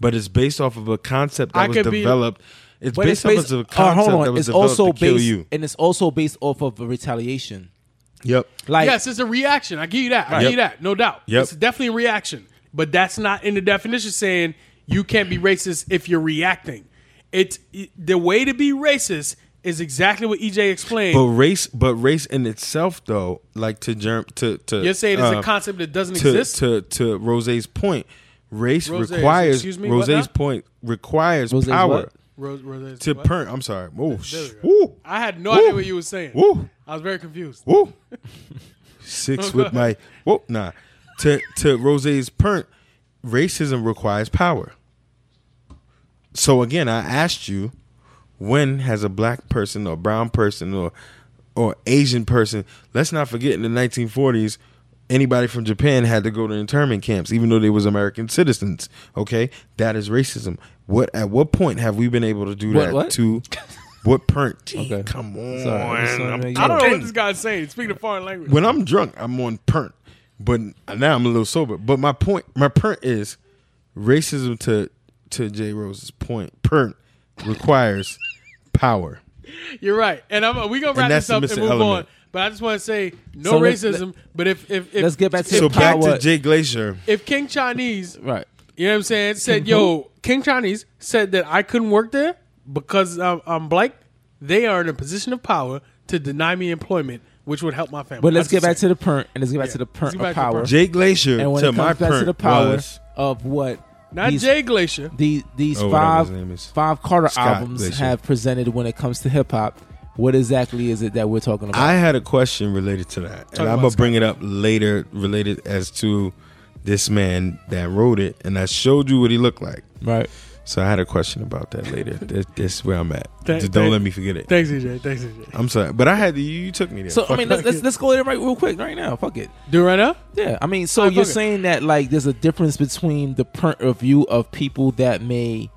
[SPEAKER 4] but it's based off of a concept that
[SPEAKER 2] I
[SPEAKER 4] was
[SPEAKER 2] could be-
[SPEAKER 4] developed. it's
[SPEAKER 3] But
[SPEAKER 4] based,
[SPEAKER 3] it's
[SPEAKER 4] off
[SPEAKER 3] based,
[SPEAKER 4] of a
[SPEAKER 3] uh,
[SPEAKER 4] concept
[SPEAKER 3] hold on,
[SPEAKER 4] that was
[SPEAKER 3] it's
[SPEAKER 4] developed
[SPEAKER 3] also
[SPEAKER 4] to kill
[SPEAKER 3] based,
[SPEAKER 4] you.
[SPEAKER 3] and it's also based off of a retaliation.
[SPEAKER 4] Yep.
[SPEAKER 3] Like
[SPEAKER 2] yes, it's a reaction. I give you that. I give
[SPEAKER 4] Yep.
[SPEAKER 2] you that. No doubt.
[SPEAKER 4] Yep.
[SPEAKER 2] It's definitely a reaction. But that's not in the definition saying you can't be racist if you're reacting. It's the way to be racist is exactly what EJ explained.
[SPEAKER 4] But race, but race in itself, though, like to germ to to
[SPEAKER 2] you're saying it's
[SPEAKER 4] uh,
[SPEAKER 2] a concept that doesn't
[SPEAKER 4] to,
[SPEAKER 2] exist.
[SPEAKER 4] To to Rose's point, race
[SPEAKER 2] Rose's,
[SPEAKER 4] requires
[SPEAKER 2] excuse me, what
[SPEAKER 4] Rose's
[SPEAKER 2] now?
[SPEAKER 4] point requires
[SPEAKER 3] Rose's
[SPEAKER 4] power
[SPEAKER 3] what?
[SPEAKER 2] Ro- Ro-
[SPEAKER 4] to
[SPEAKER 2] what?
[SPEAKER 4] per. I'm sorry. Oh, sh-
[SPEAKER 2] go.
[SPEAKER 4] woo,
[SPEAKER 2] I had no
[SPEAKER 4] Woo.
[SPEAKER 2] idea what you were saying.
[SPEAKER 4] woo,
[SPEAKER 2] I was very confused.
[SPEAKER 4] woo. Six with my whoa nah. To to Rose's point, racism requires power. So again, I asked you, when has a black person or brown person or or Asian person? Let's not forget in the 1940s, anybody from Japan had to go to internment camps, even though they was American citizens. Okay, that is racism. What at what point have we been able to do
[SPEAKER 3] What-
[SPEAKER 4] that
[SPEAKER 3] what?
[SPEAKER 4] to what point?
[SPEAKER 3] Okay.
[SPEAKER 4] Come on,
[SPEAKER 3] Sorry, just wanted to
[SPEAKER 4] I'm
[SPEAKER 3] make
[SPEAKER 2] I don't know what
[SPEAKER 4] drunk.
[SPEAKER 2] this guy's saying. Speaking a foreign language.
[SPEAKER 4] When I'm drunk, I'm on pernt, but now I'm a little sober. But my point, my pernt is racism to to Jay Rose's point. Pernt requires power.
[SPEAKER 2] You're right, and I'm, we gonna wrap
[SPEAKER 4] that's
[SPEAKER 2] this up
[SPEAKER 4] the
[SPEAKER 2] and
[SPEAKER 4] missing
[SPEAKER 2] move
[SPEAKER 4] element.
[SPEAKER 2] on. But I just want to say no
[SPEAKER 3] So let's-
[SPEAKER 2] racism. but if if, if
[SPEAKER 3] let's get back to
[SPEAKER 2] if,
[SPEAKER 4] So back
[SPEAKER 3] Power.
[SPEAKER 4] to Jay Glacier.
[SPEAKER 2] if King Chinese,
[SPEAKER 3] right.
[SPEAKER 2] you know what I'm saying, said yo, King Chinese said that I couldn't work there because I'm, I'm black. They are in a position of power to deny me employment, which would help my family.
[SPEAKER 3] But let's
[SPEAKER 2] That's
[SPEAKER 3] get back
[SPEAKER 2] just
[SPEAKER 3] to the print and let's get back to the
[SPEAKER 2] Let's
[SPEAKER 3] print
[SPEAKER 2] get
[SPEAKER 3] of
[SPEAKER 2] back to the
[SPEAKER 3] power.
[SPEAKER 2] pernt.
[SPEAKER 4] Jay Glacier
[SPEAKER 3] And when
[SPEAKER 4] to
[SPEAKER 3] it
[SPEAKER 4] my
[SPEAKER 3] comes back
[SPEAKER 4] pernt
[SPEAKER 3] to the power
[SPEAKER 4] was
[SPEAKER 3] of what
[SPEAKER 2] not
[SPEAKER 3] these,
[SPEAKER 2] Jay Glacier.
[SPEAKER 3] the- these
[SPEAKER 4] Oh, whatever his name
[SPEAKER 3] five
[SPEAKER 4] is.
[SPEAKER 3] five Carter
[SPEAKER 4] Scott
[SPEAKER 3] albums
[SPEAKER 4] Glacier.
[SPEAKER 3] have presented when it comes to hip hop. What exactly is it that we're talking about?
[SPEAKER 4] I had a question related to that, and I'm
[SPEAKER 2] about
[SPEAKER 4] gonna
[SPEAKER 2] Scott.
[SPEAKER 4] bring it up later, related as to this man that wrote it, and I showed you what he looked like.
[SPEAKER 3] right.
[SPEAKER 4] So I had a question about that later. this, this is where I'm at.
[SPEAKER 2] Thank-
[SPEAKER 4] Just don't
[SPEAKER 2] thank-
[SPEAKER 4] let me forget it.
[SPEAKER 2] Thanks, EJ. Thanks, EJ.
[SPEAKER 4] I'm sorry, but I had you, you took me there.
[SPEAKER 3] So I
[SPEAKER 4] Fuck
[SPEAKER 3] mean,
[SPEAKER 4] it.
[SPEAKER 3] let's, let's let's go there right real quick right now. Fuck it.
[SPEAKER 2] Do it right now.
[SPEAKER 3] Yeah, I mean, so
[SPEAKER 2] Alright,
[SPEAKER 3] you're
[SPEAKER 2] fuck it.
[SPEAKER 3] saying that like there's a difference between the point of view of people that may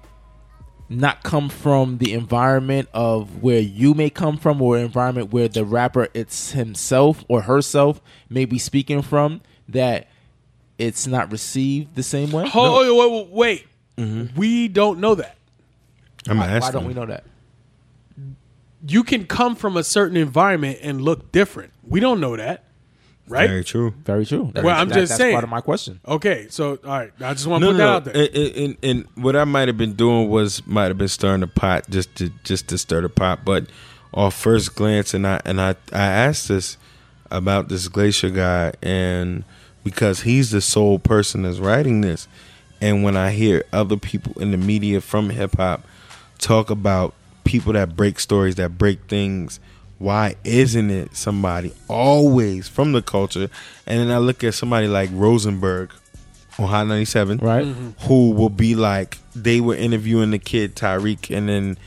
[SPEAKER 3] not come from the environment of where you may come from, or environment where the rapper it's himself or herself may be speaking from that it's not received the same way.
[SPEAKER 2] Hold, oh, wait, wait, wait. We don't know that.
[SPEAKER 4] I'm
[SPEAKER 3] Why-
[SPEAKER 4] asking.
[SPEAKER 3] Why don't we know that?
[SPEAKER 2] You can come from a certain environment and look different. We don't know that, right?
[SPEAKER 4] Very true.
[SPEAKER 3] Very true. That-
[SPEAKER 2] Well, I'm
[SPEAKER 3] that-
[SPEAKER 2] just
[SPEAKER 3] that's
[SPEAKER 2] saying.
[SPEAKER 3] part of my question.
[SPEAKER 2] Okay, so all right, I just want to
[SPEAKER 4] No,
[SPEAKER 2] put that
[SPEAKER 4] no, no.
[SPEAKER 2] out there.
[SPEAKER 4] And, and, and- and what I might have been doing was might have been stirring the pot just to just to stir the pot. But off first glance, and I and I I asked this about this glacier guy, and because he's the sole person that's writing this, and when I hear other people in the media from hip hop talk about people that break stories, that break things. Why isn't it somebody always from the culture? And then I look at somebody like Rosenberg on Hot 97,
[SPEAKER 3] Right.
[SPEAKER 4] Mm-hmm. who will be like they were interviewing the kid Tyreek and then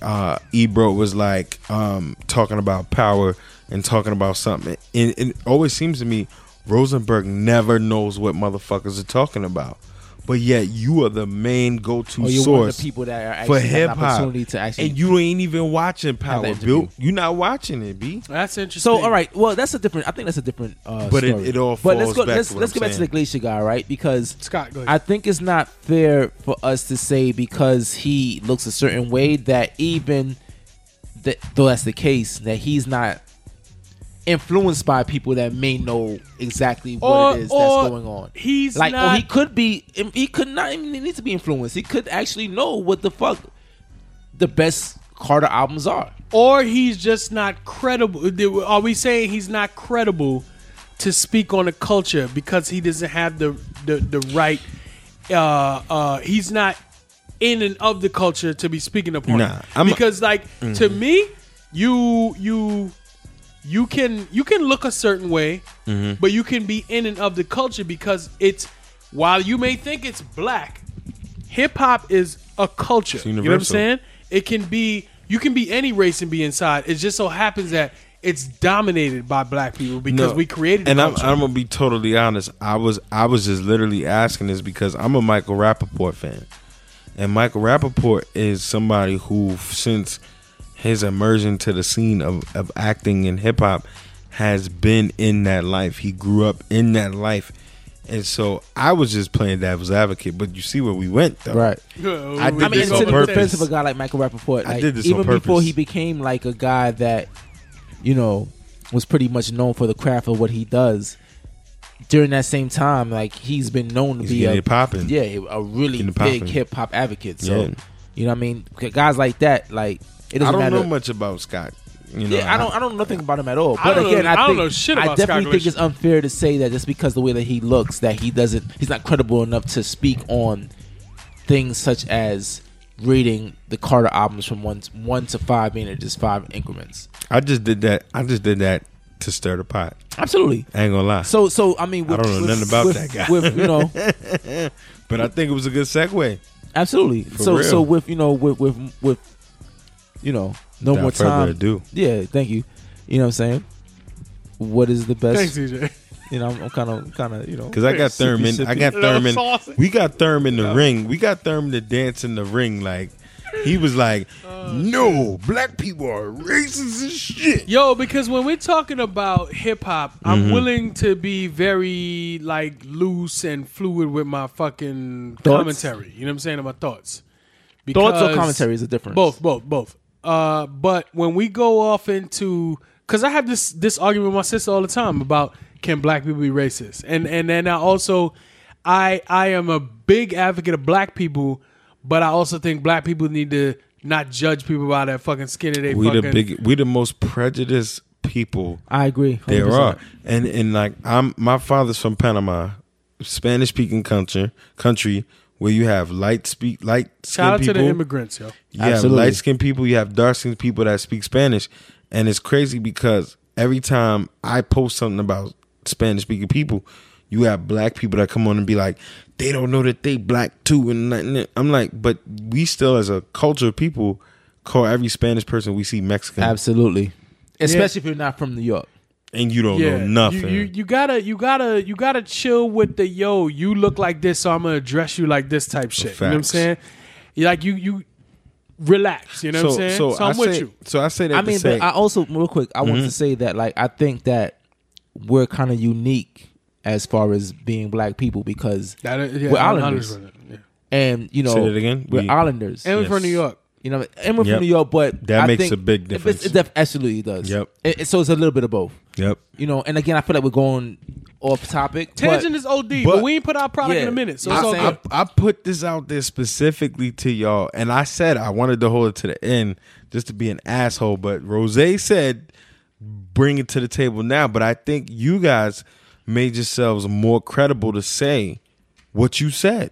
[SPEAKER 4] uh Ebro was like um talking about power and talking about something and, and it always seems to me Rosenberg never knows what motherfuckers are talking about but yet you are the main go-to
[SPEAKER 3] Or Oh, you're one of
[SPEAKER 4] source
[SPEAKER 3] the people that are
[SPEAKER 4] for
[SPEAKER 3] actually have
[SPEAKER 4] hip
[SPEAKER 3] an
[SPEAKER 4] hop
[SPEAKER 3] opportunity to actually
[SPEAKER 4] and you ain't even watching
[SPEAKER 3] the
[SPEAKER 4] power
[SPEAKER 3] interview.
[SPEAKER 4] Bill you're not watching it B
[SPEAKER 2] That's interesting.
[SPEAKER 3] So all right, well that's a different. I think that's a different. Uh,
[SPEAKER 4] But it-
[SPEAKER 3] story.
[SPEAKER 4] it all
[SPEAKER 3] But let's
[SPEAKER 4] falls
[SPEAKER 3] go.
[SPEAKER 4] back
[SPEAKER 3] let's
[SPEAKER 4] to what
[SPEAKER 3] let's
[SPEAKER 4] I'm
[SPEAKER 3] get back to
[SPEAKER 4] saying.
[SPEAKER 3] the glacier guy, right? Because
[SPEAKER 2] Scott Glacier.
[SPEAKER 3] I think it's not fair for us to say because he looks a certain way that even that though that's the case that he's not influenced by people that may know exactly what
[SPEAKER 2] Or-
[SPEAKER 3] it is
[SPEAKER 2] or
[SPEAKER 3] that's going on.
[SPEAKER 2] he's
[SPEAKER 3] like, or
[SPEAKER 2] not-
[SPEAKER 3] he could be. He could not even need to be influenced. He could actually know what the fuck the best Carter albums are.
[SPEAKER 2] or he's just not credible. Are we saying he's not credible to speak on a culture because he doesn't have the the, the right? Uh, uh, he's not in and of the culture to be speaking upon. it.
[SPEAKER 4] Nah, I'm- Mm-hmm.
[SPEAKER 2] because like to me, you you you can you can look a certain way,
[SPEAKER 4] Mm-hmm.
[SPEAKER 2] but you can be in and of the culture because it's while you may think it's black, hip hop is a culture. You know what I'm
[SPEAKER 4] universal.
[SPEAKER 2] saying? It can be you can be any race and be inside. It just so happens that it's dominated by black people because
[SPEAKER 4] No.
[SPEAKER 2] we created.
[SPEAKER 4] And
[SPEAKER 2] the
[SPEAKER 4] I'm,
[SPEAKER 2] culture.
[SPEAKER 4] I'm gonna be totally honest. I was I was just literally asking this because I'm a Michael Rappaport fan, and Michael Rappaport is somebody who, since his immersion to the scene of, of acting and hip hop, has been in that life. He grew up in that life, and so I was just playing devil's advocate. But you see where we went, though.
[SPEAKER 3] Right.
[SPEAKER 4] I did
[SPEAKER 3] I mean,
[SPEAKER 4] this
[SPEAKER 3] and
[SPEAKER 4] on
[SPEAKER 3] to the
[SPEAKER 4] purpose.
[SPEAKER 3] defense of a guy like Michael Rappaport,
[SPEAKER 4] I
[SPEAKER 3] like,
[SPEAKER 4] did this on
[SPEAKER 3] even before
[SPEAKER 4] purpose.
[SPEAKER 3] he became like a guy that, you know, was pretty much known for the craft of what he does. During that same time, like he's been known to
[SPEAKER 4] He's
[SPEAKER 3] be
[SPEAKER 4] getting
[SPEAKER 3] a
[SPEAKER 4] it poppin'.
[SPEAKER 3] yeah, a really
[SPEAKER 4] Getting it
[SPEAKER 3] big
[SPEAKER 4] poppin'.
[SPEAKER 3] hip hop advocate. So
[SPEAKER 4] Yeah.
[SPEAKER 3] you know, what I mean, guys like that, like it
[SPEAKER 4] I
[SPEAKER 3] doesn't
[SPEAKER 4] don't
[SPEAKER 3] matter.
[SPEAKER 4] know much about Scott. You know,
[SPEAKER 3] yeah, I don't. I don't know nothing about him at all.
[SPEAKER 2] I
[SPEAKER 3] But
[SPEAKER 2] don't know-
[SPEAKER 3] again, I,
[SPEAKER 2] I don't
[SPEAKER 3] think,
[SPEAKER 2] know shit
[SPEAKER 3] I
[SPEAKER 2] about
[SPEAKER 3] definitely
[SPEAKER 2] Scott
[SPEAKER 3] think
[SPEAKER 2] Gleason.
[SPEAKER 3] it's unfair to say that just because the way that he looks, that he doesn't, he's not credible enough to speak on things such as rating the Carter albums from one one to five, being at just five increments.
[SPEAKER 4] I just did that. I just did that to stir the pot.
[SPEAKER 3] Absolutely.
[SPEAKER 4] I ain't gonna lie.
[SPEAKER 3] So, so I mean, with,
[SPEAKER 4] don't know
[SPEAKER 3] with-
[SPEAKER 4] nothing about
[SPEAKER 3] with-
[SPEAKER 4] that guy.
[SPEAKER 3] With you know,
[SPEAKER 4] but I think it was a good segue.
[SPEAKER 3] absolutely. so,
[SPEAKER 4] real.
[SPEAKER 3] so with you know, with with with you know, no
[SPEAKER 4] Without
[SPEAKER 3] more
[SPEAKER 4] further
[SPEAKER 3] time.
[SPEAKER 4] ado.
[SPEAKER 3] Yeah, thank you. You know what I'm saying. What is the best?
[SPEAKER 2] Thanks, EJ.
[SPEAKER 3] You know, I'm kind of, kind of, you know.
[SPEAKER 4] Cause I got
[SPEAKER 3] Sippy,
[SPEAKER 4] Thurman, I
[SPEAKER 3] sippy.
[SPEAKER 4] got
[SPEAKER 2] Little
[SPEAKER 4] Thurman.
[SPEAKER 2] saucy.
[SPEAKER 4] We got Thurman the ring. We got Thurman to dance in the ring. Like he was like, "No, black people are racist as shit."
[SPEAKER 2] Yo, because when we're talking about hip hop, I'm
[SPEAKER 3] Mm-hmm.
[SPEAKER 2] willing to be very like loose and fluid with my fucking
[SPEAKER 3] Thoughts?
[SPEAKER 2] commentary. You know what I'm saying? My thoughts.
[SPEAKER 3] Thoughts or
[SPEAKER 2] Because-
[SPEAKER 3] commentary is a difference.
[SPEAKER 2] Both, both, both. Uh, but when we go off into, because I have this this argument with my sister all the time about can black people be racist, and and then I also, I I am a big advocate of black people, but I also think black people need to not judge people by their fucking skin of their
[SPEAKER 4] We
[SPEAKER 2] fucking.
[SPEAKER 4] the big, we the most prejudiced people
[SPEAKER 3] I agree.
[SPEAKER 4] there
[SPEAKER 3] 100%.
[SPEAKER 4] are. And and like I'm, my father's from Panama, Spanish speaking country, country where you have light speak, light
[SPEAKER 2] Shout
[SPEAKER 4] skinned
[SPEAKER 2] out
[SPEAKER 4] people.
[SPEAKER 2] to the immigrants, yo.
[SPEAKER 4] You
[SPEAKER 3] Absolutely.
[SPEAKER 4] have light skinned people, you have dark skinned people that speak Spanish. And it's crazy because every time I post something about Spanish speaking people, you have black people that come on and be like, they don't know that they black too. And that- and that. I'm like, but we still, as a culture of people, call every Spanish person we see Mexican.
[SPEAKER 3] Absolutely. Especially if you're not from New York.
[SPEAKER 4] And you don't know
[SPEAKER 2] You,
[SPEAKER 4] nothing.
[SPEAKER 2] you you gotta you gotta you gotta chill with the yo. You look like this, so I'm gonna address you like this type shit. You know what I'm
[SPEAKER 4] Facts.
[SPEAKER 2] saying? You- Like you you relax. You know what I'm saying? So,
[SPEAKER 4] I
[SPEAKER 2] I'm with
[SPEAKER 4] say,
[SPEAKER 2] you.
[SPEAKER 4] So I say that
[SPEAKER 3] I
[SPEAKER 4] to
[SPEAKER 3] mean,
[SPEAKER 4] say,
[SPEAKER 3] but I also real quick, I
[SPEAKER 4] Mm-hmm.
[SPEAKER 3] want to say that like I think that we're kind of unique as far as being black people because
[SPEAKER 2] That is- yeah,
[SPEAKER 3] we're
[SPEAKER 2] I'm
[SPEAKER 3] Islanders,
[SPEAKER 2] honest with it, yeah.
[SPEAKER 3] and you know
[SPEAKER 4] Say that again?
[SPEAKER 3] we're
[SPEAKER 4] We-
[SPEAKER 3] Islanders.
[SPEAKER 2] And we're from
[SPEAKER 4] Yes.
[SPEAKER 2] New York.
[SPEAKER 3] you know, and we're
[SPEAKER 4] Yep.
[SPEAKER 3] from New York, but
[SPEAKER 4] That
[SPEAKER 3] I
[SPEAKER 4] makes
[SPEAKER 3] think
[SPEAKER 4] a big
[SPEAKER 3] it-
[SPEAKER 4] difference.
[SPEAKER 3] It, def- absolutely does.
[SPEAKER 4] Yep.
[SPEAKER 3] And- and so it's a little bit of both.
[SPEAKER 4] yep.
[SPEAKER 3] You know, and again, I feel like we're going off topic.
[SPEAKER 2] Tangent
[SPEAKER 3] but,
[SPEAKER 2] is OD, but,
[SPEAKER 4] but-
[SPEAKER 2] we ain't put out product
[SPEAKER 3] Yeah.
[SPEAKER 2] in a minute, so
[SPEAKER 3] I-
[SPEAKER 2] it's all
[SPEAKER 3] I-
[SPEAKER 2] good.
[SPEAKER 4] I, I put this out there specifically to y'all, and I said I wanted to hold it to the end just to be an asshole, but Rose said bring it to the table now. But I think you guys made yourselves more credible to say what you said.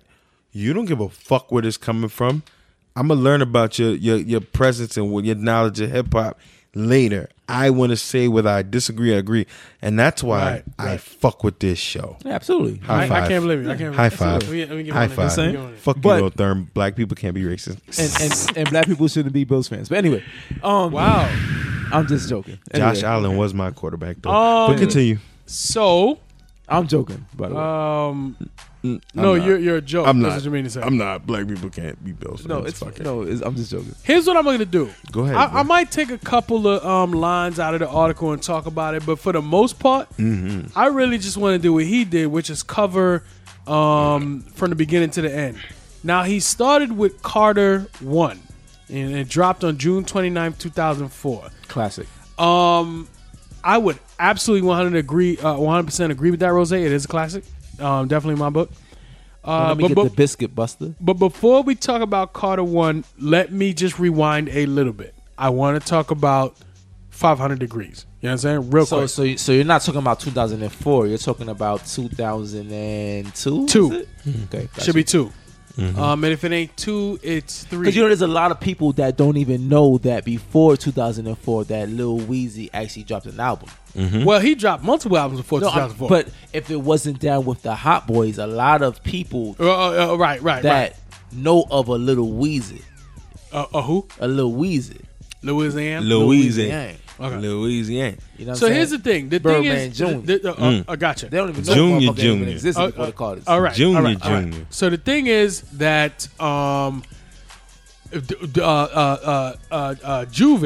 [SPEAKER 4] You don't give a fuck where this coming from. I'm gonna learn about your your your presence and what your knowledge of hip hop later. I want to say whether I disagree or agree, and that's why
[SPEAKER 2] Right,
[SPEAKER 4] I
[SPEAKER 2] right.
[SPEAKER 4] fuck with this show.
[SPEAKER 3] yeah, absolutely.
[SPEAKER 4] High
[SPEAKER 2] I- I
[SPEAKER 4] five.
[SPEAKER 2] can't believe it. I can't
[SPEAKER 4] High
[SPEAKER 2] believe it.
[SPEAKER 4] five.
[SPEAKER 2] Let me- let me give
[SPEAKER 4] High
[SPEAKER 2] him one of
[SPEAKER 4] five.
[SPEAKER 2] these. Give him one of these.
[SPEAKER 4] Fuck
[SPEAKER 3] But-
[SPEAKER 4] you, Lil Therm. Black people can't be racist.
[SPEAKER 3] and, and and black people shouldn't be Bills fans. But anyway, um,
[SPEAKER 2] Wow.
[SPEAKER 3] I'm just joking. Anyway,
[SPEAKER 4] Josh Allen was my quarterback, though.
[SPEAKER 2] Um,
[SPEAKER 4] but continue.
[SPEAKER 2] So,
[SPEAKER 3] I'm joking. By the way,
[SPEAKER 2] um, no,
[SPEAKER 4] not.
[SPEAKER 2] you're you're a joke.
[SPEAKER 4] I'm
[SPEAKER 2] That's
[SPEAKER 4] not.
[SPEAKER 2] what you mean to say.
[SPEAKER 4] I'm not. Black people can't be Bills.
[SPEAKER 3] no,
[SPEAKER 4] fans.
[SPEAKER 3] it's
[SPEAKER 4] Fuck it.
[SPEAKER 3] no, it's, I'm just joking.
[SPEAKER 2] Here's what I'm going to do.
[SPEAKER 4] Go ahead,
[SPEAKER 2] I, I
[SPEAKER 4] bro.
[SPEAKER 2] might take a couple of um, lines out of the article and talk about it, but for the most part,
[SPEAKER 4] Mm-hmm.
[SPEAKER 2] I really just want to do what he did, which is cover um, from the beginning to the end. Now, he started with Carter 1, and it dropped on June 29th, 2004.
[SPEAKER 3] Classic.
[SPEAKER 2] I would absolutely 100 agree, uh, 100% agree with that, Rose. It is a classic. Um, definitely in my book. Uh,
[SPEAKER 3] Let me
[SPEAKER 2] but,
[SPEAKER 3] get
[SPEAKER 2] but,
[SPEAKER 3] the biscuit buster.
[SPEAKER 2] but before we talk about Carter One, let me just rewind a little bit. I want to talk about 500 degrees. You know what I'm saying? Real
[SPEAKER 3] So
[SPEAKER 2] quick.
[SPEAKER 3] so you- so you're not talking about 2004. You're talking about 2002. is
[SPEAKER 2] Two.
[SPEAKER 3] it? Okay,
[SPEAKER 2] Should be 2 Um, and if it ain't two, it's three.
[SPEAKER 3] Because Mm-hmm. you know, there's a lot of people that don't even know that before 2004, that Lil Weezy actually dropped an album.
[SPEAKER 2] Well, he dropped multiple albums before
[SPEAKER 3] No, I'm-
[SPEAKER 2] 2004.
[SPEAKER 3] but if it wasn't down with the Hot Boys, a lot of people
[SPEAKER 2] uh, uh, uh, right, right,
[SPEAKER 3] that know of a Lil Weezy,
[SPEAKER 2] right. Uh, uh, who?
[SPEAKER 3] a Lil Weezy.
[SPEAKER 2] Louisiana.
[SPEAKER 4] Lil Weezy.
[SPEAKER 3] Weezy.
[SPEAKER 2] Okay.
[SPEAKER 4] Lil Weezy ain't.
[SPEAKER 3] You know what
[SPEAKER 2] So
[SPEAKER 3] I'm saying?
[SPEAKER 2] here's the thing. The thing
[SPEAKER 3] Birdman
[SPEAKER 2] is,
[SPEAKER 3] Junior.
[SPEAKER 2] the- the- uh,
[SPEAKER 4] Mm.
[SPEAKER 2] I gotcha.
[SPEAKER 3] They don't even
[SPEAKER 4] Junior,
[SPEAKER 3] know
[SPEAKER 4] junior.
[SPEAKER 3] exists
[SPEAKER 2] Uh,
[SPEAKER 3] before the Carters.
[SPEAKER 2] All right,
[SPEAKER 4] Junior,
[SPEAKER 2] all right, all right.
[SPEAKER 4] junior.
[SPEAKER 2] So the thing is that um, d- d- uh, uh, uh, uh, uh, Juve,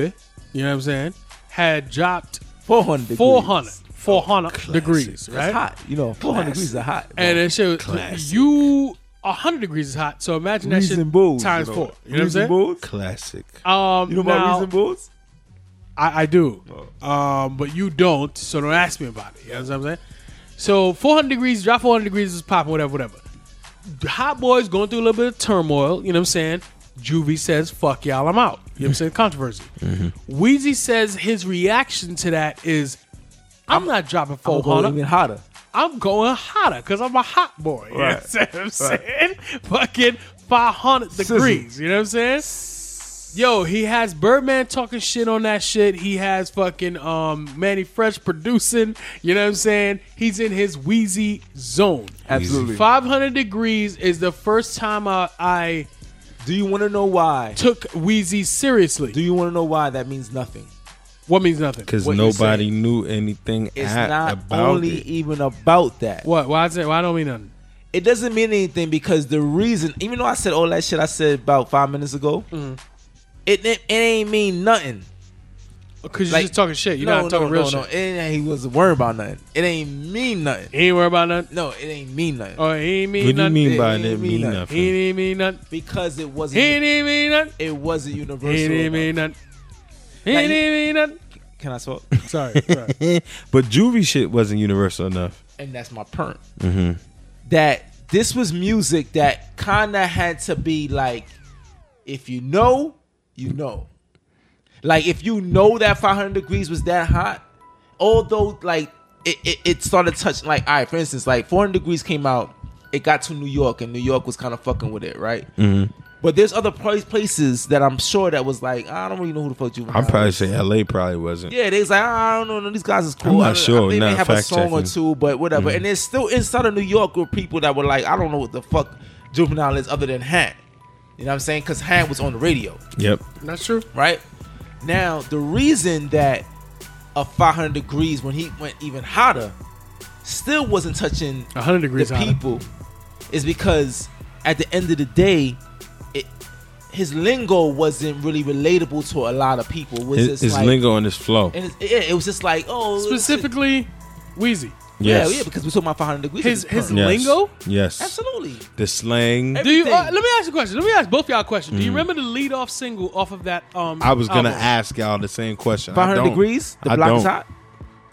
[SPEAKER 2] you know what I'm saying, had dropped
[SPEAKER 3] 400 degrees. Oh,
[SPEAKER 2] 400, 400 degrees, right?
[SPEAKER 3] That's hot. You know, 400 degrees are hot.
[SPEAKER 2] And it shit,
[SPEAKER 4] Classic.
[SPEAKER 2] you 100 degrees is hot. So imagine that
[SPEAKER 3] Reason
[SPEAKER 2] shit
[SPEAKER 3] Bulls,
[SPEAKER 2] times
[SPEAKER 3] you know.
[SPEAKER 2] four. You know what I'm
[SPEAKER 3] Reason
[SPEAKER 2] saying?
[SPEAKER 3] Bulls?
[SPEAKER 4] Classic.
[SPEAKER 2] Um,
[SPEAKER 3] You know about
[SPEAKER 2] now,
[SPEAKER 3] Reason Bulls?
[SPEAKER 2] I, I do, um, but you don't. So don't ask me about it. You know what I'm saying? So 400 degrees, drop 400 degrees is popping, whatever, whatever. The Hot boys going through a little bit of turmoil. You know what I'm saying? Juvie says, "Fuck y'all, I'm out." You know what I'm saying? Controversy. Weezy says his reaction to that is, "I'm, not dropping
[SPEAKER 3] Oh, go
[SPEAKER 2] 400.
[SPEAKER 3] even hotter.
[SPEAKER 2] I'm going hotter because I'm a hot boy. You
[SPEAKER 3] Right.
[SPEAKER 2] know what I'm saying? Fucking 500 degrees. You know what I'm saying? Yo, he has Birdman talking shit on that shit. He has fucking um, Manny Fresh producing. You know what I'm saying? He's in his wheezy zone.
[SPEAKER 3] Absolutely.
[SPEAKER 2] 500 degrees is the first time I, I
[SPEAKER 3] Do you want to know why?
[SPEAKER 2] took Wheezy seriously.
[SPEAKER 3] Do you want to know why that means nothing?
[SPEAKER 2] what means nothing?
[SPEAKER 4] Because
[SPEAKER 3] what you're
[SPEAKER 4] nobody knew anything
[SPEAKER 3] It's
[SPEAKER 4] at-
[SPEAKER 3] not
[SPEAKER 4] about
[SPEAKER 3] only
[SPEAKER 4] it.
[SPEAKER 3] even about that.
[SPEAKER 2] What? Why is it? Why don't mean nothing?
[SPEAKER 3] It doesn't mean anything because the reason, even though I said all that shit I said about five minutes ago,
[SPEAKER 2] Mm-hmm.
[SPEAKER 3] it, it it ain't mean nothing.
[SPEAKER 2] Because you're
[SPEAKER 3] Like-
[SPEAKER 2] just talking shit. You're
[SPEAKER 3] no,
[SPEAKER 2] not talking
[SPEAKER 3] no,
[SPEAKER 2] real
[SPEAKER 3] no,
[SPEAKER 2] shit.
[SPEAKER 3] No, it ain't, he wasn't worried about nothing. It ain't mean nothing.
[SPEAKER 2] He ain't worried about nothing.
[SPEAKER 3] No, it ain't mean nothing
[SPEAKER 2] Or he ain't mean
[SPEAKER 4] What do you
[SPEAKER 2] nothing.
[SPEAKER 4] mean by
[SPEAKER 3] It
[SPEAKER 4] that
[SPEAKER 3] ain't mean
[SPEAKER 4] mean
[SPEAKER 3] nothing.
[SPEAKER 2] He
[SPEAKER 4] nothing?
[SPEAKER 2] didn't mean nothing.
[SPEAKER 3] because it
[SPEAKER 2] He
[SPEAKER 3] wasn't.
[SPEAKER 2] didn't mean nothing.
[SPEAKER 3] it wasn't universal.
[SPEAKER 2] He didn't
[SPEAKER 3] enough.
[SPEAKER 2] mean nothing. He
[SPEAKER 3] Now you-
[SPEAKER 2] didn't mean nothing.
[SPEAKER 3] Can I smoke?
[SPEAKER 2] Sorry, sorry.
[SPEAKER 4] But juvie shit wasn't universal enough.
[SPEAKER 3] and that's my perm.
[SPEAKER 2] Mm-hmm.
[SPEAKER 3] That this was music that kind of had to be like, if you know, you know. Like if you know that 500 degrees was that hot, although like it, it, it started touching like all right, for instance, like 400 degrees came out, it got to New York and New York was kind of fucking with it, right?
[SPEAKER 2] Mm-hmm.
[SPEAKER 3] But there's other pla- places that I'm sure that was like I don't really know who the fuck you.
[SPEAKER 4] I'd probably say LA probably wasn't.
[SPEAKER 3] Yeah, they was like, "Ah, I don't know, no, these guys is cool.
[SPEAKER 4] I'm not
[SPEAKER 3] I don't-
[SPEAKER 4] sure,
[SPEAKER 3] I think
[SPEAKER 4] nah,
[SPEAKER 3] they have a
[SPEAKER 4] fact
[SPEAKER 3] song or
[SPEAKER 4] checking. Mm-hmm.
[SPEAKER 3] two, but whatever. And it's still inside of New York with people that were like, I don't know what the fuck juvenile is other than Han. You know what I'm saying? Because Han was on the radio,
[SPEAKER 4] Yep.
[SPEAKER 2] That's true.
[SPEAKER 3] right? Now the reason that a 500 degrees when he went even hotter still wasn't touching
[SPEAKER 4] Uh,
[SPEAKER 2] 100 degrees
[SPEAKER 3] the
[SPEAKER 2] hotter.
[SPEAKER 3] people is because at the end of the day, it his lingo wasn't really relatable to a lot of people. It Was
[SPEAKER 4] His,
[SPEAKER 3] just
[SPEAKER 4] his
[SPEAKER 3] like,
[SPEAKER 4] lingo and his flow.
[SPEAKER 3] and it's, yeah, it was just like oh
[SPEAKER 2] Specifically, Wheezy.
[SPEAKER 4] yes.
[SPEAKER 3] yeah yeah because we talking about 500 degrees
[SPEAKER 2] His-
[SPEAKER 3] it's
[SPEAKER 2] his
[SPEAKER 3] perm.
[SPEAKER 4] Yes.
[SPEAKER 2] Lingo?
[SPEAKER 4] Yes.
[SPEAKER 3] absolutely
[SPEAKER 4] The slang.
[SPEAKER 2] Do you? Uh,
[SPEAKER 3] Everything.
[SPEAKER 2] let me ask you a question. Let me ask both y'all a question. Do you remember the lead off single off of that? Um,
[SPEAKER 4] Mm. I was gonna
[SPEAKER 2] album?
[SPEAKER 4] ask y'all the same question. I
[SPEAKER 3] 500
[SPEAKER 4] don't.
[SPEAKER 3] degrees the
[SPEAKER 4] I
[SPEAKER 3] block
[SPEAKER 4] don't.
[SPEAKER 3] is hot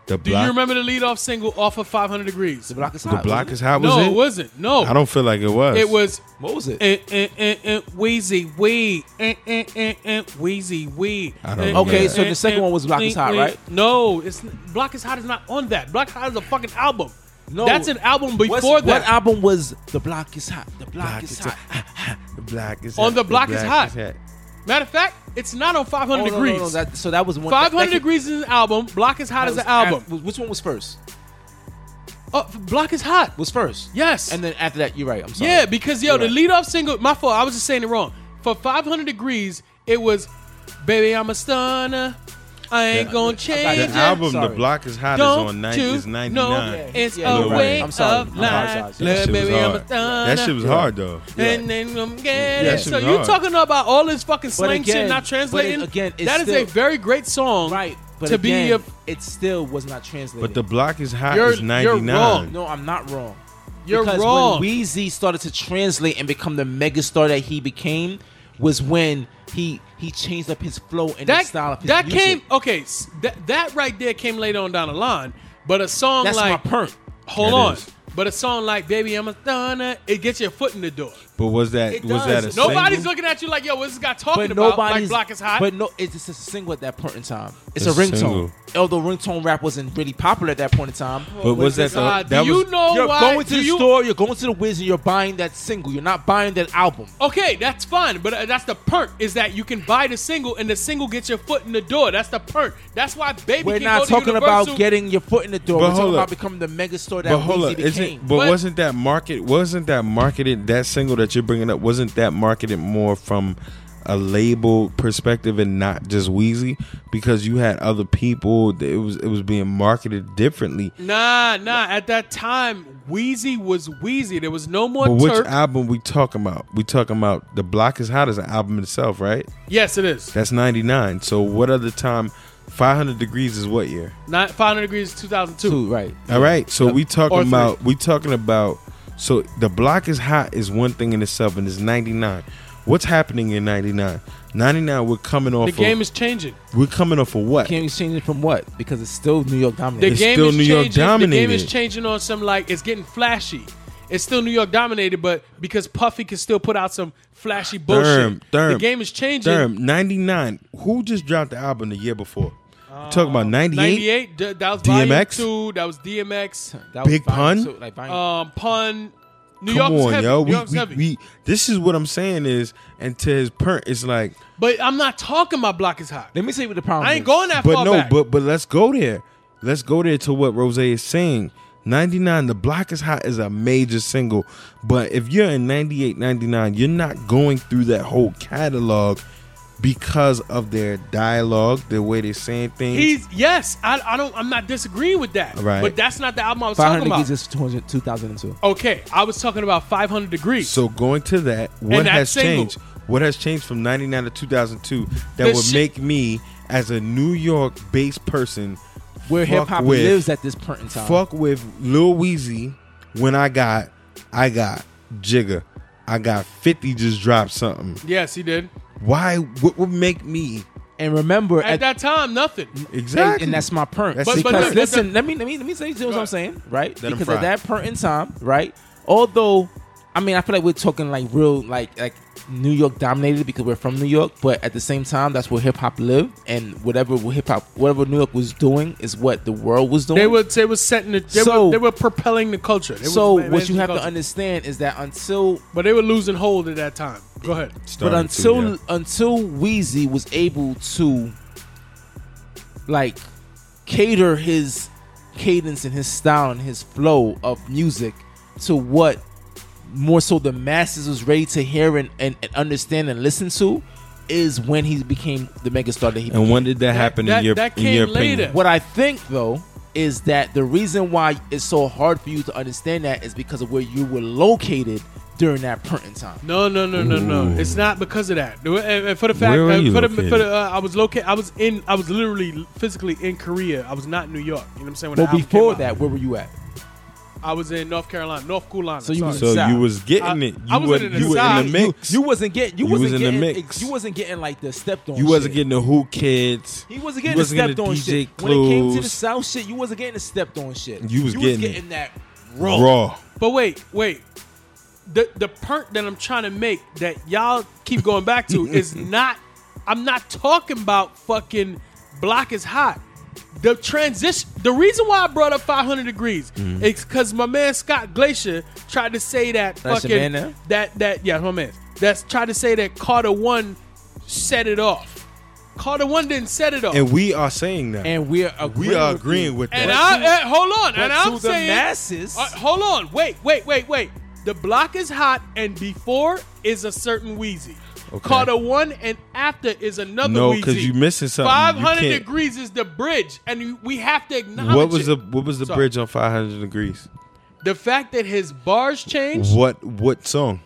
[SPEAKER 4] The
[SPEAKER 2] Do
[SPEAKER 4] block.
[SPEAKER 2] you remember the lead off single off of 500 degrees?
[SPEAKER 3] the block is
[SPEAKER 4] The
[SPEAKER 3] hot
[SPEAKER 4] block is hot. Was
[SPEAKER 2] no,
[SPEAKER 4] it?
[SPEAKER 2] it wasn't. No,
[SPEAKER 4] I don't feel like it was.
[SPEAKER 2] It was
[SPEAKER 3] what was it
[SPEAKER 2] eh, eh, eh, eh, Wheezy Wee, eh, eh, eh, eh, Wheezy Wee.
[SPEAKER 4] I don't
[SPEAKER 2] Eh,
[SPEAKER 4] know. Okay,
[SPEAKER 2] eh,
[SPEAKER 3] so the
[SPEAKER 2] eh,
[SPEAKER 3] second
[SPEAKER 2] eh,
[SPEAKER 3] one was Block is
[SPEAKER 2] eh,
[SPEAKER 3] Hot,
[SPEAKER 2] eh.
[SPEAKER 3] right?
[SPEAKER 2] No, it's Block is Hot is not on that. Block is Hot is a fucking album.
[SPEAKER 3] No.
[SPEAKER 2] that's an album before
[SPEAKER 3] What's-
[SPEAKER 2] that.
[SPEAKER 3] what album was the block is hot the block,
[SPEAKER 4] Block
[SPEAKER 3] is,
[SPEAKER 4] is
[SPEAKER 3] hot,
[SPEAKER 4] the block is
[SPEAKER 2] On
[SPEAKER 4] hot.
[SPEAKER 2] the block is hot.
[SPEAKER 4] hot.
[SPEAKER 2] Matter of fact, it's not on 500
[SPEAKER 3] Oh, no, no, no,
[SPEAKER 2] degrees.
[SPEAKER 3] that- so that was one
[SPEAKER 2] 500
[SPEAKER 3] that- that-
[SPEAKER 2] degrees is an album. Block is hot
[SPEAKER 3] that
[SPEAKER 2] as
[SPEAKER 3] was
[SPEAKER 2] an album.
[SPEAKER 3] after- which one was first
[SPEAKER 2] Oh, Block is hot.
[SPEAKER 3] was first
[SPEAKER 2] Yes.
[SPEAKER 3] and then after that you're right I'm sorry
[SPEAKER 2] Yeah, because yo,
[SPEAKER 3] You're
[SPEAKER 2] the
[SPEAKER 3] right.
[SPEAKER 2] lead off single, my fault, I was just saying it wrong. For 500 degrees, it was Baby, I'm a stunner. I ain't
[SPEAKER 4] The-
[SPEAKER 2] gonna
[SPEAKER 3] got
[SPEAKER 4] The
[SPEAKER 2] change
[SPEAKER 3] you.
[SPEAKER 2] it.
[SPEAKER 4] album, the
[SPEAKER 3] Sorry.
[SPEAKER 4] block is hot,
[SPEAKER 2] Don't
[SPEAKER 4] is on nine,
[SPEAKER 2] you
[SPEAKER 4] is ninety
[SPEAKER 2] know-
[SPEAKER 4] nine.
[SPEAKER 3] Yeah,
[SPEAKER 2] It's
[SPEAKER 3] yeah,
[SPEAKER 2] a
[SPEAKER 3] you're
[SPEAKER 2] way
[SPEAKER 3] right. I'm sorry
[SPEAKER 2] of
[SPEAKER 3] I'm
[SPEAKER 2] life.
[SPEAKER 3] sorry,
[SPEAKER 4] That
[SPEAKER 2] Look,
[SPEAKER 4] shit was
[SPEAKER 2] baby, I'm a
[SPEAKER 4] hard.
[SPEAKER 2] stunner.
[SPEAKER 4] That shit was hard though.
[SPEAKER 2] And then I'm getting
[SPEAKER 3] Yeah,
[SPEAKER 2] it.
[SPEAKER 3] that
[SPEAKER 2] So
[SPEAKER 4] shit
[SPEAKER 2] you
[SPEAKER 4] hard.
[SPEAKER 2] talking about all this fucking slang shit
[SPEAKER 3] again-
[SPEAKER 2] not translating?
[SPEAKER 3] but it- again, it's
[SPEAKER 2] that is a
[SPEAKER 3] still-
[SPEAKER 2] very great song.
[SPEAKER 3] right but
[SPEAKER 2] to
[SPEAKER 3] again,
[SPEAKER 2] be a
[SPEAKER 3] it still was not translated
[SPEAKER 4] But the block is hot
[SPEAKER 2] You're-
[SPEAKER 4] is
[SPEAKER 2] you're
[SPEAKER 4] ninety
[SPEAKER 2] wrong.
[SPEAKER 4] nine.
[SPEAKER 3] no I'm not wrong
[SPEAKER 2] you're
[SPEAKER 3] because
[SPEAKER 2] wrong.
[SPEAKER 3] when Weezy started to translate and become the megastar that he became was when he he changed up his flow and
[SPEAKER 2] that
[SPEAKER 3] his style of his
[SPEAKER 2] that
[SPEAKER 3] music.
[SPEAKER 2] came okay. s- That that right there came later on down the line. But a song
[SPEAKER 3] That's
[SPEAKER 2] like
[SPEAKER 3] my perk.
[SPEAKER 2] hold
[SPEAKER 4] That
[SPEAKER 2] on,
[SPEAKER 4] is.
[SPEAKER 2] but a song like "Baby I'm a Thunner" it gets your foot in the door.
[SPEAKER 4] But was that
[SPEAKER 3] It
[SPEAKER 4] was that a
[SPEAKER 3] does.
[SPEAKER 2] Nobody's
[SPEAKER 4] single?
[SPEAKER 2] looking at you like, "Yo, what's this guy talking
[SPEAKER 3] But
[SPEAKER 2] about?" Like
[SPEAKER 3] nobody's
[SPEAKER 2] Block is hot.
[SPEAKER 3] But no, it's just a single at that point in time. It's,
[SPEAKER 4] It's
[SPEAKER 3] a
[SPEAKER 4] a
[SPEAKER 3] ringtone.
[SPEAKER 4] single.
[SPEAKER 3] Although ringtone rap wasn't really popular at that point in time.
[SPEAKER 4] But was that
[SPEAKER 2] God,
[SPEAKER 4] the that
[SPEAKER 2] do you
[SPEAKER 4] was
[SPEAKER 2] know
[SPEAKER 3] you're
[SPEAKER 2] Oh, why?
[SPEAKER 3] going to
[SPEAKER 2] do
[SPEAKER 3] the
[SPEAKER 2] you-
[SPEAKER 3] store, you're going to the Wiz, and you're buying that single. You're not buying that album.
[SPEAKER 2] Okay, that's fine, but uh, that's the perk is that you can buy the single and the single gets your foot in the door. That's the perk. That's why baby.
[SPEAKER 3] We're
[SPEAKER 2] can
[SPEAKER 3] not
[SPEAKER 2] go
[SPEAKER 3] talking
[SPEAKER 2] to
[SPEAKER 3] about
[SPEAKER 2] Universal.
[SPEAKER 3] getting your foot in the door.
[SPEAKER 4] But
[SPEAKER 3] We're talking
[SPEAKER 4] hold
[SPEAKER 3] about
[SPEAKER 4] up.
[SPEAKER 3] becoming the megastar that
[SPEAKER 4] But hold
[SPEAKER 3] Weezy
[SPEAKER 4] up,
[SPEAKER 3] became.
[SPEAKER 4] isn't but
[SPEAKER 2] But-
[SPEAKER 4] wasn't that market wasn't that marketed that single that you're bringing up wasn't that marketed more from a label perspective and not just Wheezy because you had other people. that It was it was being marketed differently.
[SPEAKER 2] Nah, nah. At that time, Wheezy was Wheezy. There was no more
[SPEAKER 4] But which
[SPEAKER 2] Turk.
[SPEAKER 4] album we talking about? We talking about the Block is Hot as an album itself, right?
[SPEAKER 2] yes, it is.
[SPEAKER 4] That's ninety nine. So what other time? Five hundred degrees is what year?
[SPEAKER 2] Not 500 degrees, 2002.
[SPEAKER 3] Two, right?
[SPEAKER 4] All right. So we
[SPEAKER 2] Or
[SPEAKER 4] talking
[SPEAKER 2] Uh, three.
[SPEAKER 4] about we talking about so the block is hot is one thing in itself and it's 99. What's happening in 99? 99 we're coming off
[SPEAKER 2] The game
[SPEAKER 4] of,
[SPEAKER 2] is changing.
[SPEAKER 4] we're coming off of what?
[SPEAKER 3] Can't exchange it from what? Because it's still New York
[SPEAKER 2] The
[SPEAKER 3] dominated.
[SPEAKER 4] It's
[SPEAKER 2] game
[SPEAKER 4] still
[SPEAKER 2] is
[SPEAKER 4] New York
[SPEAKER 2] changing. The game
[SPEAKER 4] dominated.
[SPEAKER 2] is changing on some like it's getting flashy. It's still New York dominated, but because Puffy can still put out some flashy bullshit,
[SPEAKER 4] Therm, Therm,
[SPEAKER 2] the game is changing.
[SPEAKER 4] Therm, 99. Who just dropped the album the year before? Talk talking
[SPEAKER 2] Uh,
[SPEAKER 4] about 98?
[SPEAKER 2] 98, th- that was
[SPEAKER 4] DMX?
[SPEAKER 2] DMX. Two, that was DMX,
[SPEAKER 3] That was
[SPEAKER 4] Big
[SPEAKER 3] Vine
[SPEAKER 4] Pun?
[SPEAKER 3] too, like Vine-
[SPEAKER 2] um, Pun. New York
[SPEAKER 4] Come
[SPEAKER 2] was
[SPEAKER 4] on,
[SPEAKER 2] heavy.
[SPEAKER 4] yo.
[SPEAKER 2] New
[SPEAKER 4] We,
[SPEAKER 2] York was
[SPEAKER 4] we,
[SPEAKER 2] heavy.
[SPEAKER 4] we, this is what I'm saying is, and to his point, it's like,
[SPEAKER 2] but I'm not talking my block is hot.
[SPEAKER 3] Let me tell you what the problem.
[SPEAKER 2] I ain't
[SPEAKER 3] is.
[SPEAKER 2] going that
[SPEAKER 4] But
[SPEAKER 2] far
[SPEAKER 4] no,
[SPEAKER 2] back.
[SPEAKER 4] but but let's go there. Let's go there to what Rose is saying. 99, The Block is Hot is a major single. But if you're in 98, 99, you're not going through that whole catalog because of their dialogue, the way they're saying things.
[SPEAKER 2] He's yes, I, I don't. I'm not disagreeing with that.
[SPEAKER 4] Right.
[SPEAKER 2] But that's not the album I was talking
[SPEAKER 3] 500
[SPEAKER 2] about.
[SPEAKER 3] gigs is 200 2002.
[SPEAKER 2] okay, I was talking about 500 degrees.
[SPEAKER 4] so going to that, what
[SPEAKER 2] And that
[SPEAKER 4] has
[SPEAKER 2] single.
[SPEAKER 4] changed? What has changed from 99 to 2002
[SPEAKER 2] The
[SPEAKER 4] that would
[SPEAKER 2] shit-
[SPEAKER 4] make me, as a New York based person,
[SPEAKER 3] Where
[SPEAKER 4] fuck
[SPEAKER 3] hip hop
[SPEAKER 4] with-
[SPEAKER 3] lives at this point in time.
[SPEAKER 4] fuck with Lil Weezy when I got I got Jigga. I got 50 just dropped something.
[SPEAKER 2] yes, he did.
[SPEAKER 4] Why what would make me
[SPEAKER 3] And remember
[SPEAKER 2] At
[SPEAKER 3] at,
[SPEAKER 2] that time, nothing.
[SPEAKER 4] exactly
[SPEAKER 3] And that's my point.
[SPEAKER 4] That's
[SPEAKER 3] because
[SPEAKER 4] But- but look,
[SPEAKER 3] listen,
[SPEAKER 2] that's
[SPEAKER 3] let me let me let me say what I'm
[SPEAKER 2] ahead.
[SPEAKER 3] saying, right?
[SPEAKER 4] Let 'em
[SPEAKER 3] because
[SPEAKER 4] fry.
[SPEAKER 3] at that point in time, right? Although, I mean, I feel like we're talking like real, like like New York dominated because we're from New York, but at the same time, that's where hip hop lived, and whatever hip hop, whatever New York was doing, is what the world was doing.
[SPEAKER 2] They were they were setting the they,
[SPEAKER 3] So-
[SPEAKER 2] were, they were propelling the culture. They were
[SPEAKER 3] so what
[SPEAKER 2] advancing
[SPEAKER 3] you
[SPEAKER 2] the
[SPEAKER 3] have to
[SPEAKER 2] culture.
[SPEAKER 3] understand is that until
[SPEAKER 2] But they were losing hold at that time. Go ahead.
[SPEAKER 4] Starting
[SPEAKER 3] but until
[SPEAKER 4] to, yeah.
[SPEAKER 3] until Wheezy was able to like cater his cadence and his style and his flow of music to what more so the masses was ready to hear and, and, and understand and listen to is when he became the megastar that he
[SPEAKER 4] And when did that, happen
[SPEAKER 2] that-
[SPEAKER 4] in your
[SPEAKER 2] that
[SPEAKER 4] in your
[SPEAKER 2] came
[SPEAKER 4] opinion?
[SPEAKER 2] later.
[SPEAKER 3] what I think though is that the reason why it's so hard for you to understand that is because of where you were located during that point in time.
[SPEAKER 2] No, no, no, no, no. It's not because of that. And- and For the fact,
[SPEAKER 4] Where were
[SPEAKER 2] uh,
[SPEAKER 4] you
[SPEAKER 2] for the,
[SPEAKER 4] located?
[SPEAKER 2] for the, uh, I was located. I was in. I was literally physically in Korea. I was not in New York. You know what I'm saying? When the
[SPEAKER 3] But
[SPEAKER 2] album
[SPEAKER 3] before
[SPEAKER 2] came out,
[SPEAKER 3] that, where were you at?
[SPEAKER 2] I was in North Carolina, North Carolina.
[SPEAKER 3] So you
[SPEAKER 2] sorry.
[SPEAKER 3] was-
[SPEAKER 4] so you was getting
[SPEAKER 2] I-
[SPEAKER 4] it. You,
[SPEAKER 2] I was
[SPEAKER 4] were,
[SPEAKER 2] in the
[SPEAKER 4] you were
[SPEAKER 2] inside.
[SPEAKER 4] in the mix.
[SPEAKER 3] You wasn't getting. You,
[SPEAKER 4] You
[SPEAKER 3] wasn't
[SPEAKER 4] was in the
[SPEAKER 3] getting.
[SPEAKER 4] mix.
[SPEAKER 3] You wasn't getting like the stepped on.
[SPEAKER 4] You wasn't
[SPEAKER 3] shit.
[SPEAKER 4] getting the Who Kids.
[SPEAKER 3] He wasn't getting
[SPEAKER 4] you wasn't
[SPEAKER 3] the stepped
[SPEAKER 4] getting
[SPEAKER 3] on
[SPEAKER 4] the DJ
[SPEAKER 3] shit. When it came to the
[SPEAKER 4] Clues.
[SPEAKER 3] south shit, you wasn't getting the stepped on shit.
[SPEAKER 4] You was getting it.
[SPEAKER 3] that raw.
[SPEAKER 4] raw.
[SPEAKER 2] But wait, wait. The the point that I'm trying to make that y'all keep going back to is not. I'm not talking about fucking block is hot. The transition. The reason why I brought up 500 degrees
[SPEAKER 3] Mm-hmm.
[SPEAKER 2] is because my man Scott Glacier tried to say that
[SPEAKER 3] That's your
[SPEAKER 2] fucking
[SPEAKER 3] man now?
[SPEAKER 2] that that yeah my man that's tried to say that Carter One set it off. Carter One didn't set it off.
[SPEAKER 4] And we are saying that.
[SPEAKER 3] And we are agreeing
[SPEAKER 4] we are
[SPEAKER 3] with
[SPEAKER 4] agreeing
[SPEAKER 3] you.
[SPEAKER 4] with
[SPEAKER 2] And I
[SPEAKER 4] that.
[SPEAKER 2] eh, hold on,
[SPEAKER 3] But
[SPEAKER 2] and I'm
[SPEAKER 3] to the
[SPEAKER 2] saying
[SPEAKER 3] masses-
[SPEAKER 2] Uh, hold on, wait, wait, wait, wait. The block is hot, and before is a certain Wheezy.
[SPEAKER 4] Okay.
[SPEAKER 2] Carter one and after is another.
[SPEAKER 4] No,
[SPEAKER 2] Wheezy.
[SPEAKER 4] 'cause you missing something. You
[SPEAKER 2] Five hundred
[SPEAKER 4] can't-
[SPEAKER 2] degrees is the bridge, and you- we have to acknowledge
[SPEAKER 4] what was
[SPEAKER 2] it.
[SPEAKER 4] the what was the
[SPEAKER 2] Sorry.
[SPEAKER 4] bridge on 500 degrees?
[SPEAKER 2] the fact that his bars changed.
[SPEAKER 4] What what song?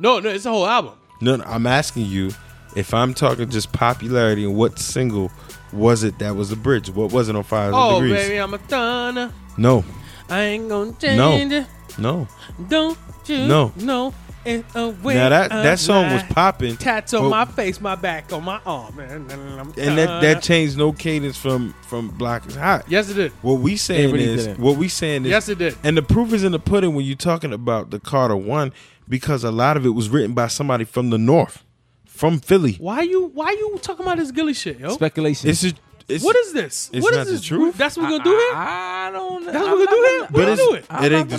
[SPEAKER 2] No, no, it's a whole album.
[SPEAKER 4] No, no, I'm asking you if I'm talking just popularity and what single was it that was the bridge? What was it on 500
[SPEAKER 2] Oh
[SPEAKER 4] degrees?
[SPEAKER 2] baby, I'm a thunder.
[SPEAKER 4] No,
[SPEAKER 2] I ain't gonna
[SPEAKER 4] no,
[SPEAKER 2] change. it.
[SPEAKER 4] no.
[SPEAKER 2] Don't you
[SPEAKER 4] No.
[SPEAKER 2] know? In a way
[SPEAKER 4] Now that
[SPEAKER 2] I
[SPEAKER 4] that song was
[SPEAKER 2] lie.
[SPEAKER 4] popping.
[SPEAKER 2] Tats on
[SPEAKER 4] but-
[SPEAKER 2] my face, my back, on my arm, and,
[SPEAKER 4] and that that changed no cadence from from Block is Hot.
[SPEAKER 2] Uh-huh. yes, it did.
[SPEAKER 4] What we saying
[SPEAKER 3] really
[SPEAKER 4] is
[SPEAKER 3] didn't.
[SPEAKER 4] what we saying is
[SPEAKER 2] Yes, it did.
[SPEAKER 4] And the proof is in the pudding when you're talking about the Carter one because a lot of it was written by somebody from the north, from Philly.
[SPEAKER 2] Why you why you talking about this Gilly shit, yo?
[SPEAKER 3] speculation.
[SPEAKER 4] It's just it's,
[SPEAKER 2] what is this?
[SPEAKER 4] It's
[SPEAKER 2] what is
[SPEAKER 4] not the
[SPEAKER 2] this?
[SPEAKER 4] truth.
[SPEAKER 2] That's what we're gonna do here.
[SPEAKER 3] I, I don't. know.
[SPEAKER 2] That's what we're gonna do here. What
[SPEAKER 4] but
[SPEAKER 2] are
[SPEAKER 4] it's,
[SPEAKER 2] you doing?
[SPEAKER 4] it ain't the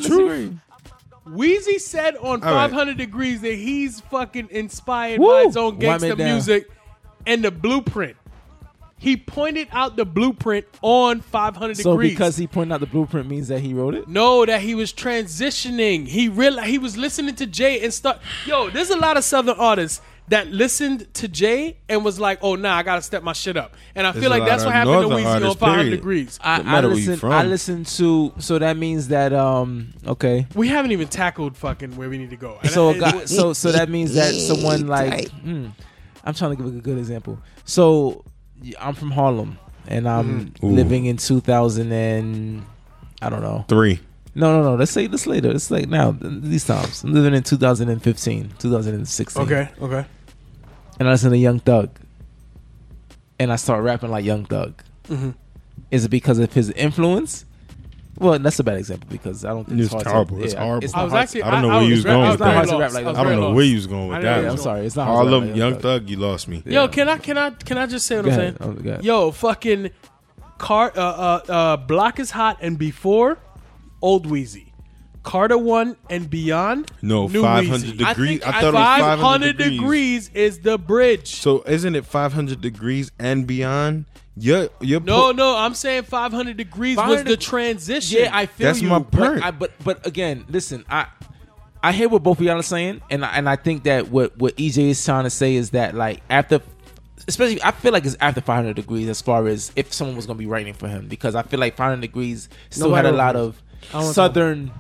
[SPEAKER 4] truth.
[SPEAKER 2] Wheezy said on
[SPEAKER 4] All right.
[SPEAKER 2] 500 Degrees that he's fucking inspired
[SPEAKER 3] Woo!
[SPEAKER 2] by his own
[SPEAKER 3] Wipe it
[SPEAKER 2] gangster
[SPEAKER 3] down.
[SPEAKER 2] music and the blueprint. He pointed out the blueprint on 500
[SPEAKER 3] So
[SPEAKER 2] Degrees.
[SPEAKER 3] because he pointed out the blueprint means that he wrote it.
[SPEAKER 2] No, that he was transitioning. He realized he was listening to Jay and start. Yo, there's a lot of Southern artists that listened to Jay and was like, "Oh, nah, I gotta step my shit up." And I
[SPEAKER 4] There's
[SPEAKER 2] feel
[SPEAKER 4] a
[SPEAKER 2] like
[SPEAKER 4] lot
[SPEAKER 2] that's
[SPEAKER 4] of
[SPEAKER 2] what happened to
[SPEAKER 4] northern
[SPEAKER 2] Weezy on
[SPEAKER 4] artists,
[SPEAKER 2] Five
[SPEAKER 4] period.
[SPEAKER 2] Degrees.
[SPEAKER 3] I,
[SPEAKER 4] No
[SPEAKER 3] I
[SPEAKER 4] matter where you
[SPEAKER 3] listen.
[SPEAKER 4] from.
[SPEAKER 3] I listen to. So that means that um. Okay.
[SPEAKER 2] We haven't even tackled fucking where we need to go. And
[SPEAKER 3] So
[SPEAKER 2] I-
[SPEAKER 3] got, so so that means that someone like. hmm, I'm trying to give a good example. So y- I'm from Harlem and I'm
[SPEAKER 2] Mm.
[SPEAKER 4] Ooh.
[SPEAKER 3] living in 2000 and I don't know.
[SPEAKER 4] Three.
[SPEAKER 3] No, no, no. Let's say this later. It's like now, th- these times. I'm living in 2015, 2016.
[SPEAKER 2] okay, okay.
[SPEAKER 3] And I listen to Young Thug. And I start rapping like Young Thug.
[SPEAKER 2] Mhm.
[SPEAKER 3] Is it because of his influence? Well, that's a bad example because I don't think
[SPEAKER 4] It's
[SPEAKER 3] hard to-
[SPEAKER 4] horrible. It's
[SPEAKER 3] yeah,
[SPEAKER 4] horrible.
[SPEAKER 2] I
[SPEAKER 3] not
[SPEAKER 2] was
[SPEAKER 3] hard-
[SPEAKER 2] actually
[SPEAKER 4] I don't know
[SPEAKER 2] I,
[SPEAKER 4] where
[SPEAKER 2] I
[SPEAKER 4] you was going
[SPEAKER 2] I
[SPEAKER 3] with that.
[SPEAKER 2] very
[SPEAKER 3] I don't
[SPEAKER 2] lost.
[SPEAKER 3] know
[SPEAKER 2] was
[SPEAKER 4] I don't
[SPEAKER 2] very
[SPEAKER 4] know
[SPEAKER 2] lost.
[SPEAKER 4] where you was going with
[SPEAKER 2] I
[SPEAKER 4] that.
[SPEAKER 2] didn't
[SPEAKER 3] Yeah, I'm
[SPEAKER 4] one.
[SPEAKER 3] sorry. It's not hard to rap
[SPEAKER 4] Harlem
[SPEAKER 3] like
[SPEAKER 4] Young Thug, you lost me.
[SPEAKER 2] Yo, can I can I can I just say what
[SPEAKER 3] Go
[SPEAKER 2] I'm
[SPEAKER 3] ahead.
[SPEAKER 2] saying?
[SPEAKER 3] Oh, go ahead.
[SPEAKER 2] Yo, fucking car uh, uh uh block is hot and before old Wheezy. Carter one and beyond.
[SPEAKER 4] No,
[SPEAKER 2] new
[SPEAKER 4] 500
[SPEAKER 2] Wheezy.
[SPEAKER 4] degrees.
[SPEAKER 3] think
[SPEAKER 4] I, thought it was 500,
[SPEAKER 2] 500
[SPEAKER 4] degrees.
[SPEAKER 2] degrees is the bridge.
[SPEAKER 4] So isn't it 500 degrees and beyond? Your your
[SPEAKER 2] no,
[SPEAKER 4] po-
[SPEAKER 2] no, I'm saying 500 degrees was
[SPEAKER 3] 500
[SPEAKER 2] the transition.
[SPEAKER 3] Yeah, I feel
[SPEAKER 4] That's
[SPEAKER 3] you.
[SPEAKER 4] my point.
[SPEAKER 3] But, I, but but again, listen, I I hear what both of y'all are saying, and I, and I think that what what EJ is trying to say is that like after, especially I feel like it's after 500 degrees as far as if someone was gonna be writing for him because I feel like 500 degrees still
[SPEAKER 2] Nobody
[SPEAKER 3] had a
[SPEAKER 2] wrote
[SPEAKER 3] lot
[SPEAKER 2] for him.
[SPEAKER 3] of southern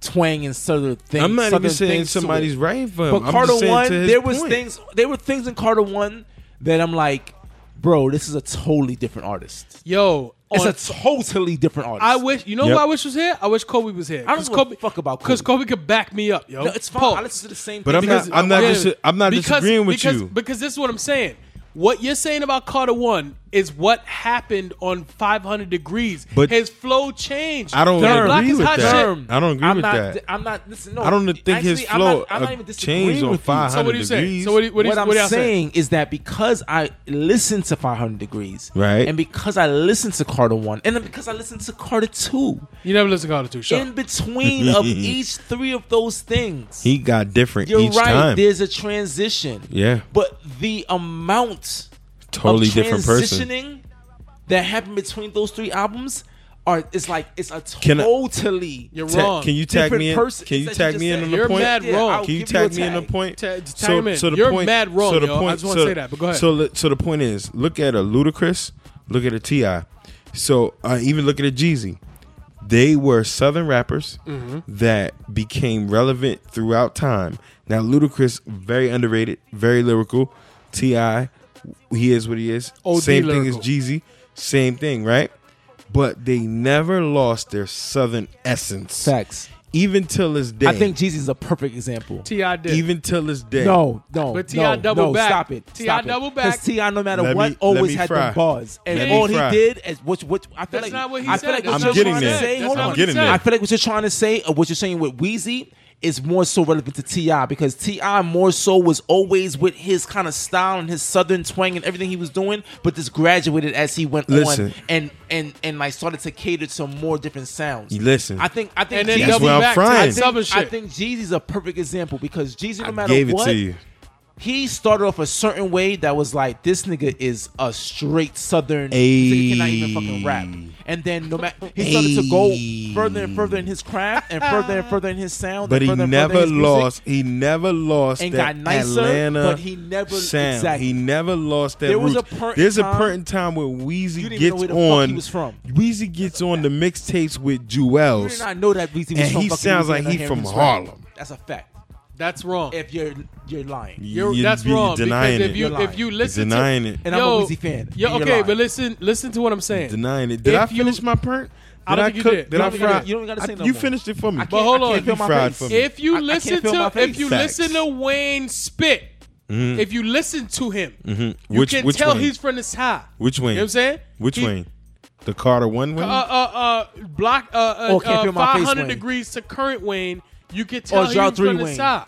[SPEAKER 3] twang and southern things.
[SPEAKER 4] I'm not
[SPEAKER 3] southern
[SPEAKER 4] even saying
[SPEAKER 3] things to it.
[SPEAKER 4] somebody's writing for him.
[SPEAKER 3] But
[SPEAKER 4] I'm
[SPEAKER 3] Carter
[SPEAKER 4] just saying
[SPEAKER 3] one,
[SPEAKER 4] to his
[SPEAKER 3] there was
[SPEAKER 4] point.
[SPEAKER 3] things there were things in Carter one that I'm like, bro, this is a totally different artist.
[SPEAKER 2] Yo,
[SPEAKER 3] It's
[SPEAKER 2] on-
[SPEAKER 3] a totally different artist.
[SPEAKER 2] I wish you know
[SPEAKER 4] Yep.
[SPEAKER 2] who I wish was here. I wish Kobe was here.
[SPEAKER 3] I don't
[SPEAKER 2] Cause
[SPEAKER 3] give a
[SPEAKER 2] Kobe,
[SPEAKER 3] fuck about
[SPEAKER 2] because
[SPEAKER 3] Kobe.
[SPEAKER 2] Kobe could back me up, yo.
[SPEAKER 3] No, it's fine.
[SPEAKER 2] Pause.
[SPEAKER 3] I listen to the same.
[SPEAKER 4] But
[SPEAKER 3] thing
[SPEAKER 4] I'm not-
[SPEAKER 3] because-
[SPEAKER 4] I'm not dis- I'm not disagreeing with
[SPEAKER 2] because,
[SPEAKER 4] you.
[SPEAKER 2] because this is what I'm saying. What you're saying about Carter One is what happened on 500 degrees.
[SPEAKER 4] But-
[SPEAKER 2] his flow changed.
[SPEAKER 4] I don't
[SPEAKER 2] His
[SPEAKER 4] agree
[SPEAKER 2] block is
[SPEAKER 4] with
[SPEAKER 2] hot
[SPEAKER 4] that.
[SPEAKER 2] shit.
[SPEAKER 4] I don't agree
[SPEAKER 3] I'm
[SPEAKER 4] with
[SPEAKER 3] not,
[SPEAKER 4] that.
[SPEAKER 3] I'm not. Listen, no.
[SPEAKER 4] I don't think
[SPEAKER 3] Actually,
[SPEAKER 4] his
[SPEAKER 3] I'm
[SPEAKER 4] flow
[SPEAKER 3] not- I'm not
[SPEAKER 4] uh,
[SPEAKER 3] even disagreeing
[SPEAKER 4] changed on
[SPEAKER 3] with you.
[SPEAKER 4] 500
[SPEAKER 2] So what do you say?
[SPEAKER 4] degrees.
[SPEAKER 2] So what do you, what do you,
[SPEAKER 3] what I'm
[SPEAKER 2] what do y'all say?
[SPEAKER 3] saying is that because I listen to 500 Degrees,
[SPEAKER 4] Right.
[SPEAKER 3] and because I listen to Carter One, and then because I listen to Carter Two,
[SPEAKER 2] You never listen to Carter Two. Shut
[SPEAKER 3] in
[SPEAKER 2] up.
[SPEAKER 3] between of each three of those things,
[SPEAKER 4] he got different
[SPEAKER 3] you're
[SPEAKER 4] each
[SPEAKER 3] right.
[SPEAKER 4] time.
[SPEAKER 3] There's a transition.
[SPEAKER 4] Yeah.
[SPEAKER 3] but the amount
[SPEAKER 4] totally
[SPEAKER 3] of
[SPEAKER 4] different person.
[SPEAKER 3] transitioning that happened between those three albums are it's like it's a
[SPEAKER 4] Can I-
[SPEAKER 3] totally
[SPEAKER 2] You're
[SPEAKER 4] Ta-
[SPEAKER 2] wrong.
[SPEAKER 4] can you tag
[SPEAKER 3] different
[SPEAKER 4] me in?
[SPEAKER 3] person.
[SPEAKER 4] Can you
[SPEAKER 3] It's
[SPEAKER 4] tag
[SPEAKER 3] like
[SPEAKER 4] me
[SPEAKER 3] you
[SPEAKER 4] in on
[SPEAKER 3] just
[SPEAKER 4] the
[SPEAKER 3] said.
[SPEAKER 2] You're
[SPEAKER 4] point?
[SPEAKER 2] mad Yeah, wrong. I'll
[SPEAKER 4] Can you
[SPEAKER 3] give you
[SPEAKER 4] tag
[SPEAKER 3] a
[SPEAKER 4] me in the
[SPEAKER 3] tag.
[SPEAKER 4] point?
[SPEAKER 2] Ta- tag him in. You're mad wrong, yo. I just wanna
[SPEAKER 4] so-
[SPEAKER 2] say that, but go ahead.
[SPEAKER 4] So, li- so the point is, look at a Ludacris, look at a Ti, so uh, even look at a Jeezy. They were Southern rappers
[SPEAKER 2] Mm-hmm.
[SPEAKER 4] that became relevant throughout time. Now, Ludacris, very underrated, very lyrical. Ti, he is what he is.
[SPEAKER 2] OD
[SPEAKER 4] same thing as
[SPEAKER 2] lyrical.
[SPEAKER 4] Jeezy, same thing, right? But they never lost their Southern essence
[SPEAKER 3] Facts.
[SPEAKER 4] even till this day.
[SPEAKER 3] I think Jeezy's a perfect example.
[SPEAKER 2] Ti did.
[SPEAKER 4] even till this day.
[SPEAKER 3] no, no,
[SPEAKER 2] But T.I.
[SPEAKER 3] no,
[SPEAKER 2] double
[SPEAKER 3] no,
[SPEAKER 2] back.
[SPEAKER 3] stop it.
[SPEAKER 2] T.I.
[SPEAKER 3] stop
[SPEAKER 2] double
[SPEAKER 3] it.
[SPEAKER 2] back.
[SPEAKER 3] Ti, no matter
[SPEAKER 4] Let
[SPEAKER 3] what,
[SPEAKER 4] me- let
[SPEAKER 3] always
[SPEAKER 4] me
[SPEAKER 3] had
[SPEAKER 4] fry.
[SPEAKER 3] the bars, and
[SPEAKER 4] Let me
[SPEAKER 3] all he
[SPEAKER 4] fry.
[SPEAKER 3] did is which, which I feel
[SPEAKER 2] That's
[SPEAKER 3] like
[SPEAKER 2] not what he
[SPEAKER 3] I feel
[SPEAKER 2] said.
[SPEAKER 3] like
[SPEAKER 2] That's
[SPEAKER 3] what
[SPEAKER 4] I'm
[SPEAKER 3] you're
[SPEAKER 4] getting
[SPEAKER 3] trying
[SPEAKER 4] there.
[SPEAKER 3] to say.
[SPEAKER 2] That's
[SPEAKER 3] Hold
[SPEAKER 2] not
[SPEAKER 3] on,
[SPEAKER 2] what he
[SPEAKER 4] getting there.
[SPEAKER 3] I feel like what you're trying to say, or what you're saying with Wheezy, is more so relevant to Ti because Ti more so was always with his kind of style and his southern twang and everything he was doing, but this graduated as he went
[SPEAKER 4] Listen.
[SPEAKER 3] on and and and like started to cater to more different sounds.
[SPEAKER 4] Listen.
[SPEAKER 3] I think I think
[SPEAKER 2] and then
[SPEAKER 3] Jeezy-
[SPEAKER 4] That's
[SPEAKER 2] double
[SPEAKER 4] where I'm
[SPEAKER 2] back to
[SPEAKER 4] frying.
[SPEAKER 2] that
[SPEAKER 4] I think-
[SPEAKER 2] Southern shit.
[SPEAKER 3] I think Jeezy's a perfect example because Jeezy, no
[SPEAKER 4] I
[SPEAKER 3] matter
[SPEAKER 4] gave it
[SPEAKER 3] what,
[SPEAKER 4] to you.
[SPEAKER 3] he started off a certain way that was like this nigga is a straight southern
[SPEAKER 4] Ayy.
[SPEAKER 3] nigga cannot even fucking rap. And then no matter he started to
[SPEAKER 4] Ayy.
[SPEAKER 3] go further and further in his craft and further and further in his sound.
[SPEAKER 4] But
[SPEAKER 3] and
[SPEAKER 4] he
[SPEAKER 3] further and further
[SPEAKER 4] never
[SPEAKER 3] in his music.
[SPEAKER 4] lost. He never lost
[SPEAKER 3] And
[SPEAKER 4] that
[SPEAKER 3] got nicer,
[SPEAKER 4] Atlanta
[SPEAKER 3] but he never-
[SPEAKER 4] sound.
[SPEAKER 3] exactly.
[SPEAKER 4] He never lost that.
[SPEAKER 3] There was
[SPEAKER 4] roots.
[SPEAKER 3] a point in
[SPEAKER 4] There's a
[SPEAKER 3] time-
[SPEAKER 4] pertinent time where Wheezy
[SPEAKER 3] You didn't even know
[SPEAKER 4] gets
[SPEAKER 3] where the fuck
[SPEAKER 4] on.
[SPEAKER 3] he was from.
[SPEAKER 4] Wheezy gets on the mixtapes with
[SPEAKER 3] You did
[SPEAKER 4] Jewels.
[SPEAKER 3] not know that Weezy was
[SPEAKER 4] And
[SPEAKER 3] from
[SPEAKER 4] he
[SPEAKER 3] fucking
[SPEAKER 4] sounds like
[SPEAKER 3] Louisiana
[SPEAKER 4] he
[SPEAKER 3] hearing
[SPEAKER 4] from
[SPEAKER 3] this rap.
[SPEAKER 4] Harlem.
[SPEAKER 3] That's a fact.
[SPEAKER 2] that's wrong.
[SPEAKER 3] If you're you're lying.
[SPEAKER 2] You're, that's
[SPEAKER 4] you're
[SPEAKER 2] wrong.
[SPEAKER 4] Denying
[SPEAKER 2] because if
[SPEAKER 4] it.
[SPEAKER 2] you
[SPEAKER 3] You're
[SPEAKER 2] if you
[SPEAKER 3] lying.
[SPEAKER 2] listen
[SPEAKER 4] Denying
[SPEAKER 2] to,
[SPEAKER 4] it.
[SPEAKER 3] And I'm a Weezy fan,
[SPEAKER 2] Yeah,
[SPEAKER 3] and you're
[SPEAKER 2] okay,
[SPEAKER 3] lying.
[SPEAKER 2] but listen, listen to what I'm saying.
[SPEAKER 4] denying it. Did
[SPEAKER 2] If
[SPEAKER 4] I
[SPEAKER 2] you-
[SPEAKER 4] finish my perk?
[SPEAKER 2] I don't think you
[SPEAKER 4] cook?
[SPEAKER 2] did. You
[SPEAKER 4] I
[SPEAKER 3] don't even gotta-
[SPEAKER 4] fry?
[SPEAKER 3] you don't even gotta
[SPEAKER 4] I-
[SPEAKER 3] say no
[SPEAKER 4] You
[SPEAKER 3] more.
[SPEAKER 4] finished it for me.
[SPEAKER 3] I can't-
[SPEAKER 2] hold
[SPEAKER 3] I
[SPEAKER 2] on.
[SPEAKER 3] can't feel
[SPEAKER 4] You
[SPEAKER 3] my
[SPEAKER 4] fried
[SPEAKER 3] face.
[SPEAKER 4] for me.
[SPEAKER 2] If you
[SPEAKER 3] I- I
[SPEAKER 2] listen
[SPEAKER 3] can't feel my
[SPEAKER 2] to
[SPEAKER 3] face.
[SPEAKER 2] if you
[SPEAKER 4] Facts. Mm-hmm.
[SPEAKER 2] listen to Wayne spit, if you listen to him, you
[SPEAKER 4] Which-
[SPEAKER 2] can
[SPEAKER 4] which
[SPEAKER 2] tell
[SPEAKER 4] Wayne?
[SPEAKER 2] he's from the side.
[SPEAKER 4] Which Wayne?
[SPEAKER 2] You know what I'm saying?
[SPEAKER 4] Which
[SPEAKER 2] He-
[SPEAKER 4] Wayne? The Carter one Wayne.
[SPEAKER 2] Uh, uh, uh, block uh, uh,
[SPEAKER 3] Oh, can't
[SPEAKER 2] uh,
[SPEAKER 3] feel my face,
[SPEAKER 2] 500
[SPEAKER 3] Wayne.
[SPEAKER 2] degrees to current Wayne. You can tell he
[SPEAKER 3] Drop
[SPEAKER 2] was from
[SPEAKER 3] Three
[SPEAKER 2] the
[SPEAKER 3] Wayne.
[SPEAKER 2] side.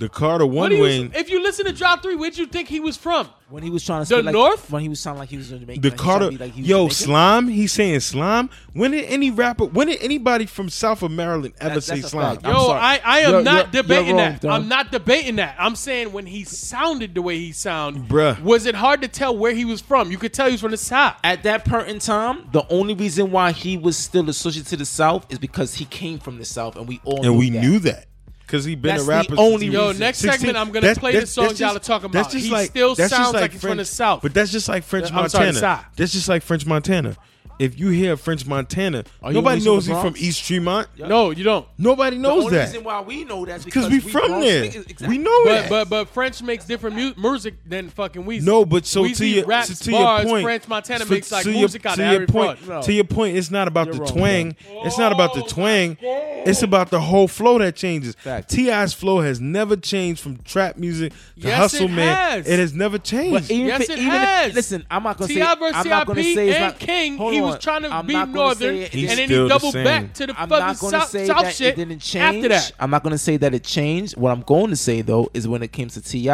[SPEAKER 4] the Carter
[SPEAKER 2] What
[SPEAKER 4] one
[SPEAKER 2] do you,
[SPEAKER 4] Wayne.
[SPEAKER 2] If you listen to Drop Three, where'd you think he was from?
[SPEAKER 3] When he was trying to
[SPEAKER 2] The
[SPEAKER 3] spit like,
[SPEAKER 2] North?
[SPEAKER 3] when he was sounding like he was in Jamaica,
[SPEAKER 4] The
[SPEAKER 3] like he tried to
[SPEAKER 4] Carter,
[SPEAKER 3] be like he was
[SPEAKER 4] yo,
[SPEAKER 3] Jamaican.
[SPEAKER 4] slime. He's saying slime. When did any rapper? When did anybody from South of Maryland ever
[SPEAKER 3] That's-
[SPEAKER 4] say
[SPEAKER 3] that's a
[SPEAKER 4] slime?
[SPEAKER 3] fact.
[SPEAKER 2] Yo,
[SPEAKER 3] I'm sorry.
[SPEAKER 2] I, I am
[SPEAKER 3] You're-
[SPEAKER 2] not
[SPEAKER 3] you're- you're
[SPEAKER 2] debating
[SPEAKER 3] wrong,
[SPEAKER 2] that.
[SPEAKER 3] dog.
[SPEAKER 2] I'm not debating that. I'm saying when he sounded the way he sounded,
[SPEAKER 4] Bruh.
[SPEAKER 2] was it hard to tell where he was from? You could tell he was from the South.
[SPEAKER 3] at that point in time, the only reason why he was still associated to the South is because he came from the South, and we all
[SPEAKER 4] and
[SPEAKER 3] knew
[SPEAKER 4] we
[SPEAKER 3] that.
[SPEAKER 4] knew that. because he been
[SPEAKER 3] That's
[SPEAKER 4] a
[SPEAKER 3] the
[SPEAKER 4] rapper.
[SPEAKER 3] only
[SPEAKER 4] since he
[SPEAKER 3] reason.
[SPEAKER 4] was
[SPEAKER 2] Yo, next
[SPEAKER 4] 16.
[SPEAKER 2] segment I'm gonna
[SPEAKER 4] That's-
[SPEAKER 2] play
[SPEAKER 4] that's-
[SPEAKER 2] the song
[SPEAKER 4] that's
[SPEAKER 2] y'all
[SPEAKER 4] just-
[SPEAKER 2] are talking
[SPEAKER 4] that's
[SPEAKER 2] about.
[SPEAKER 4] just
[SPEAKER 2] He
[SPEAKER 4] like-
[SPEAKER 2] still
[SPEAKER 4] that's just
[SPEAKER 2] sounds like he's from
[SPEAKER 4] French-
[SPEAKER 2] the South.
[SPEAKER 4] But that's just like French
[SPEAKER 2] I'm sorry,
[SPEAKER 4] Montana.
[SPEAKER 2] South.
[SPEAKER 4] That's just like French Montana. If you hear French Montana,
[SPEAKER 3] you
[SPEAKER 4] nobody
[SPEAKER 3] really from
[SPEAKER 4] knows
[SPEAKER 3] the
[SPEAKER 4] he's from
[SPEAKER 3] Bronx?
[SPEAKER 4] East Tremont.
[SPEAKER 2] No, you don't.
[SPEAKER 4] Nobody
[SPEAKER 3] The
[SPEAKER 4] knows
[SPEAKER 3] only
[SPEAKER 4] that
[SPEAKER 3] reason why we know that's
[SPEAKER 4] because we from
[SPEAKER 3] Bronx
[SPEAKER 4] there.
[SPEAKER 3] niggas, exactly.
[SPEAKER 4] We know
[SPEAKER 2] But
[SPEAKER 4] that.
[SPEAKER 2] but but French makes different mu- music than fucking Weezy.
[SPEAKER 4] No, but so
[SPEAKER 2] Weezy
[SPEAKER 4] to your
[SPEAKER 2] raps,
[SPEAKER 4] so to your
[SPEAKER 2] bars,
[SPEAKER 4] point,
[SPEAKER 2] French Montana
[SPEAKER 4] so-
[SPEAKER 2] makes like
[SPEAKER 4] to your-
[SPEAKER 2] music out
[SPEAKER 4] to
[SPEAKER 2] of
[SPEAKER 4] your
[SPEAKER 2] every
[SPEAKER 4] point,
[SPEAKER 2] part.
[SPEAKER 4] To your point, it's not about the
[SPEAKER 3] wrong,
[SPEAKER 4] twang. It's not about the
[SPEAKER 2] Oh,
[SPEAKER 4] twang. It's about the whole flow that changes.
[SPEAKER 3] Fact.
[SPEAKER 4] Ti's flow has never changed from trap music to
[SPEAKER 2] Yes,
[SPEAKER 4] hustle
[SPEAKER 2] it
[SPEAKER 4] man.
[SPEAKER 2] has.
[SPEAKER 4] It has never
[SPEAKER 3] But
[SPEAKER 4] changed.
[SPEAKER 3] even
[SPEAKER 2] Yes,
[SPEAKER 3] if,
[SPEAKER 2] it
[SPEAKER 3] even
[SPEAKER 2] has.
[SPEAKER 3] If, listen, I'm not gonna
[SPEAKER 2] Ti
[SPEAKER 3] say. I'm not
[SPEAKER 2] versus
[SPEAKER 3] gonna
[SPEAKER 2] IP
[SPEAKER 3] say it's
[SPEAKER 2] and
[SPEAKER 3] not,
[SPEAKER 2] King,
[SPEAKER 3] Hold
[SPEAKER 2] he
[SPEAKER 3] on.
[SPEAKER 2] was trying to
[SPEAKER 3] I'm
[SPEAKER 2] be
[SPEAKER 3] not gonna
[SPEAKER 2] northern,
[SPEAKER 3] say it-
[SPEAKER 4] He's
[SPEAKER 2] and then he
[SPEAKER 4] still the
[SPEAKER 2] doubled
[SPEAKER 4] same.
[SPEAKER 2] back to the
[SPEAKER 3] I'm
[SPEAKER 2] fucking
[SPEAKER 3] not gonna
[SPEAKER 2] South,
[SPEAKER 3] say
[SPEAKER 2] South
[SPEAKER 3] that
[SPEAKER 2] shit
[SPEAKER 3] it didn't change.
[SPEAKER 2] after that.
[SPEAKER 3] I'm not gonna say that it changed. What I'm going to say though is when it came to Ti,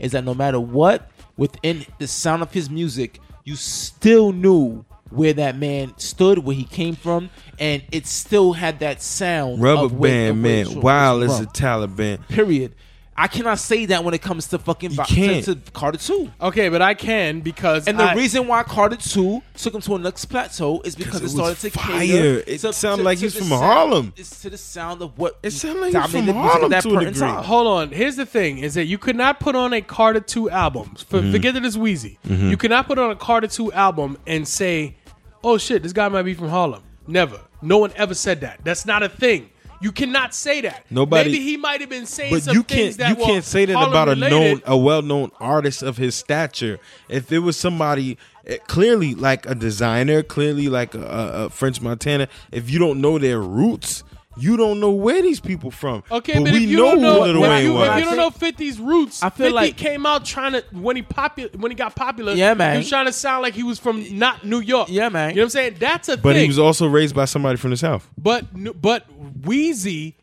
[SPEAKER 3] is that no matter what, within the sound of his music, you still knew where that man stood, where he came from, and it still had that sound.
[SPEAKER 4] Rubber
[SPEAKER 3] of where- of
[SPEAKER 4] band
[SPEAKER 3] where
[SPEAKER 4] man,
[SPEAKER 3] it
[SPEAKER 4] wild
[SPEAKER 3] was
[SPEAKER 4] as a
[SPEAKER 3] from.
[SPEAKER 4] Taliban.
[SPEAKER 3] period. I cannot say that when it comes to fucking vi- to-
[SPEAKER 4] can't.
[SPEAKER 3] to Carter Two.
[SPEAKER 2] Okay, but I can because
[SPEAKER 3] And the
[SPEAKER 2] I-
[SPEAKER 3] reason why Carter 2 took him to a next plateau is because it,
[SPEAKER 4] it was
[SPEAKER 3] started to
[SPEAKER 4] fire.
[SPEAKER 3] cater.
[SPEAKER 4] It
[SPEAKER 3] to-
[SPEAKER 4] sounded
[SPEAKER 3] to-
[SPEAKER 4] like
[SPEAKER 3] to
[SPEAKER 4] he's
[SPEAKER 3] the
[SPEAKER 4] from
[SPEAKER 3] sound-
[SPEAKER 4] Harlem.
[SPEAKER 3] It's to the sound of what
[SPEAKER 4] It sounded like he's
[SPEAKER 3] dominated
[SPEAKER 4] from
[SPEAKER 3] music at
[SPEAKER 4] Harlem
[SPEAKER 3] that
[SPEAKER 4] to a
[SPEAKER 3] point in
[SPEAKER 4] degree.
[SPEAKER 3] time.
[SPEAKER 2] Hold on. Here's the thing: is that you could not put on a Carter Two album. For,
[SPEAKER 4] Mm-hmm.
[SPEAKER 2] Forget that it's Wheezy. You cannot put on a Carter Two album and say, "Oh shit, this guy might be from Harlem." Never. No one ever said that. That's not a thing. You cannot say that.
[SPEAKER 4] Nobody-
[SPEAKER 2] Maybe he might have been saying
[SPEAKER 4] But
[SPEAKER 2] some
[SPEAKER 4] you
[SPEAKER 2] things
[SPEAKER 4] can't
[SPEAKER 2] that
[SPEAKER 4] you
[SPEAKER 2] were
[SPEAKER 4] can't say that about a
[SPEAKER 2] Harlem-related.
[SPEAKER 4] known a well known artist of his stature. If it was somebody eh, clearly like a designer, clearly like a, a, a French Montana, if you don't know their roots, you don't know where these people from.
[SPEAKER 2] Okay, but, if you don't
[SPEAKER 4] who
[SPEAKER 2] know,
[SPEAKER 4] Lil
[SPEAKER 2] if
[SPEAKER 4] Wayne
[SPEAKER 2] you,
[SPEAKER 4] was.
[SPEAKER 2] if you don't know 50's roots,
[SPEAKER 3] I feel
[SPEAKER 2] 50
[SPEAKER 3] like-
[SPEAKER 2] came out trying to when he popular when he got popular.
[SPEAKER 3] Yeah, man.
[SPEAKER 2] He was trying to sound like he was from not New York.
[SPEAKER 3] Yeah, man.
[SPEAKER 2] You know what I'm saying? That's a
[SPEAKER 4] but
[SPEAKER 2] thing.
[SPEAKER 4] he was also raised by somebody from the south.
[SPEAKER 2] But but Wheezy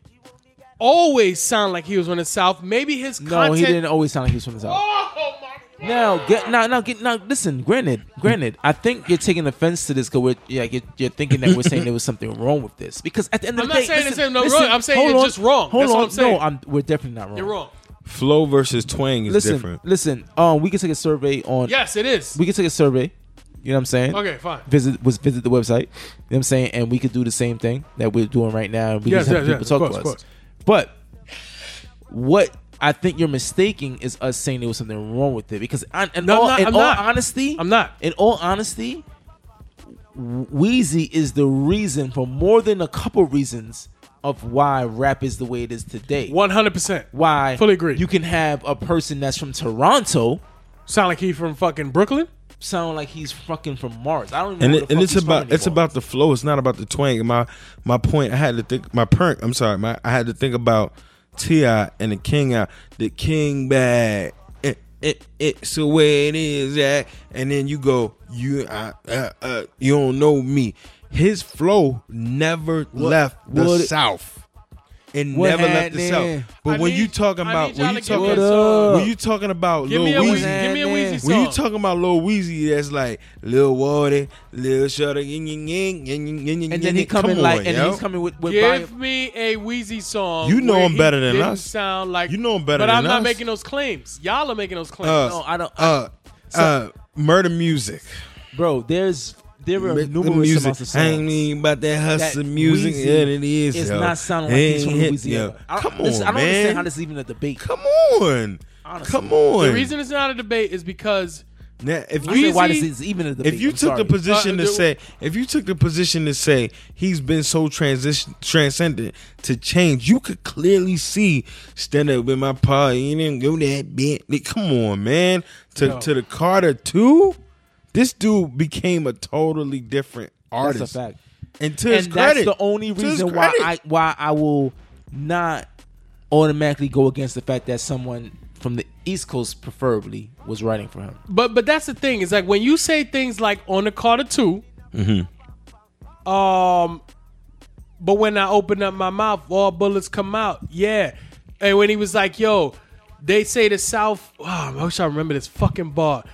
[SPEAKER 2] always sound like he was from the South. Maybe his
[SPEAKER 3] No,
[SPEAKER 2] content.
[SPEAKER 3] he didn't always sound like he was from the South.
[SPEAKER 2] Oh my god!
[SPEAKER 3] Now, get now, now, get now. Listen, granted, granted, I think you're taking offense to this because we're yeah, you're, you're thinking that we're saying there was something wrong with this because at the end of
[SPEAKER 2] I'm
[SPEAKER 3] the
[SPEAKER 2] not
[SPEAKER 3] day,
[SPEAKER 2] saying
[SPEAKER 3] listen,
[SPEAKER 2] there's no
[SPEAKER 3] listen,
[SPEAKER 2] wrong. I'm saying
[SPEAKER 3] hold
[SPEAKER 2] it's
[SPEAKER 3] on,
[SPEAKER 2] just wrong.
[SPEAKER 3] Hold
[SPEAKER 2] That's
[SPEAKER 3] on,
[SPEAKER 2] what I'm saying.
[SPEAKER 3] no, I'm, we're definitely not wrong.
[SPEAKER 2] You're wrong.
[SPEAKER 4] Flow versus twang is
[SPEAKER 3] Listen,
[SPEAKER 4] different.
[SPEAKER 3] listen. Um, we can take a survey on.
[SPEAKER 2] Yes, it is.
[SPEAKER 3] we can take a survey. You know what I'm saying?
[SPEAKER 2] okay, fine.
[SPEAKER 3] visit was visit the website. You know what I'm saying? And we could do the same thing that we're doing right now. We
[SPEAKER 2] Yes,
[SPEAKER 3] just
[SPEAKER 2] yes,
[SPEAKER 3] have people
[SPEAKER 2] yes,
[SPEAKER 3] talk
[SPEAKER 2] of course,
[SPEAKER 3] to
[SPEAKER 2] of
[SPEAKER 3] us.
[SPEAKER 2] course.
[SPEAKER 3] But what I think you're mistaking is us saying there was something wrong with it. Because I, in,
[SPEAKER 2] No, I'm
[SPEAKER 3] all,
[SPEAKER 2] not-
[SPEAKER 3] in
[SPEAKER 2] I'm
[SPEAKER 3] all
[SPEAKER 2] not.
[SPEAKER 3] honesty,
[SPEAKER 2] I'm not.
[SPEAKER 3] In all honesty, Wheezy is the reason for more than a couple reasons of why rap is the way it is today.
[SPEAKER 2] One hundred percent.
[SPEAKER 3] Why
[SPEAKER 2] Fully agree.
[SPEAKER 3] you can have a person that's from Toronto
[SPEAKER 2] Sound like he from fucking Brooklyn.
[SPEAKER 3] sound like he's fucking from Mars. I don't even
[SPEAKER 4] and
[SPEAKER 3] know.
[SPEAKER 4] it, and it's about it's about the flow. It's not about the twang. My my point. I had to think. My perk. I'm sorry. My I had to think about Ti and the King out. The King bag. It, it, it's the way it is at. And then you go. You uh, uh, uh, you don't know me. His flow never left the
[SPEAKER 3] what-
[SPEAKER 4] south. It
[SPEAKER 3] what
[SPEAKER 4] never left the
[SPEAKER 3] happened?
[SPEAKER 4] south.
[SPEAKER 2] I
[SPEAKER 4] But when
[SPEAKER 2] need-
[SPEAKER 4] you talking
[SPEAKER 2] I
[SPEAKER 4] about
[SPEAKER 2] need y'all
[SPEAKER 4] when you
[SPEAKER 2] to give me a
[SPEAKER 4] talking
[SPEAKER 2] song.
[SPEAKER 4] when you talking about
[SPEAKER 2] Give
[SPEAKER 4] Lil
[SPEAKER 2] me a Wheezy.
[SPEAKER 4] Weezy.
[SPEAKER 2] Give me a Wheezy song.
[SPEAKER 4] When you talking about Lil Weezy, that's like Lil Wardy, Lil Shutter, yin yin yin yin yin yin yin.
[SPEAKER 3] and then he
[SPEAKER 4] yin.
[SPEAKER 3] coming
[SPEAKER 4] Come
[SPEAKER 3] like,
[SPEAKER 4] on,
[SPEAKER 3] and
[SPEAKER 4] yo.
[SPEAKER 3] he's coming with, with
[SPEAKER 2] Give
[SPEAKER 3] bio-
[SPEAKER 2] me a Wheezy song.
[SPEAKER 4] You know
[SPEAKER 2] where
[SPEAKER 4] him
[SPEAKER 2] he
[SPEAKER 4] better than
[SPEAKER 2] didn't
[SPEAKER 4] us.
[SPEAKER 2] Sound like
[SPEAKER 4] You know him better
[SPEAKER 2] But
[SPEAKER 4] than
[SPEAKER 2] I'm not
[SPEAKER 4] us.
[SPEAKER 2] making those claims. Y'all are making those claims.
[SPEAKER 4] Uh,
[SPEAKER 3] No, I don't, I-
[SPEAKER 4] uh, uh, murder music.
[SPEAKER 3] bro. There's there are
[SPEAKER 4] Mi-
[SPEAKER 3] numerous
[SPEAKER 4] music.
[SPEAKER 3] amounts of songs.
[SPEAKER 4] I ain't mean about that hustle
[SPEAKER 3] that
[SPEAKER 4] music.
[SPEAKER 3] Weezy
[SPEAKER 4] Yeah, it is.
[SPEAKER 3] It's
[SPEAKER 4] yo.
[SPEAKER 3] not sounding
[SPEAKER 4] It
[SPEAKER 3] like he's
[SPEAKER 4] ain't
[SPEAKER 3] from
[SPEAKER 4] hit,
[SPEAKER 3] Louisiana.
[SPEAKER 4] yo.
[SPEAKER 3] I don't-
[SPEAKER 4] Come on,
[SPEAKER 3] listen, I don't
[SPEAKER 4] man.
[SPEAKER 3] understand how this is even a debate.
[SPEAKER 4] Come on.
[SPEAKER 3] Honestly.
[SPEAKER 4] Come on.
[SPEAKER 2] the reason it's not a debate is because
[SPEAKER 4] now, if
[SPEAKER 3] I don't
[SPEAKER 4] you
[SPEAKER 3] know why
[SPEAKER 2] Weezy-
[SPEAKER 3] this is even a debate.
[SPEAKER 4] if you
[SPEAKER 3] I'm
[SPEAKER 4] took
[SPEAKER 3] sorry.
[SPEAKER 4] the position
[SPEAKER 2] Uh,
[SPEAKER 4] to
[SPEAKER 2] the-
[SPEAKER 4] say if you took the position to say he's been so transition transcendent to change you could clearly see stand up with my pa you didn't go that bit Like, come on man to,
[SPEAKER 2] No.
[SPEAKER 4] to the carter 2 this dude became a totally different
[SPEAKER 3] that's
[SPEAKER 4] artist
[SPEAKER 3] a fact,
[SPEAKER 4] and to his
[SPEAKER 3] and that's
[SPEAKER 4] credit-
[SPEAKER 3] the
[SPEAKER 4] to
[SPEAKER 3] only
[SPEAKER 4] his
[SPEAKER 3] reason why
[SPEAKER 4] credit,
[SPEAKER 3] I why I will not automatically go against the fact that someone from the East Coast, preferably, was writing for him.
[SPEAKER 2] But but that's the thing is like when you say things like on the Carter 2 Um, but when I open up my mouth, all bullets come out. Yeah, ah, and when he was like, "Yo," they say the South. Oh, I wish I remember this fucking bar.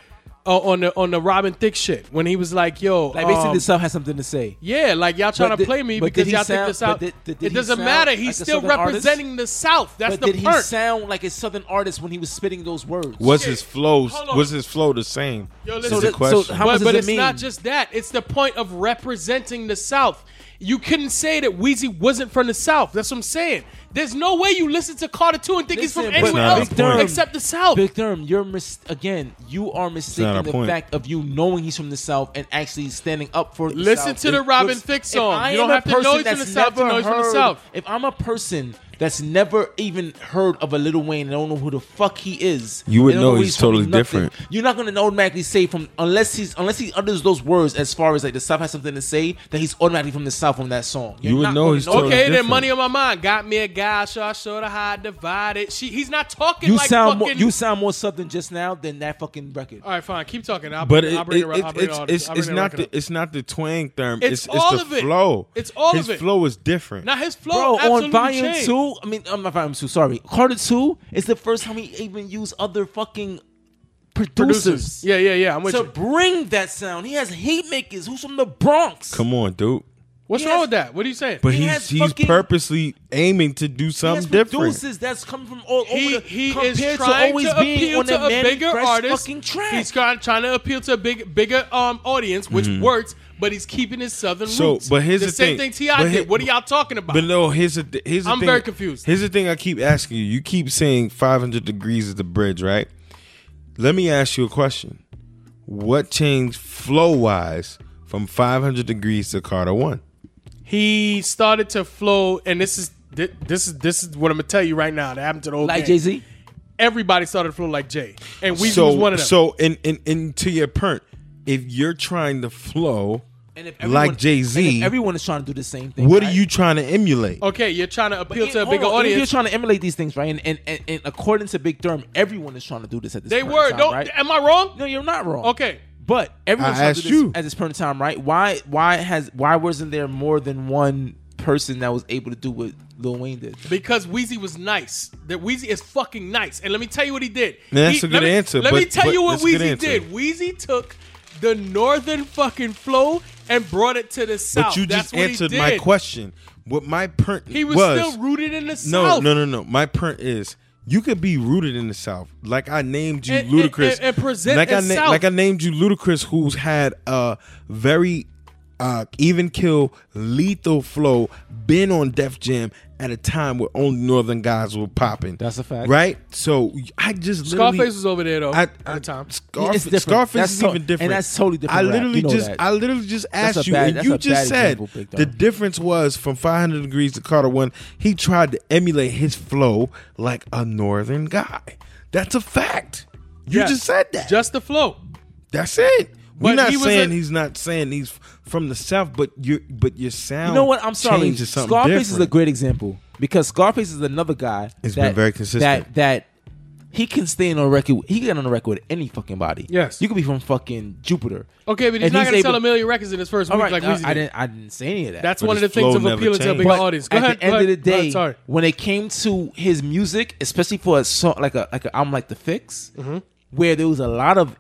[SPEAKER 2] uh, on the on the Robin Thicke shit when he was like, "Yo,
[SPEAKER 3] Like basically,
[SPEAKER 2] um,
[SPEAKER 3] this song has something to say.
[SPEAKER 2] yeah, like y'all trying
[SPEAKER 3] But
[SPEAKER 2] to
[SPEAKER 3] did-
[SPEAKER 2] play me
[SPEAKER 3] but
[SPEAKER 2] because
[SPEAKER 3] did he
[SPEAKER 2] y'all
[SPEAKER 3] sound-
[SPEAKER 2] think the
[SPEAKER 3] but
[SPEAKER 2] South.
[SPEAKER 3] did- did- did
[SPEAKER 2] it
[SPEAKER 3] he
[SPEAKER 2] doesn't
[SPEAKER 3] sound
[SPEAKER 2] matter.
[SPEAKER 3] like a
[SPEAKER 2] He's still
[SPEAKER 3] Southern artist?
[SPEAKER 2] representing the South. That's
[SPEAKER 3] but
[SPEAKER 2] the
[SPEAKER 3] did he
[SPEAKER 2] perk.
[SPEAKER 3] sound like a southern artist when he was spitting those words?
[SPEAKER 4] Was
[SPEAKER 2] Shit.
[SPEAKER 4] his flow
[SPEAKER 2] Hold on.
[SPEAKER 4] was his flow the same?
[SPEAKER 2] Yo,
[SPEAKER 4] is
[SPEAKER 2] listen. So
[SPEAKER 4] the
[SPEAKER 2] that- so
[SPEAKER 4] question.
[SPEAKER 3] how much
[SPEAKER 2] but
[SPEAKER 3] does
[SPEAKER 2] but
[SPEAKER 3] it
[SPEAKER 2] it's not
[SPEAKER 3] mean?
[SPEAKER 2] just that. It's the point of representing the South. You couldn't say that Weezy wasn't from the South. That's what I'm saying. There's no way you listen to Carter 2 and think he's
[SPEAKER 3] Listen,
[SPEAKER 2] from
[SPEAKER 3] but
[SPEAKER 2] anywhere
[SPEAKER 4] Nah,
[SPEAKER 2] else
[SPEAKER 4] Big Durham-
[SPEAKER 2] except the South.
[SPEAKER 3] Big Durham, you're mis- again. You are mistaking
[SPEAKER 4] our
[SPEAKER 3] the
[SPEAKER 4] point.
[SPEAKER 3] fact of you knowing he's from the South and actually standing up for. The
[SPEAKER 2] Listen
[SPEAKER 3] South.
[SPEAKER 2] to the Robin
[SPEAKER 3] Listen,
[SPEAKER 2] Thicke
[SPEAKER 3] if
[SPEAKER 2] song.
[SPEAKER 3] I
[SPEAKER 2] You
[SPEAKER 3] am
[SPEAKER 2] don't
[SPEAKER 3] a
[SPEAKER 2] have to know
[SPEAKER 3] person
[SPEAKER 2] he's from the
[SPEAKER 3] that's
[SPEAKER 2] South to
[SPEAKER 3] never
[SPEAKER 2] know he's from the
[SPEAKER 3] heard-
[SPEAKER 2] South.
[SPEAKER 3] If I'm a person that's never even heard of a Little Wayne and don't know who the fuck he is,
[SPEAKER 4] You would
[SPEAKER 3] and don't
[SPEAKER 4] know
[SPEAKER 3] who
[SPEAKER 4] he's
[SPEAKER 3] from,
[SPEAKER 4] totally
[SPEAKER 3] nothing,
[SPEAKER 4] different.
[SPEAKER 3] You're not gonna automatically say from unless he's unless he utters those words as far as like the South has something to say that he's automatically from the South from that song. You're
[SPEAKER 4] You would
[SPEAKER 3] not
[SPEAKER 4] know
[SPEAKER 3] gonna
[SPEAKER 4] he's totally
[SPEAKER 2] okay,
[SPEAKER 4] different.
[SPEAKER 2] then money on my mind. Got me a guy, so I showed her how I divided. She, he's not talking
[SPEAKER 3] You
[SPEAKER 2] like
[SPEAKER 3] sound more,
[SPEAKER 2] fucking.
[SPEAKER 3] you sound more Southern just now than that fucking record.
[SPEAKER 2] all right, fine, keep talking. I'll,
[SPEAKER 4] But
[SPEAKER 2] but
[SPEAKER 4] it,
[SPEAKER 2] I'll bring it,
[SPEAKER 4] it-
[SPEAKER 2] I'll bring it
[SPEAKER 4] it's
[SPEAKER 2] all-
[SPEAKER 4] it's,
[SPEAKER 2] I'll
[SPEAKER 4] it's
[SPEAKER 2] bring it
[SPEAKER 4] not
[SPEAKER 2] all
[SPEAKER 4] the it's not the twang therm.
[SPEAKER 2] It's
[SPEAKER 4] It's, it's,
[SPEAKER 2] all
[SPEAKER 4] the
[SPEAKER 2] of it.
[SPEAKER 4] flow.
[SPEAKER 2] It's all
[SPEAKER 4] His
[SPEAKER 2] of it.
[SPEAKER 4] flow is different.
[SPEAKER 2] now his flow
[SPEAKER 3] Bro,
[SPEAKER 2] absolutely
[SPEAKER 3] on Volume
[SPEAKER 2] changed.
[SPEAKER 3] Two, I mean, I'm not Volume Two. Sorry, Carter Two is the first time he even used other fucking producers.
[SPEAKER 2] Producers. Yeah, yeah, yeah. I'm with
[SPEAKER 3] To
[SPEAKER 2] you.
[SPEAKER 3] bring that sound, he has hate makers who's from the Bronx.
[SPEAKER 4] Come on, dude.
[SPEAKER 2] What's
[SPEAKER 3] he
[SPEAKER 2] wrong
[SPEAKER 3] has-
[SPEAKER 2] with that? What are you saying?
[SPEAKER 4] But
[SPEAKER 3] He
[SPEAKER 4] he's
[SPEAKER 3] has
[SPEAKER 4] he's
[SPEAKER 3] fucking-
[SPEAKER 4] purposely aiming to do
[SPEAKER 3] he
[SPEAKER 4] something
[SPEAKER 3] has
[SPEAKER 4] different.
[SPEAKER 3] producers that's coming from all
[SPEAKER 2] he
[SPEAKER 3] over. The,
[SPEAKER 2] he
[SPEAKER 3] compared
[SPEAKER 2] is
[SPEAKER 3] to
[SPEAKER 2] trying
[SPEAKER 3] always
[SPEAKER 2] to
[SPEAKER 3] being
[SPEAKER 2] appeal
[SPEAKER 3] on
[SPEAKER 2] to
[SPEAKER 3] the
[SPEAKER 2] a bigger artist.
[SPEAKER 3] Fucking track.
[SPEAKER 2] He's trying, trying to appeal to a big bigger um audience, which works. But he's keeping his southern
[SPEAKER 4] Mm-hmm. So,
[SPEAKER 2] roots.
[SPEAKER 4] but here's
[SPEAKER 2] the,
[SPEAKER 4] the
[SPEAKER 2] same
[SPEAKER 4] thing.
[SPEAKER 2] thing Ti
[SPEAKER 4] But
[SPEAKER 2] did.
[SPEAKER 4] he-
[SPEAKER 2] what are y'all talking about?
[SPEAKER 4] But no, here's the th- here's the
[SPEAKER 2] I'm
[SPEAKER 4] thing.
[SPEAKER 2] very confused.
[SPEAKER 4] Here's the thing I keep asking you. You keep saying 500 degrees is the bridge, right? Let me ask you a question. What changed flow wise from 500 degrees to Carter One?
[SPEAKER 2] he started to flow, and this is thi- this is this is what I'm gonna tell you right now. That happened to the old gang.
[SPEAKER 3] like Jay Z.
[SPEAKER 2] Everybody started to flow like Jay, and we
[SPEAKER 4] so
[SPEAKER 2] was one of them.
[SPEAKER 4] so and, and and to your point, if you're trying to flow,
[SPEAKER 3] And if
[SPEAKER 4] Like Jay-Z.
[SPEAKER 3] and if everyone is trying to do the same thing.
[SPEAKER 4] what
[SPEAKER 3] right?
[SPEAKER 4] are you trying to emulate?
[SPEAKER 2] okay, you're trying to appeal to a
[SPEAKER 3] Hold
[SPEAKER 2] bigger
[SPEAKER 3] on, if You're
[SPEAKER 2] audience.
[SPEAKER 3] trying to emulate these things, right? And and, and, and according to Big Durham, everyone is trying to do this at this.
[SPEAKER 2] They
[SPEAKER 3] point
[SPEAKER 2] were.
[SPEAKER 3] In time,
[SPEAKER 2] Don't.
[SPEAKER 3] right?
[SPEAKER 2] Am I wrong?
[SPEAKER 3] No, you're not wrong.
[SPEAKER 2] Okay.
[SPEAKER 3] but everyone's
[SPEAKER 4] I
[SPEAKER 3] trying to
[SPEAKER 4] asked
[SPEAKER 3] do this
[SPEAKER 4] you.
[SPEAKER 3] at this point in time, right? Why? Why has? Why wasn't there more than one person that was able to do what Lil Wayne did?
[SPEAKER 2] Because Wheezy was nice. That Wheezy is fucking nice. And let me tell you what he did.
[SPEAKER 4] Now, that's
[SPEAKER 2] He-
[SPEAKER 4] a good
[SPEAKER 2] let me-
[SPEAKER 4] answer,
[SPEAKER 2] Let me
[SPEAKER 4] but-
[SPEAKER 2] tell
[SPEAKER 4] but
[SPEAKER 2] you what
[SPEAKER 4] that's a good
[SPEAKER 2] Wheezy
[SPEAKER 4] answer.
[SPEAKER 2] did. Wheezy took the northern fucking flow and brought it to the south.
[SPEAKER 4] But you
[SPEAKER 2] That's
[SPEAKER 4] just
[SPEAKER 2] what he
[SPEAKER 4] answered
[SPEAKER 2] did.
[SPEAKER 4] my question. What my print
[SPEAKER 2] He was, still rooted in the
[SPEAKER 4] No,
[SPEAKER 2] south.
[SPEAKER 4] no, no, no. My point is, you could be rooted in the South. Like I named you
[SPEAKER 2] And- and-
[SPEAKER 4] Ludacris,
[SPEAKER 2] and- and present
[SPEAKER 4] like I
[SPEAKER 2] as South.
[SPEAKER 4] like I named you Ludacris, who's had a very uh, even kill, lethal flow, been on Def Jam at a time where only Northern guys were popping.
[SPEAKER 3] That's a fact.
[SPEAKER 4] right? So I just literally-
[SPEAKER 2] Scarface was over there though.
[SPEAKER 4] I,
[SPEAKER 2] at the
[SPEAKER 4] I-
[SPEAKER 2] time.
[SPEAKER 4] Scarf-
[SPEAKER 3] It's different.
[SPEAKER 4] Scarface
[SPEAKER 3] That's
[SPEAKER 4] is
[SPEAKER 3] to-
[SPEAKER 4] even different,
[SPEAKER 3] and that's totally different
[SPEAKER 4] I
[SPEAKER 3] rap. You
[SPEAKER 4] literally
[SPEAKER 3] know
[SPEAKER 4] just,
[SPEAKER 3] that.
[SPEAKER 4] I literally just
[SPEAKER 3] That's
[SPEAKER 4] asked
[SPEAKER 3] a
[SPEAKER 4] you,
[SPEAKER 3] bad-
[SPEAKER 4] and
[SPEAKER 3] that's
[SPEAKER 4] you
[SPEAKER 3] a
[SPEAKER 4] just
[SPEAKER 3] bad
[SPEAKER 4] said
[SPEAKER 3] example, Big Dog.
[SPEAKER 4] the difference was from 500 degrees to Carter One. He tried to emulate his flow like a northern guy. That's a fact. You
[SPEAKER 2] Yes.
[SPEAKER 4] just said that.
[SPEAKER 2] Just the flow.
[SPEAKER 4] that's it. We're
[SPEAKER 2] But
[SPEAKER 4] not
[SPEAKER 2] he was
[SPEAKER 4] saying
[SPEAKER 2] a-
[SPEAKER 4] he's not saying he's from the south, but you but your sound.
[SPEAKER 3] You know what? I'm sorry.
[SPEAKER 4] changes something
[SPEAKER 3] Scarface is a
[SPEAKER 4] different.
[SPEAKER 3] great example because Scarface is another guy.
[SPEAKER 4] It's
[SPEAKER 3] that,
[SPEAKER 4] been very consistent.
[SPEAKER 3] That that he can stay on a record. He can get on a record with any fucking body.
[SPEAKER 2] Yes.
[SPEAKER 3] you could be from fucking Jupiter.
[SPEAKER 2] Okay, but he's
[SPEAKER 3] And
[SPEAKER 2] not gonna
[SPEAKER 3] able-
[SPEAKER 2] sell a million records in his first
[SPEAKER 3] All
[SPEAKER 2] week
[SPEAKER 3] right,
[SPEAKER 2] like
[SPEAKER 3] I-
[SPEAKER 2] Wheezy
[SPEAKER 3] I
[SPEAKER 2] did.
[SPEAKER 3] didn't. I didn't say any of that.
[SPEAKER 2] That's
[SPEAKER 4] But
[SPEAKER 2] one of the
[SPEAKER 4] his
[SPEAKER 2] things
[SPEAKER 4] flow
[SPEAKER 2] of
[SPEAKER 4] never
[SPEAKER 2] appealing to a
[SPEAKER 4] changed.
[SPEAKER 2] bigger
[SPEAKER 3] But
[SPEAKER 2] audience. Go
[SPEAKER 3] at
[SPEAKER 2] ahead.
[SPEAKER 3] the end
[SPEAKER 2] go
[SPEAKER 3] of the
[SPEAKER 2] ahead. Go ahead,
[SPEAKER 3] day,
[SPEAKER 2] Sorry.
[SPEAKER 3] when it came to his music, especially for a song like a like a, I'm like the fix,
[SPEAKER 2] Mm-hmm.
[SPEAKER 3] where there was a lot of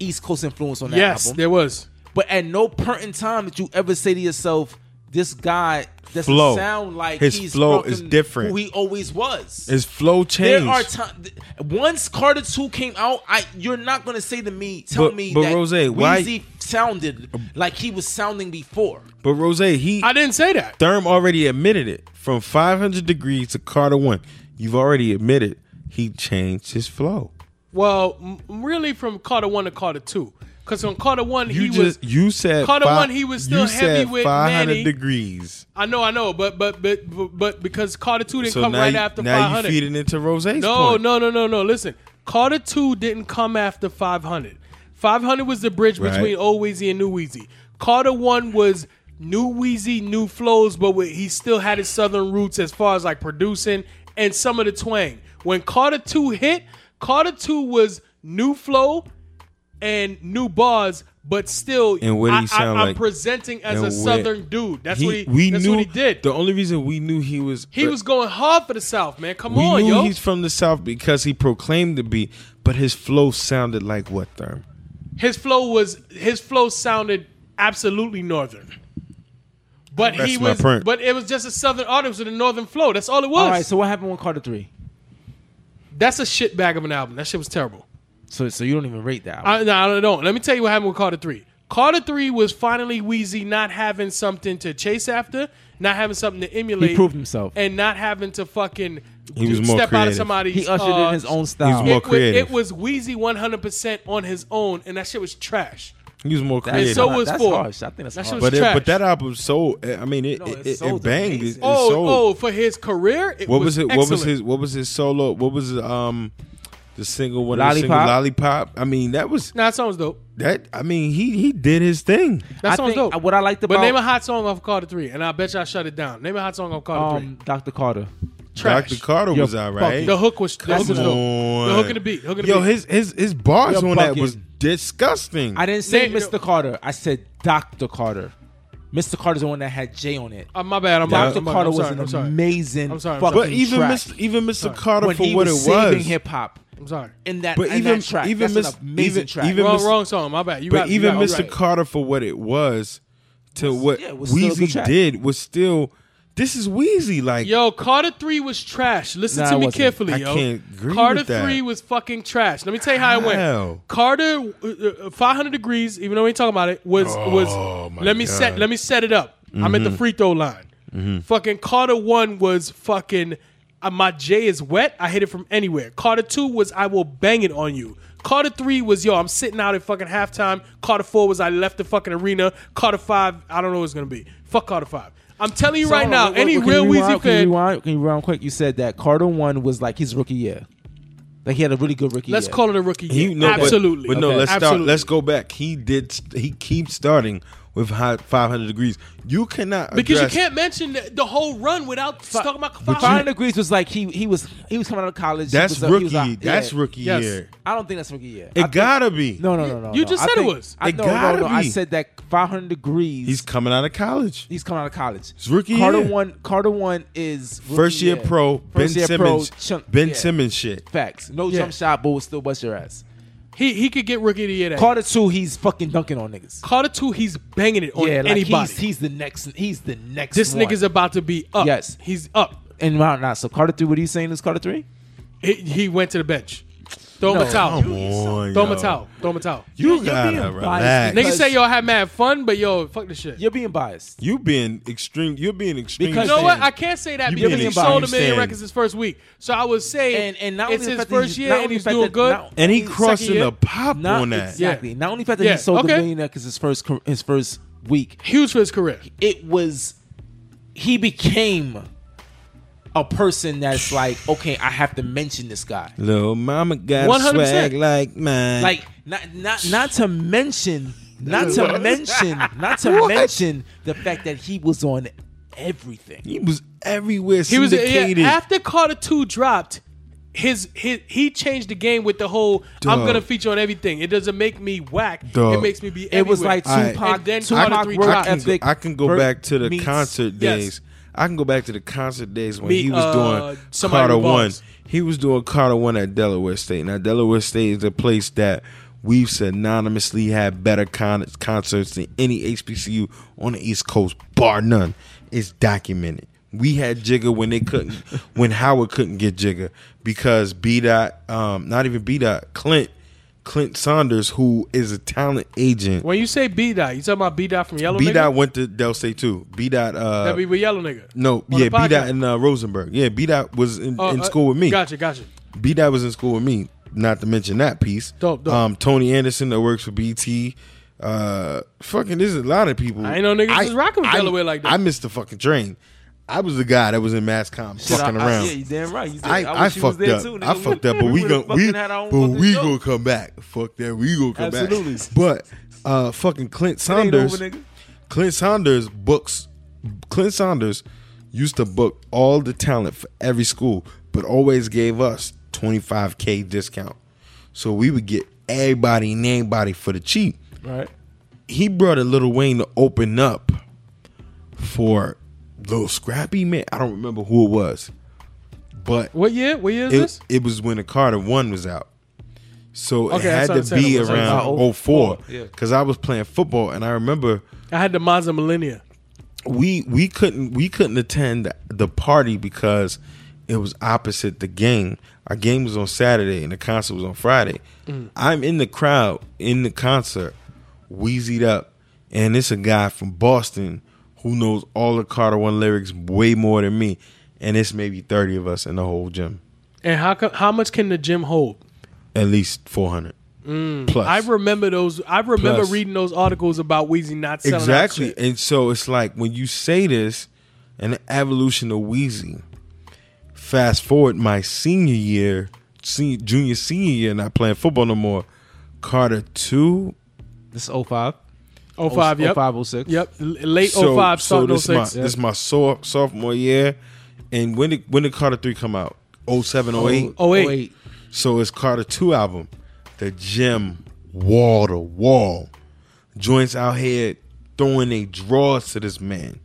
[SPEAKER 3] East Coast influence on that
[SPEAKER 2] Yes,
[SPEAKER 3] album.
[SPEAKER 2] there was.
[SPEAKER 3] but at no point in time did you ever say to yourself, "This guy doesn't
[SPEAKER 4] Flow.
[SPEAKER 3] sound like
[SPEAKER 4] His
[SPEAKER 3] he's
[SPEAKER 4] flow
[SPEAKER 3] fucking
[SPEAKER 4] is different.
[SPEAKER 3] Who he always was."
[SPEAKER 4] His flow changed.
[SPEAKER 3] there are times once Carter Two came out, I you're not gonna say to me, tell
[SPEAKER 4] But-
[SPEAKER 3] me
[SPEAKER 4] but
[SPEAKER 3] that
[SPEAKER 4] Rose,
[SPEAKER 3] Weezy
[SPEAKER 4] why-
[SPEAKER 3] sounded like he was sounding before.
[SPEAKER 4] but Rose, he
[SPEAKER 2] I didn't say that.
[SPEAKER 4] Therm already admitted it. From 500 degrees to Carter One, you've already admitted he changed his flow.
[SPEAKER 2] Well, m- really, from Carter one to Carter two, because on Carter one
[SPEAKER 4] You
[SPEAKER 2] he
[SPEAKER 4] just
[SPEAKER 2] was.
[SPEAKER 4] you said
[SPEAKER 2] Carter
[SPEAKER 4] fi-
[SPEAKER 2] One, he was still
[SPEAKER 4] you
[SPEAKER 2] heavy
[SPEAKER 4] said
[SPEAKER 2] with
[SPEAKER 4] 500
[SPEAKER 2] Manny.
[SPEAKER 4] degrees.
[SPEAKER 2] I know, I know, but but but but, but because Carter two didn't
[SPEAKER 4] So
[SPEAKER 2] come
[SPEAKER 4] now,
[SPEAKER 2] right
[SPEAKER 4] you,
[SPEAKER 2] after five
[SPEAKER 4] now you
[SPEAKER 2] hundred.
[SPEAKER 4] feeding into Rose's
[SPEAKER 2] No,
[SPEAKER 4] point.
[SPEAKER 2] no, no, no, no. Listen, Carter two didn't come after five hundred. Five hundred was the bridge
[SPEAKER 4] Right.
[SPEAKER 2] between old Weezy and new Weezy. Carter one was new Weezy, new flows, but with, he still had his southern roots as far as like producing and some of the twang. When Carter two hit, Carter two was new flow and new bars. But still,
[SPEAKER 4] And what did he
[SPEAKER 2] I,
[SPEAKER 4] sound
[SPEAKER 2] I, I'm
[SPEAKER 4] like?
[SPEAKER 2] presenting as
[SPEAKER 4] And
[SPEAKER 2] a
[SPEAKER 4] what-
[SPEAKER 2] southern dude. That's
[SPEAKER 4] He-
[SPEAKER 2] what he.
[SPEAKER 4] we
[SPEAKER 2] that's
[SPEAKER 4] knew
[SPEAKER 2] what he did.
[SPEAKER 4] The only reason we knew he was uh,
[SPEAKER 2] he was going hard for the South, man. Come
[SPEAKER 4] we
[SPEAKER 2] on,
[SPEAKER 4] knew
[SPEAKER 2] yo.
[SPEAKER 4] he's from the south because he proclaimed to be, but his flow sounded like what Therm?
[SPEAKER 2] His flow was his flow sounded absolutely northern. But he
[SPEAKER 4] That's my
[SPEAKER 2] was
[SPEAKER 4] print.
[SPEAKER 2] but it was just a southern artist with a northern flow. That's all it was.
[SPEAKER 3] All right, so what happened with Carter Three?
[SPEAKER 2] That's a shit bag of an album. That shit was terrible.
[SPEAKER 3] So so you don't even rate that. Album.
[SPEAKER 2] I, no, I don't. Let me tell you what happened with Carter Three. Carter Three was finally Wheezy not having something to chase after, not having something to emulate.
[SPEAKER 3] he proved himself.
[SPEAKER 2] and not having to fucking
[SPEAKER 4] He was
[SPEAKER 2] do-
[SPEAKER 4] more
[SPEAKER 2] step out of
[SPEAKER 4] creative.
[SPEAKER 2] somebody's.
[SPEAKER 3] He ushered
[SPEAKER 2] uh,
[SPEAKER 3] in his own style.
[SPEAKER 2] It
[SPEAKER 4] more-
[SPEAKER 2] was,
[SPEAKER 4] creative.
[SPEAKER 2] it was Wheezy 100% on his own, and that shit was trash.
[SPEAKER 4] He was more
[SPEAKER 3] That's
[SPEAKER 4] creative.
[SPEAKER 2] so
[SPEAKER 3] not-
[SPEAKER 2] was
[SPEAKER 3] that's
[SPEAKER 2] four.
[SPEAKER 3] harsh. I think that's
[SPEAKER 2] That shit
[SPEAKER 3] harsh.
[SPEAKER 2] was
[SPEAKER 4] but it,
[SPEAKER 2] trash.
[SPEAKER 4] but that album sold. I mean, it
[SPEAKER 3] No, it
[SPEAKER 4] it, it,
[SPEAKER 3] sold
[SPEAKER 4] it banged. It,
[SPEAKER 3] amazing.
[SPEAKER 4] it
[SPEAKER 2] Oh,
[SPEAKER 4] sold.
[SPEAKER 2] oh, for his career, it
[SPEAKER 4] what
[SPEAKER 2] was,
[SPEAKER 4] was, it? What was
[SPEAKER 2] excellent.
[SPEAKER 4] his? What was his solo? What was um the single? One of the single
[SPEAKER 3] Lollipop?
[SPEAKER 4] lollipop. I mean, that was
[SPEAKER 2] Nah, that song's dope.
[SPEAKER 4] that. I mean, he he did his thing.
[SPEAKER 2] That
[SPEAKER 3] I
[SPEAKER 2] song's
[SPEAKER 3] think-
[SPEAKER 2] dope.
[SPEAKER 3] What I liked about
[SPEAKER 2] But name a hot song off Carter 3, and I bet you I shut it down. Name a hot song off Carter
[SPEAKER 3] um, Dr. Carter.
[SPEAKER 2] 3. Trash.
[SPEAKER 4] Dr. Carter
[SPEAKER 3] Yo,
[SPEAKER 4] was all right.
[SPEAKER 3] fuck
[SPEAKER 2] The hook was, the hook was
[SPEAKER 3] Come
[SPEAKER 2] dope.
[SPEAKER 4] on.
[SPEAKER 2] The hook and the beat. Hook and the
[SPEAKER 4] Yo,
[SPEAKER 2] beat.
[SPEAKER 4] his his his bars
[SPEAKER 3] You're
[SPEAKER 4] on that
[SPEAKER 3] bugging.
[SPEAKER 4] was disgusting.
[SPEAKER 3] I didn't say
[SPEAKER 2] Name-
[SPEAKER 3] Mr. Carter. I said Dr. Carter. Mr. Carter's the one that had J on it.
[SPEAKER 2] Uh, my bad. I'm
[SPEAKER 3] Dr.
[SPEAKER 2] I'm
[SPEAKER 3] Carter
[SPEAKER 2] I'm sorry,
[SPEAKER 3] was an
[SPEAKER 2] I'm sorry.
[SPEAKER 3] amazing
[SPEAKER 2] I'm sorry, I'm
[SPEAKER 3] fucking
[SPEAKER 2] sorry.
[SPEAKER 4] but even
[SPEAKER 3] track.
[SPEAKER 4] Mr. even Mr. Carter
[SPEAKER 3] when
[SPEAKER 4] for
[SPEAKER 3] he
[SPEAKER 4] what
[SPEAKER 3] was
[SPEAKER 4] it
[SPEAKER 3] saving
[SPEAKER 4] was.
[SPEAKER 3] hip hop
[SPEAKER 2] I'm sorry.
[SPEAKER 3] in that,
[SPEAKER 4] But
[SPEAKER 3] in
[SPEAKER 4] even-
[SPEAKER 3] that track.
[SPEAKER 4] even
[SPEAKER 3] That's
[SPEAKER 4] Miss-
[SPEAKER 3] an amazing
[SPEAKER 4] even-
[SPEAKER 3] track.
[SPEAKER 4] even-
[SPEAKER 2] Wrong,
[SPEAKER 4] Mr.
[SPEAKER 2] wrong song. My bad. You
[SPEAKER 4] but
[SPEAKER 2] got- you
[SPEAKER 4] even
[SPEAKER 2] got- you
[SPEAKER 4] Mr.
[SPEAKER 2] right.
[SPEAKER 4] Carter for what it was to what
[SPEAKER 3] yeah, it was still a good
[SPEAKER 4] Wheezy
[SPEAKER 3] track.
[SPEAKER 4] did was still this is Wheezy like
[SPEAKER 2] Yo, Carter three was trash. Listen
[SPEAKER 3] Nah,
[SPEAKER 2] to
[SPEAKER 3] it
[SPEAKER 2] me
[SPEAKER 3] wasn't.
[SPEAKER 2] carefully,
[SPEAKER 4] I
[SPEAKER 2] yo.
[SPEAKER 4] can't agree
[SPEAKER 2] Carter
[SPEAKER 4] with that.
[SPEAKER 2] three was fucking trash. Let me tell you how, it
[SPEAKER 4] How?
[SPEAKER 2] went. Carter uh, uh, 500 degrees, even though we ain't talking about it, was was.
[SPEAKER 4] Oh my
[SPEAKER 2] Let me
[SPEAKER 4] God. Mm-hmm.
[SPEAKER 2] set. Let me set it up. I'm at the free throw line. Fucking Carter one was fucking. Uh, my J is wet. I hit it from anywhere. Carter two was I will bang it on you. Carter three was yo. I'm sitting out at fucking halftime. Carter four was I left the fucking arena. Carter five, I don't know what it's gonna be. Fuck Carter five. I'm telling you
[SPEAKER 3] So
[SPEAKER 2] right
[SPEAKER 3] hold on,
[SPEAKER 2] now,
[SPEAKER 3] what- what-
[SPEAKER 2] any
[SPEAKER 3] can you
[SPEAKER 2] real Wheezy
[SPEAKER 3] rewind- Can
[SPEAKER 2] fan,
[SPEAKER 3] you rewind, can you rewind quick? You said that Carter one was like his rookie year. Like he had a really good rookie
[SPEAKER 2] Let's
[SPEAKER 3] year.
[SPEAKER 2] call it a rookie year.
[SPEAKER 4] You know, but-
[SPEAKER 2] Absolutely.
[SPEAKER 4] But, no,
[SPEAKER 3] Okay.
[SPEAKER 4] let's
[SPEAKER 2] Absolutely.
[SPEAKER 4] start. Let's go back. He did. st- He keeps starting with high 500 degrees. You cannot
[SPEAKER 2] because you
[SPEAKER 4] address-
[SPEAKER 2] can't mention the, the whole run without talking about
[SPEAKER 3] But
[SPEAKER 2] Kawhi.
[SPEAKER 3] Five Degrees was like he he was he was coming out of college.
[SPEAKER 4] That's
[SPEAKER 3] He was a- he
[SPEAKER 4] rookie.
[SPEAKER 3] was a-
[SPEAKER 4] That's
[SPEAKER 3] yeah.
[SPEAKER 4] rookie
[SPEAKER 2] Yes.
[SPEAKER 4] year.
[SPEAKER 3] I don't think that's rookie year.
[SPEAKER 4] It gotta be.
[SPEAKER 3] No, no, no, no.
[SPEAKER 2] You
[SPEAKER 3] no.
[SPEAKER 2] just
[SPEAKER 3] I
[SPEAKER 2] said it
[SPEAKER 3] think-
[SPEAKER 2] was.
[SPEAKER 3] I
[SPEAKER 4] It
[SPEAKER 3] no, no, no.
[SPEAKER 4] gotta
[SPEAKER 3] I
[SPEAKER 4] be.
[SPEAKER 3] said that 500 degrees.
[SPEAKER 4] He's coming out of college.
[SPEAKER 3] he's coming out of college. It's
[SPEAKER 4] rookie
[SPEAKER 3] Carter
[SPEAKER 4] year.
[SPEAKER 3] one. Carter one is rookie
[SPEAKER 4] First year pro.
[SPEAKER 3] First
[SPEAKER 4] ben
[SPEAKER 3] year pro,
[SPEAKER 4] Simmons.
[SPEAKER 3] chunk-
[SPEAKER 4] ben
[SPEAKER 3] yeah.
[SPEAKER 4] Simmons shit.
[SPEAKER 3] Facts. No
[SPEAKER 2] Yeah.
[SPEAKER 3] jump shot, but will still bust your ass.
[SPEAKER 2] he he could get rookie of the year. That Carter,
[SPEAKER 3] Carter two, he's fucking dunking on niggas.
[SPEAKER 2] Carter two, he's banging it on
[SPEAKER 3] yeah, like
[SPEAKER 2] anybody.
[SPEAKER 3] he's, he's the next. He's the next.
[SPEAKER 2] this
[SPEAKER 3] one.
[SPEAKER 2] nigga's about to be up.
[SPEAKER 3] Yes.
[SPEAKER 2] he's up.
[SPEAKER 3] and Mount not so Carter three. What are you saying? Is Carter three?
[SPEAKER 2] He, he went to the bench. Throw him
[SPEAKER 3] No, Oh
[SPEAKER 2] a towel.
[SPEAKER 4] Come on,
[SPEAKER 2] Throw him
[SPEAKER 4] yo.
[SPEAKER 2] a towel. Throw him a towel.
[SPEAKER 4] You
[SPEAKER 3] You're- you're
[SPEAKER 4] gotta
[SPEAKER 3] being biased
[SPEAKER 4] relax.
[SPEAKER 3] because-
[SPEAKER 2] Niggas say yo, I had mad fun, but yo, fuck this shit.
[SPEAKER 3] You're being biased.
[SPEAKER 4] You being extreme. You're being extreme.
[SPEAKER 3] Because-
[SPEAKER 2] You know what?
[SPEAKER 3] understand.
[SPEAKER 2] I can't say that
[SPEAKER 4] You
[SPEAKER 2] because
[SPEAKER 4] being
[SPEAKER 2] he
[SPEAKER 4] extreme.
[SPEAKER 2] sold a million
[SPEAKER 4] Understand.
[SPEAKER 2] records his first week. So I would say,
[SPEAKER 3] And and not
[SPEAKER 2] it's
[SPEAKER 3] only
[SPEAKER 2] his
[SPEAKER 3] the fact
[SPEAKER 2] first
[SPEAKER 3] that
[SPEAKER 2] year
[SPEAKER 3] not
[SPEAKER 2] and
[SPEAKER 3] only
[SPEAKER 2] he's
[SPEAKER 3] the fact
[SPEAKER 2] doing
[SPEAKER 3] that-
[SPEAKER 2] good.
[SPEAKER 3] not-
[SPEAKER 4] and he
[SPEAKER 2] Second
[SPEAKER 4] crossing
[SPEAKER 2] year.
[SPEAKER 4] the pop
[SPEAKER 3] Not
[SPEAKER 4] on that.
[SPEAKER 3] exactly.
[SPEAKER 2] Yeah.
[SPEAKER 3] Not only the fact that
[SPEAKER 2] Yeah,
[SPEAKER 3] he sold
[SPEAKER 2] okay.
[SPEAKER 3] the millionaire because his first car- his first week,
[SPEAKER 2] huge for his career.
[SPEAKER 3] it was he became a person that's like, okay, I have to mention this guy.
[SPEAKER 4] Little mama got
[SPEAKER 2] 100%.
[SPEAKER 4] swag like mine.
[SPEAKER 3] Like not not not to mention not to mention not to mention the fact that he was on everything.
[SPEAKER 4] he was everywhere.
[SPEAKER 2] He was
[SPEAKER 4] syndicated.
[SPEAKER 2] yeah, after Carter two dropped. His, his he changed the game with the whole I'm
[SPEAKER 4] Dog.
[SPEAKER 2] gonna feature on everything. It doesn't make me whack. It
[SPEAKER 4] Dog.
[SPEAKER 2] makes me be.
[SPEAKER 3] It was
[SPEAKER 2] everywhere.
[SPEAKER 3] like
[SPEAKER 4] Alright.
[SPEAKER 3] Tupac,
[SPEAKER 2] And then
[SPEAKER 3] Tupac
[SPEAKER 2] Carter three
[SPEAKER 3] work
[SPEAKER 2] drops.
[SPEAKER 4] I can
[SPEAKER 3] ethic
[SPEAKER 4] go, I can go
[SPEAKER 3] ver-
[SPEAKER 4] back to the
[SPEAKER 3] meets-
[SPEAKER 4] concert
[SPEAKER 2] yes.
[SPEAKER 4] days. I can go back to the concert days when
[SPEAKER 2] Meet,
[SPEAKER 4] he was
[SPEAKER 2] uh,
[SPEAKER 4] doing
[SPEAKER 2] somebody
[SPEAKER 4] Carter
[SPEAKER 2] with
[SPEAKER 4] One.
[SPEAKER 2] bars.
[SPEAKER 4] He was doing Carter One at Delaware State. Now Delaware State is a place that we've synonymously had better con- concerts than any HBCU on the East Coast, bar none. It's documented. We had Jigga when they couldn't, when Howard couldn't get Jigga because B dot, um, not even B dot, Clint, Clint Saunders, who is a talent agent.
[SPEAKER 2] when you say B dot, you talking about B dot from Yellow
[SPEAKER 4] B
[SPEAKER 2] Nigga?
[SPEAKER 4] dot went to Del State too. B dot uh
[SPEAKER 2] That be with Yellow Nigga.
[SPEAKER 4] no
[SPEAKER 2] on the
[SPEAKER 4] yeah B
[SPEAKER 2] podcast.
[SPEAKER 4] dot in uh, Rosenberg. Yeah B dot was in,
[SPEAKER 2] Oh,
[SPEAKER 4] in
[SPEAKER 2] uh,
[SPEAKER 4] school with me.
[SPEAKER 2] Gotcha, gotcha.
[SPEAKER 4] B dot was in school with me. Not to mention that piece.
[SPEAKER 2] Dope, dope.
[SPEAKER 4] Um Tony Anderson that works for BT. Uh fucking there's a lot of people.
[SPEAKER 2] I ain't know niggas was rocking with Delaware like that.
[SPEAKER 4] I missed the fucking train. I was the guy that was in mass com fucking
[SPEAKER 3] I- I-
[SPEAKER 4] around.
[SPEAKER 3] yeah, you damn right. You said,
[SPEAKER 4] I, I,
[SPEAKER 3] wish you was
[SPEAKER 4] fucked
[SPEAKER 3] there
[SPEAKER 4] up.
[SPEAKER 3] too, nigga.
[SPEAKER 4] I fucked up, but we
[SPEAKER 3] would've
[SPEAKER 4] gonna we,
[SPEAKER 3] fucking had our own
[SPEAKER 4] but
[SPEAKER 3] fucking
[SPEAKER 4] we
[SPEAKER 3] show.
[SPEAKER 4] gonna come back. Fuck that, we gonna come
[SPEAKER 3] Absolutely.
[SPEAKER 4] back. But uh, fucking Clint
[SPEAKER 3] ain't over,
[SPEAKER 4] Saunders,
[SPEAKER 3] nigga.
[SPEAKER 4] Clint Saunders books. Clint Saunders used to book all the talent for every school, but always gave us twenty five k discount. So we would get everybody and anybody for the cheap.
[SPEAKER 3] right.
[SPEAKER 4] He brought a Little Wayne to open up for Little Scrappy man. I don't remember who it was, but
[SPEAKER 2] What year? What year is
[SPEAKER 4] it,
[SPEAKER 2] this?
[SPEAKER 4] it was when the Carter One was out. So
[SPEAKER 2] Okay, that's
[SPEAKER 4] it had
[SPEAKER 2] what
[SPEAKER 4] to
[SPEAKER 2] I'm saying.
[SPEAKER 4] be
[SPEAKER 2] It was like oh
[SPEAKER 4] around
[SPEAKER 3] about
[SPEAKER 4] 04
[SPEAKER 5] yeah.
[SPEAKER 4] because I was playing football and I remember
[SPEAKER 2] I had the Mazda Millennia.
[SPEAKER 4] we we couldn't we couldn't attend the party because it was opposite the game. Our game was on Saturday and the concert was on Friday.
[SPEAKER 2] Mm.
[SPEAKER 4] I'm in the crowd in the concert, wheezied up, and it's a guy from Boston who knows all the Carter One lyrics way more than me, and it's maybe thirty of us in the whole gym,
[SPEAKER 2] And how co- how much can the gym hold?
[SPEAKER 4] at least four hundred plus.
[SPEAKER 2] Mm. I remember those. I remember
[SPEAKER 4] Plus.
[SPEAKER 2] reading those articles about Weezy not selling out
[SPEAKER 4] Exactly.
[SPEAKER 2] shit.
[SPEAKER 4] And so it's like when you say this, an evolution of Wheezy. Fast forward my senior year, senior, junior, senior year, not playing football no more. Carter two.
[SPEAKER 3] This is 05. Oh,
[SPEAKER 4] Oh,
[SPEAKER 2] 05, yep.
[SPEAKER 3] 05, 06.
[SPEAKER 2] Yep. L- Late
[SPEAKER 4] So,
[SPEAKER 2] 05,
[SPEAKER 4] so
[SPEAKER 2] starting
[SPEAKER 4] this
[SPEAKER 2] 06.
[SPEAKER 4] my this my so, sophomore year, and when did when did Carter three come out? 07, 08?
[SPEAKER 2] Oh, wait.
[SPEAKER 4] So it's Carter two album, the gym wall to wall, joints out here throwing a draws to this man.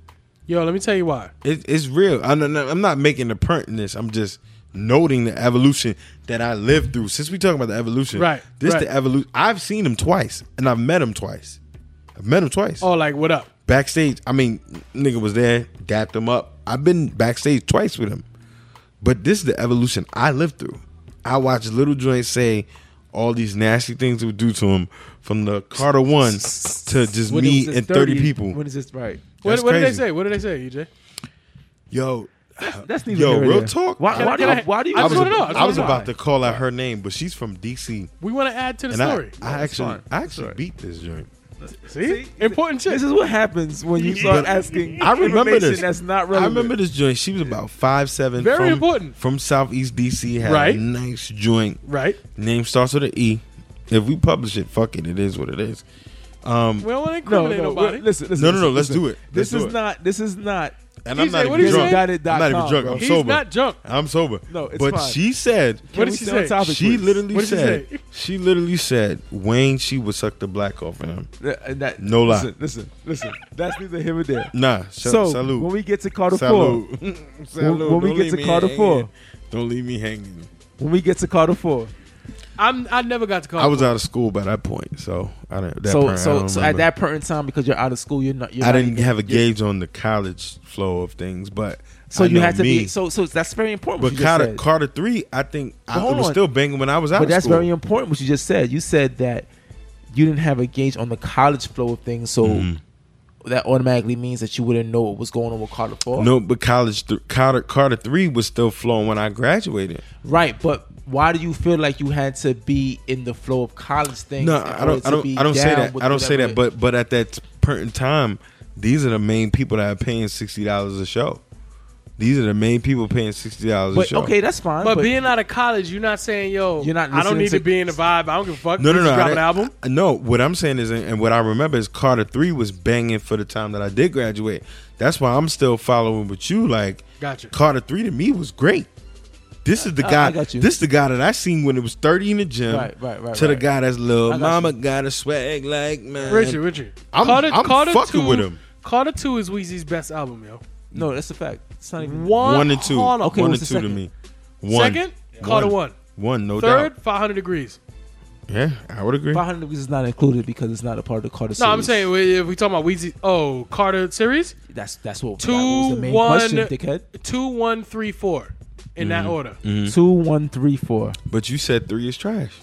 [SPEAKER 2] Yo, let me tell you why.
[SPEAKER 4] It, it's real. I'm not, I'm not making a print in this. I'm just noting the evolution that I lived through. Since we talking about the evolution,
[SPEAKER 2] Right,
[SPEAKER 4] This
[SPEAKER 2] right.
[SPEAKER 4] the evolution. I've seen him twice, and I've met him twice. I've met him twice
[SPEAKER 2] Oh, like what up?
[SPEAKER 4] backstage. I mean, nigga was there, dapped him up. I've been backstage twice with him. But this is the evolution I lived through. I watched Little Joint say all these nasty things it would do to him from the Carter One to just
[SPEAKER 3] When
[SPEAKER 4] me
[SPEAKER 3] is this
[SPEAKER 4] and 30 people.
[SPEAKER 3] When is this right?
[SPEAKER 2] What,
[SPEAKER 4] That's
[SPEAKER 2] what did they
[SPEAKER 4] crazy.
[SPEAKER 2] say? What did they say, E EJ?
[SPEAKER 4] Yo,
[SPEAKER 3] That's neither
[SPEAKER 4] Uh, yo,
[SPEAKER 3] here nor
[SPEAKER 4] real
[SPEAKER 3] there.
[SPEAKER 4] talk.
[SPEAKER 3] Why,
[SPEAKER 4] I-
[SPEAKER 3] why, do,
[SPEAKER 2] Can I-
[SPEAKER 3] you, why do you?
[SPEAKER 2] I
[SPEAKER 4] I
[SPEAKER 2] just
[SPEAKER 4] was,
[SPEAKER 2] wanna know. I just
[SPEAKER 4] I was
[SPEAKER 2] wanna know.
[SPEAKER 4] about to call out her name, but she's from DC,
[SPEAKER 2] We want to add to the
[SPEAKER 4] and I,
[SPEAKER 2] story.
[SPEAKER 4] I actually,
[SPEAKER 3] fine.
[SPEAKER 4] I
[SPEAKER 3] That's
[SPEAKER 4] actually
[SPEAKER 3] right.
[SPEAKER 4] beat this joint.
[SPEAKER 2] See? Important shit.
[SPEAKER 3] This is what happens when you start
[SPEAKER 4] But
[SPEAKER 3] asking.
[SPEAKER 4] I remember
[SPEAKER 3] information
[SPEAKER 4] this.
[SPEAKER 3] That's not relevant.
[SPEAKER 4] I remember this joint. She was about five seven.
[SPEAKER 2] Very
[SPEAKER 4] from,
[SPEAKER 2] important.
[SPEAKER 4] from Southeast DC. Had
[SPEAKER 2] Right.
[SPEAKER 4] a nice joint.
[SPEAKER 2] right?
[SPEAKER 4] Name starts with an E. If we publish it, fuck it. It is what it is. Um,
[SPEAKER 2] We don't want to
[SPEAKER 3] No,
[SPEAKER 2] incriminate
[SPEAKER 3] no,
[SPEAKER 2] nobody.
[SPEAKER 3] wait, listen, listen.
[SPEAKER 4] No, no, no,
[SPEAKER 3] listen,
[SPEAKER 4] let's
[SPEAKER 3] listen.
[SPEAKER 4] do it. Let's
[SPEAKER 3] This
[SPEAKER 4] do
[SPEAKER 3] is
[SPEAKER 4] it.
[SPEAKER 3] not. This is not.
[SPEAKER 4] and
[SPEAKER 2] DJ,
[SPEAKER 4] I'm not
[SPEAKER 2] what
[SPEAKER 4] even
[SPEAKER 2] do you
[SPEAKER 4] drunk.
[SPEAKER 2] say?
[SPEAKER 4] I'm not even
[SPEAKER 3] Dotted.com,
[SPEAKER 4] drunk.
[SPEAKER 3] bro.
[SPEAKER 4] I'm
[SPEAKER 2] He's
[SPEAKER 4] sober.
[SPEAKER 2] not drunk.
[SPEAKER 4] I'm sober.
[SPEAKER 3] No, it's
[SPEAKER 4] but
[SPEAKER 3] fine.
[SPEAKER 4] she said
[SPEAKER 2] What
[SPEAKER 3] Can
[SPEAKER 2] did
[SPEAKER 3] we
[SPEAKER 2] she
[SPEAKER 3] stay on
[SPEAKER 2] say?
[SPEAKER 3] topic,
[SPEAKER 4] she
[SPEAKER 3] please?
[SPEAKER 4] literally
[SPEAKER 2] What did she
[SPEAKER 4] said
[SPEAKER 2] say?
[SPEAKER 4] she literally said Wayne she would suck the black off of him.
[SPEAKER 3] Th- and that-
[SPEAKER 4] No lie.
[SPEAKER 3] Listen, listen, listen. That's neither here nor there.
[SPEAKER 4] Nah, sh-
[SPEAKER 3] So
[SPEAKER 4] salute.
[SPEAKER 3] when we get to Carter Four,
[SPEAKER 4] salute. Salute.
[SPEAKER 3] When- when we
[SPEAKER 4] Don't
[SPEAKER 3] get
[SPEAKER 4] leave
[SPEAKER 3] to
[SPEAKER 4] me
[SPEAKER 3] Carter
[SPEAKER 4] hanging.
[SPEAKER 3] Four.
[SPEAKER 4] Don't leave me hanging.
[SPEAKER 3] when we get to Carter Four,
[SPEAKER 2] I'm, I never got to call.
[SPEAKER 4] I was uh, out of school by that point, so I didn't. That
[SPEAKER 3] so
[SPEAKER 4] part, I
[SPEAKER 3] so
[SPEAKER 4] don't
[SPEAKER 3] so at
[SPEAKER 4] remember.
[SPEAKER 3] that point in time, because you're out of school, you're not. You're
[SPEAKER 4] I
[SPEAKER 3] not
[SPEAKER 4] didn't
[SPEAKER 3] even-
[SPEAKER 4] have a
[SPEAKER 3] you're-
[SPEAKER 4] gauge on the college flow of things, but
[SPEAKER 3] So
[SPEAKER 4] I
[SPEAKER 3] you
[SPEAKER 4] know
[SPEAKER 3] had to
[SPEAKER 4] me.
[SPEAKER 3] be. So so that's very important. what
[SPEAKER 4] But
[SPEAKER 3] you just
[SPEAKER 4] Carter,
[SPEAKER 3] said.
[SPEAKER 4] Carter three, I think I
[SPEAKER 3] hold
[SPEAKER 4] was
[SPEAKER 3] on.
[SPEAKER 4] still banging when I was out.
[SPEAKER 3] But
[SPEAKER 4] of
[SPEAKER 3] that's
[SPEAKER 4] school.
[SPEAKER 3] very important what you just said. You said that you didn't have a gauge on the college flow of things, so that automatically means that you wouldn't know what was going on with Carter Four.
[SPEAKER 4] Mm-hmm. No, but college th- Carter Carter three was still flowing when I graduated.
[SPEAKER 3] Right, but why do you feel like you had to be in the flow of college things?
[SPEAKER 4] No,
[SPEAKER 3] in
[SPEAKER 4] I
[SPEAKER 3] order
[SPEAKER 4] don't.
[SPEAKER 3] to
[SPEAKER 4] I
[SPEAKER 3] be
[SPEAKER 4] don't. I don't say
[SPEAKER 3] down
[SPEAKER 4] that.
[SPEAKER 3] with
[SPEAKER 4] I don't say
[SPEAKER 3] whatever
[SPEAKER 4] that.
[SPEAKER 3] it-
[SPEAKER 4] But but at that point in time, these are the main people that are paying sixty dollars a show. These are the main people paying sixty dollars a
[SPEAKER 3] but
[SPEAKER 4] show.
[SPEAKER 3] okay, that's fine.
[SPEAKER 2] But, being out of college, you're not saying, yo,
[SPEAKER 3] You're not
[SPEAKER 2] I don't
[SPEAKER 3] listening
[SPEAKER 2] need to,
[SPEAKER 3] to-
[SPEAKER 2] be in the vibe. I don't give a fuck.
[SPEAKER 4] No, no,
[SPEAKER 2] Just
[SPEAKER 4] no. I
[SPEAKER 2] Drop an
[SPEAKER 4] didn't-
[SPEAKER 2] album.
[SPEAKER 4] I- no, what I'm saying is, and what I remember is Carter Three was banging for the time that I did graduate. That's why I'm still following with you. Like,
[SPEAKER 2] Gotcha.
[SPEAKER 4] Carter Three to me was great. This is the
[SPEAKER 3] I-
[SPEAKER 4] guy.
[SPEAKER 3] I got you.
[SPEAKER 4] This is the guy that I seen when it was 30 in the gym.
[SPEAKER 3] Right, right, right,
[SPEAKER 4] To the
[SPEAKER 3] right.
[SPEAKER 4] guy that's
[SPEAKER 3] I
[SPEAKER 4] little
[SPEAKER 3] got
[SPEAKER 4] mama got a swag like man.
[SPEAKER 2] Richard, Richard.
[SPEAKER 4] I'm- I'm fucking with him.
[SPEAKER 2] Carter 2 is Weezy's best album, yo.
[SPEAKER 3] no, that's a fact. It's not even.
[SPEAKER 2] One,
[SPEAKER 4] one and two,
[SPEAKER 2] Harlem.
[SPEAKER 3] Okay,
[SPEAKER 4] one
[SPEAKER 3] what's
[SPEAKER 4] and two
[SPEAKER 3] the
[SPEAKER 4] to
[SPEAKER 3] second?
[SPEAKER 4] me. One.
[SPEAKER 2] Second, Carter one.
[SPEAKER 4] One, no
[SPEAKER 2] Third,
[SPEAKER 4] doubt.
[SPEAKER 2] 500 degrees.
[SPEAKER 4] Yeah, I would agree.
[SPEAKER 3] 500 degrees is not included because it's not a part of the Carter.
[SPEAKER 2] No, I'm
[SPEAKER 3] series.
[SPEAKER 2] saying we- if we talking about Weezy, oh Carter series,
[SPEAKER 3] that's that's what
[SPEAKER 2] Two,
[SPEAKER 3] that was the main
[SPEAKER 2] one-
[SPEAKER 3] question, dickhead.
[SPEAKER 2] two, one, three, four, in that order.
[SPEAKER 4] Mm-hmm.
[SPEAKER 3] Two, one, three, four.
[SPEAKER 4] But you said three is trash.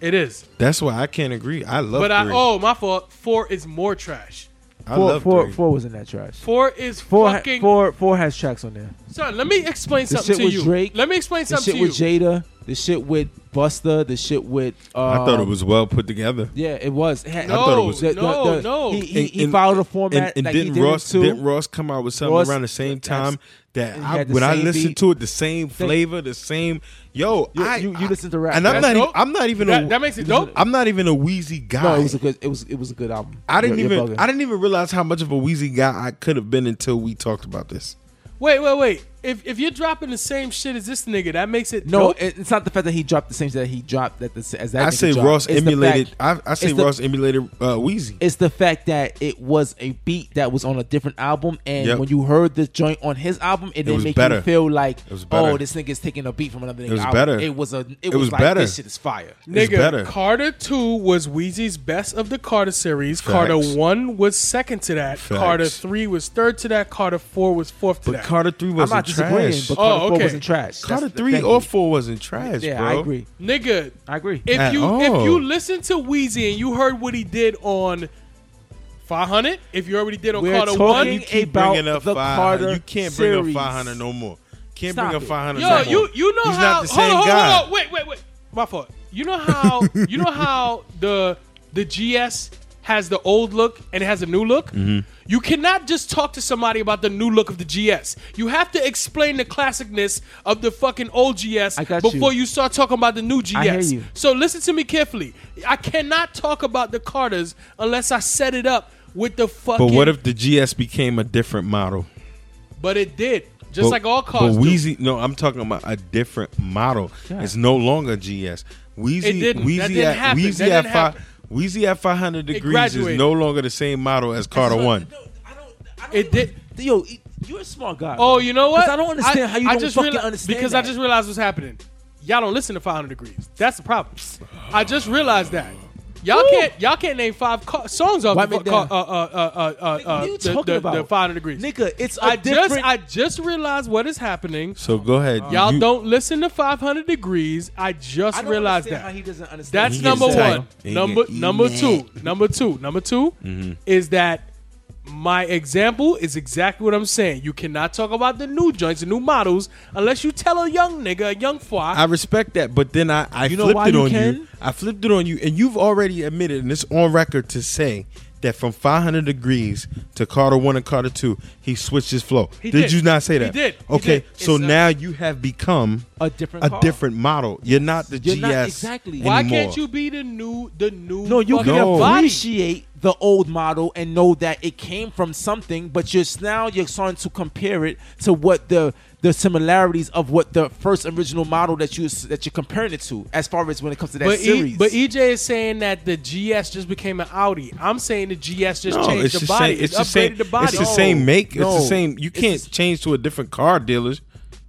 [SPEAKER 2] It is,
[SPEAKER 4] That's why I can't agree. I love
[SPEAKER 2] but I
[SPEAKER 4] three.
[SPEAKER 2] oh my fault. Four is more trash.
[SPEAKER 4] I
[SPEAKER 3] four,
[SPEAKER 4] love
[SPEAKER 3] four,
[SPEAKER 4] three.
[SPEAKER 3] four was in that trash.
[SPEAKER 2] Four is
[SPEAKER 3] Four, ha-
[SPEAKER 2] fucking.
[SPEAKER 3] four, four has tracks on there.
[SPEAKER 2] Son, let me explain
[SPEAKER 3] The
[SPEAKER 2] something
[SPEAKER 3] shit
[SPEAKER 2] to
[SPEAKER 3] with
[SPEAKER 2] you.
[SPEAKER 3] Drake,
[SPEAKER 2] Let me explain
[SPEAKER 3] The
[SPEAKER 2] something
[SPEAKER 3] shit
[SPEAKER 2] to you.
[SPEAKER 3] with Jada, the shit with Busta, the shit with. Um,
[SPEAKER 4] I thought it was well put together.
[SPEAKER 3] Yeah, it was. It had-
[SPEAKER 2] No,
[SPEAKER 4] I thought it was-
[SPEAKER 2] no, no.
[SPEAKER 3] He, he,
[SPEAKER 4] And-
[SPEAKER 3] he
[SPEAKER 4] and-
[SPEAKER 3] followed a format.
[SPEAKER 4] And, and
[SPEAKER 3] like he
[SPEAKER 4] didn't
[SPEAKER 3] did it
[SPEAKER 4] Ross
[SPEAKER 3] too.
[SPEAKER 4] didn't Ross come out with something
[SPEAKER 3] Ross-
[SPEAKER 4] around the same
[SPEAKER 3] that's-
[SPEAKER 4] time that
[SPEAKER 3] and
[SPEAKER 4] I,
[SPEAKER 3] had the
[SPEAKER 4] when I
[SPEAKER 3] same
[SPEAKER 4] listened
[SPEAKER 3] beat.
[SPEAKER 4] to it, the same flavor, the same yo.
[SPEAKER 3] You-
[SPEAKER 4] I,
[SPEAKER 3] you- you
[SPEAKER 4] I-
[SPEAKER 3] listen to rap,
[SPEAKER 4] and I'm
[SPEAKER 3] that's
[SPEAKER 4] not. Even,
[SPEAKER 2] dope.
[SPEAKER 4] I'm not even.
[SPEAKER 2] That,
[SPEAKER 4] a,
[SPEAKER 2] that makes it dope.
[SPEAKER 4] I'm not even a wheezy guy.
[SPEAKER 3] No, it was a good. It was it was a good album.
[SPEAKER 4] I didn't
[SPEAKER 3] You're- you're
[SPEAKER 4] even.
[SPEAKER 3] bugging.
[SPEAKER 4] I didn't even realize how much of a wheezy guy I could have been until we talked about this.
[SPEAKER 2] Wait, wait, wait. if if you're dropping the same shit as this nigga, that makes it
[SPEAKER 3] No,
[SPEAKER 2] dope.
[SPEAKER 3] it- it's not the fact that he dropped the same shit that he dropped that the s- as that.
[SPEAKER 4] I
[SPEAKER 3] nigga
[SPEAKER 4] say
[SPEAKER 3] dropped.
[SPEAKER 4] Ross
[SPEAKER 3] It's the
[SPEAKER 4] emulated.
[SPEAKER 3] fact-
[SPEAKER 4] I, I say
[SPEAKER 3] it's the-
[SPEAKER 4] Ross emulated uh, Weezy.
[SPEAKER 3] It's the fact that it was a beat that was on a different album, and
[SPEAKER 4] Yep.
[SPEAKER 3] when you heard this joint on his album, it, didn't
[SPEAKER 4] was
[SPEAKER 3] make
[SPEAKER 4] better.
[SPEAKER 3] you feel like,
[SPEAKER 4] was better.
[SPEAKER 3] oh, this nigga's taking a beat from another. nigga's
[SPEAKER 4] was
[SPEAKER 3] album.
[SPEAKER 4] better.
[SPEAKER 3] It was a. It,
[SPEAKER 4] It
[SPEAKER 3] was,
[SPEAKER 4] was
[SPEAKER 3] like,
[SPEAKER 4] better.
[SPEAKER 3] This shit is fire.
[SPEAKER 4] It's better.
[SPEAKER 2] Nigga, Carter 2 was Wheezy's best of the Carter series. Carter 1 was second to that.
[SPEAKER 4] Facts.
[SPEAKER 2] Carter 3 was third to that. Carter 4 was fourth to
[SPEAKER 4] But
[SPEAKER 2] that.
[SPEAKER 4] Carter Three
[SPEAKER 3] I'm
[SPEAKER 4] wasn't
[SPEAKER 3] not disagreeing,
[SPEAKER 4] trash.
[SPEAKER 3] but
[SPEAKER 2] Oh,
[SPEAKER 3] Carter Four
[SPEAKER 2] okay.
[SPEAKER 3] wasn't trash.
[SPEAKER 4] Carter
[SPEAKER 3] That's the
[SPEAKER 4] Three
[SPEAKER 3] thing.
[SPEAKER 4] or Four wasn't trash.
[SPEAKER 3] Yeah,
[SPEAKER 4] bro.
[SPEAKER 3] I agree.
[SPEAKER 2] Nigga,
[SPEAKER 3] I agree.
[SPEAKER 2] if
[SPEAKER 4] At
[SPEAKER 2] you
[SPEAKER 4] all.
[SPEAKER 2] if you listen to Wheezy and you heard what he did on 500, if you already did on
[SPEAKER 3] We're
[SPEAKER 2] Carter
[SPEAKER 3] talking
[SPEAKER 2] 1,
[SPEAKER 3] about
[SPEAKER 4] Keep bringing up
[SPEAKER 3] the
[SPEAKER 4] 500.
[SPEAKER 3] Carter
[SPEAKER 4] You can't bring
[SPEAKER 3] series.
[SPEAKER 4] up 500 no more. Can't
[SPEAKER 3] Stop
[SPEAKER 4] bring up
[SPEAKER 3] it.
[SPEAKER 4] 500
[SPEAKER 2] Yo,
[SPEAKER 4] no more.
[SPEAKER 2] you you know
[SPEAKER 4] He's
[SPEAKER 2] how
[SPEAKER 4] not the same
[SPEAKER 2] hold on, hold on,
[SPEAKER 4] guy.
[SPEAKER 2] hold on. Wait, wait, wait. My fault. You know how you know how the the GS has the old look and it has a new look?
[SPEAKER 4] Mm-hmm.
[SPEAKER 2] You cannot just talk to somebody about the new look of the GS. You have to explain the classicness of the fucking old GS
[SPEAKER 3] I got you.
[SPEAKER 2] before you. start talking about the new GS.
[SPEAKER 3] I hear you.
[SPEAKER 2] So listen to me carefully. I cannot talk about the Carters unless I set it up with the fucking
[SPEAKER 4] But what if the GS became a different model?
[SPEAKER 2] But it did. Just
[SPEAKER 4] But-
[SPEAKER 2] like all cars.
[SPEAKER 4] But
[SPEAKER 2] do.
[SPEAKER 4] Wheezy, no, I'm talking about a different model. It's no longer GS. Wheezy,
[SPEAKER 2] It didn't. That
[SPEAKER 4] Wheezy
[SPEAKER 2] didn't
[SPEAKER 4] at
[SPEAKER 2] happen.
[SPEAKER 4] Wheezy
[SPEAKER 2] That
[SPEAKER 4] at
[SPEAKER 2] didn't
[SPEAKER 4] five.
[SPEAKER 2] happen.
[SPEAKER 4] Wheezy at 500 degrees is
[SPEAKER 2] graduated.
[SPEAKER 4] no longer the same model as Carter One.
[SPEAKER 2] It did-
[SPEAKER 3] Yo, you're a smart guy.
[SPEAKER 2] Oh, you know what?
[SPEAKER 3] I don't understand how you
[SPEAKER 2] I
[SPEAKER 3] don't
[SPEAKER 2] just
[SPEAKER 3] fucking
[SPEAKER 2] reali-
[SPEAKER 3] understand
[SPEAKER 2] because I just realized what's happening. Y'all don't listen to 500 Degrees. That's the problem. I just realized that. Y'all can't y'all can't name five ca- songs off
[SPEAKER 3] Wipe
[SPEAKER 2] the,
[SPEAKER 3] it
[SPEAKER 2] fu- ca-
[SPEAKER 3] down.
[SPEAKER 2] uh, uh, uh, uh, uh,
[SPEAKER 3] What are you
[SPEAKER 2] the,
[SPEAKER 3] talking
[SPEAKER 2] the-
[SPEAKER 3] about?
[SPEAKER 2] the 500 Degrees.
[SPEAKER 3] nigga, it's a
[SPEAKER 2] I
[SPEAKER 3] different.
[SPEAKER 2] just I just realized what is happening.
[SPEAKER 4] So go ahead.
[SPEAKER 2] Y'all
[SPEAKER 4] You-
[SPEAKER 2] don't listen to 500 Degrees. I just
[SPEAKER 3] I don't
[SPEAKER 2] realized
[SPEAKER 3] understand
[SPEAKER 2] that.
[SPEAKER 3] How he doesn't understand.
[SPEAKER 2] That's
[SPEAKER 4] He
[SPEAKER 2] number
[SPEAKER 4] gets tight.
[SPEAKER 2] one.
[SPEAKER 4] He
[SPEAKER 2] Number
[SPEAKER 4] get- Mm-hmm.
[SPEAKER 2] number
[SPEAKER 4] Yeah.
[SPEAKER 2] two. Number two. Number 2 is that my example is exactly what I'm saying. You cannot talk about the new joints, the new models, unless you tell a young nigga, a young
[SPEAKER 4] I
[SPEAKER 2] fly.
[SPEAKER 4] respect that, but then I, I
[SPEAKER 3] You know
[SPEAKER 4] flipped
[SPEAKER 3] why
[SPEAKER 4] it
[SPEAKER 3] you
[SPEAKER 4] on you.
[SPEAKER 3] can?
[SPEAKER 4] I flipped it on you, and you've already admitted, and it's on record to say that from 500 degrees to Carter One and Carter Two, he switched his flow.
[SPEAKER 2] He
[SPEAKER 4] did,
[SPEAKER 2] did.
[SPEAKER 4] you not say
[SPEAKER 2] He
[SPEAKER 4] that?
[SPEAKER 2] did. He
[SPEAKER 4] Okay,
[SPEAKER 2] did.
[SPEAKER 4] so
[SPEAKER 2] It's a-
[SPEAKER 4] now you have become
[SPEAKER 3] A different
[SPEAKER 4] a
[SPEAKER 3] car.
[SPEAKER 4] different model. You're not the
[SPEAKER 3] You're
[SPEAKER 4] GS
[SPEAKER 3] not- exactly.
[SPEAKER 4] anymore.
[SPEAKER 2] Why can't you be the new the new
[SPEAKER 3] No, you
[SPEAKER 2] fucking
[SPEAKER 3] can
[SPEAKER 4] No.
[SPEAKER 2] body?
[SPEAKER 3] appreciate the old model and know that it came from something, but you're now you're starting to compare it to what the the similarities of what the first original model that you that you're comparing it to, as far as when it comes to that
[SPEAKER 2] But,
[SPEAKER 3] series.
[SPEAKER 2] e, but EJ is saying that the GS just became an Audi. I'm saying the GS just
[SPEAKER 4] No,
[SPEAKER 2] changed
[SPEAKER 4] it's
[SPEAKER 2] the
[SPEAKER 4] the
[SPEAKER 2] body.
[SPEAKER 4] same. It's
[SPEAKER 2] upgraded
[SPEAKER 4] the same.
[SPEAKER 2] the body.
[SPEAKER 4] It's the
[SPEAKER 2] No.
[SPEAKER 4] same make. It's
[SPEAKER 3] no.
[SPEAKER 4] the same. You
[SPEAKER 3] It's
[SPEAKER 4] can't
[SPEAKER 3] the-
[SPEAKER 4] change to a different car dealers.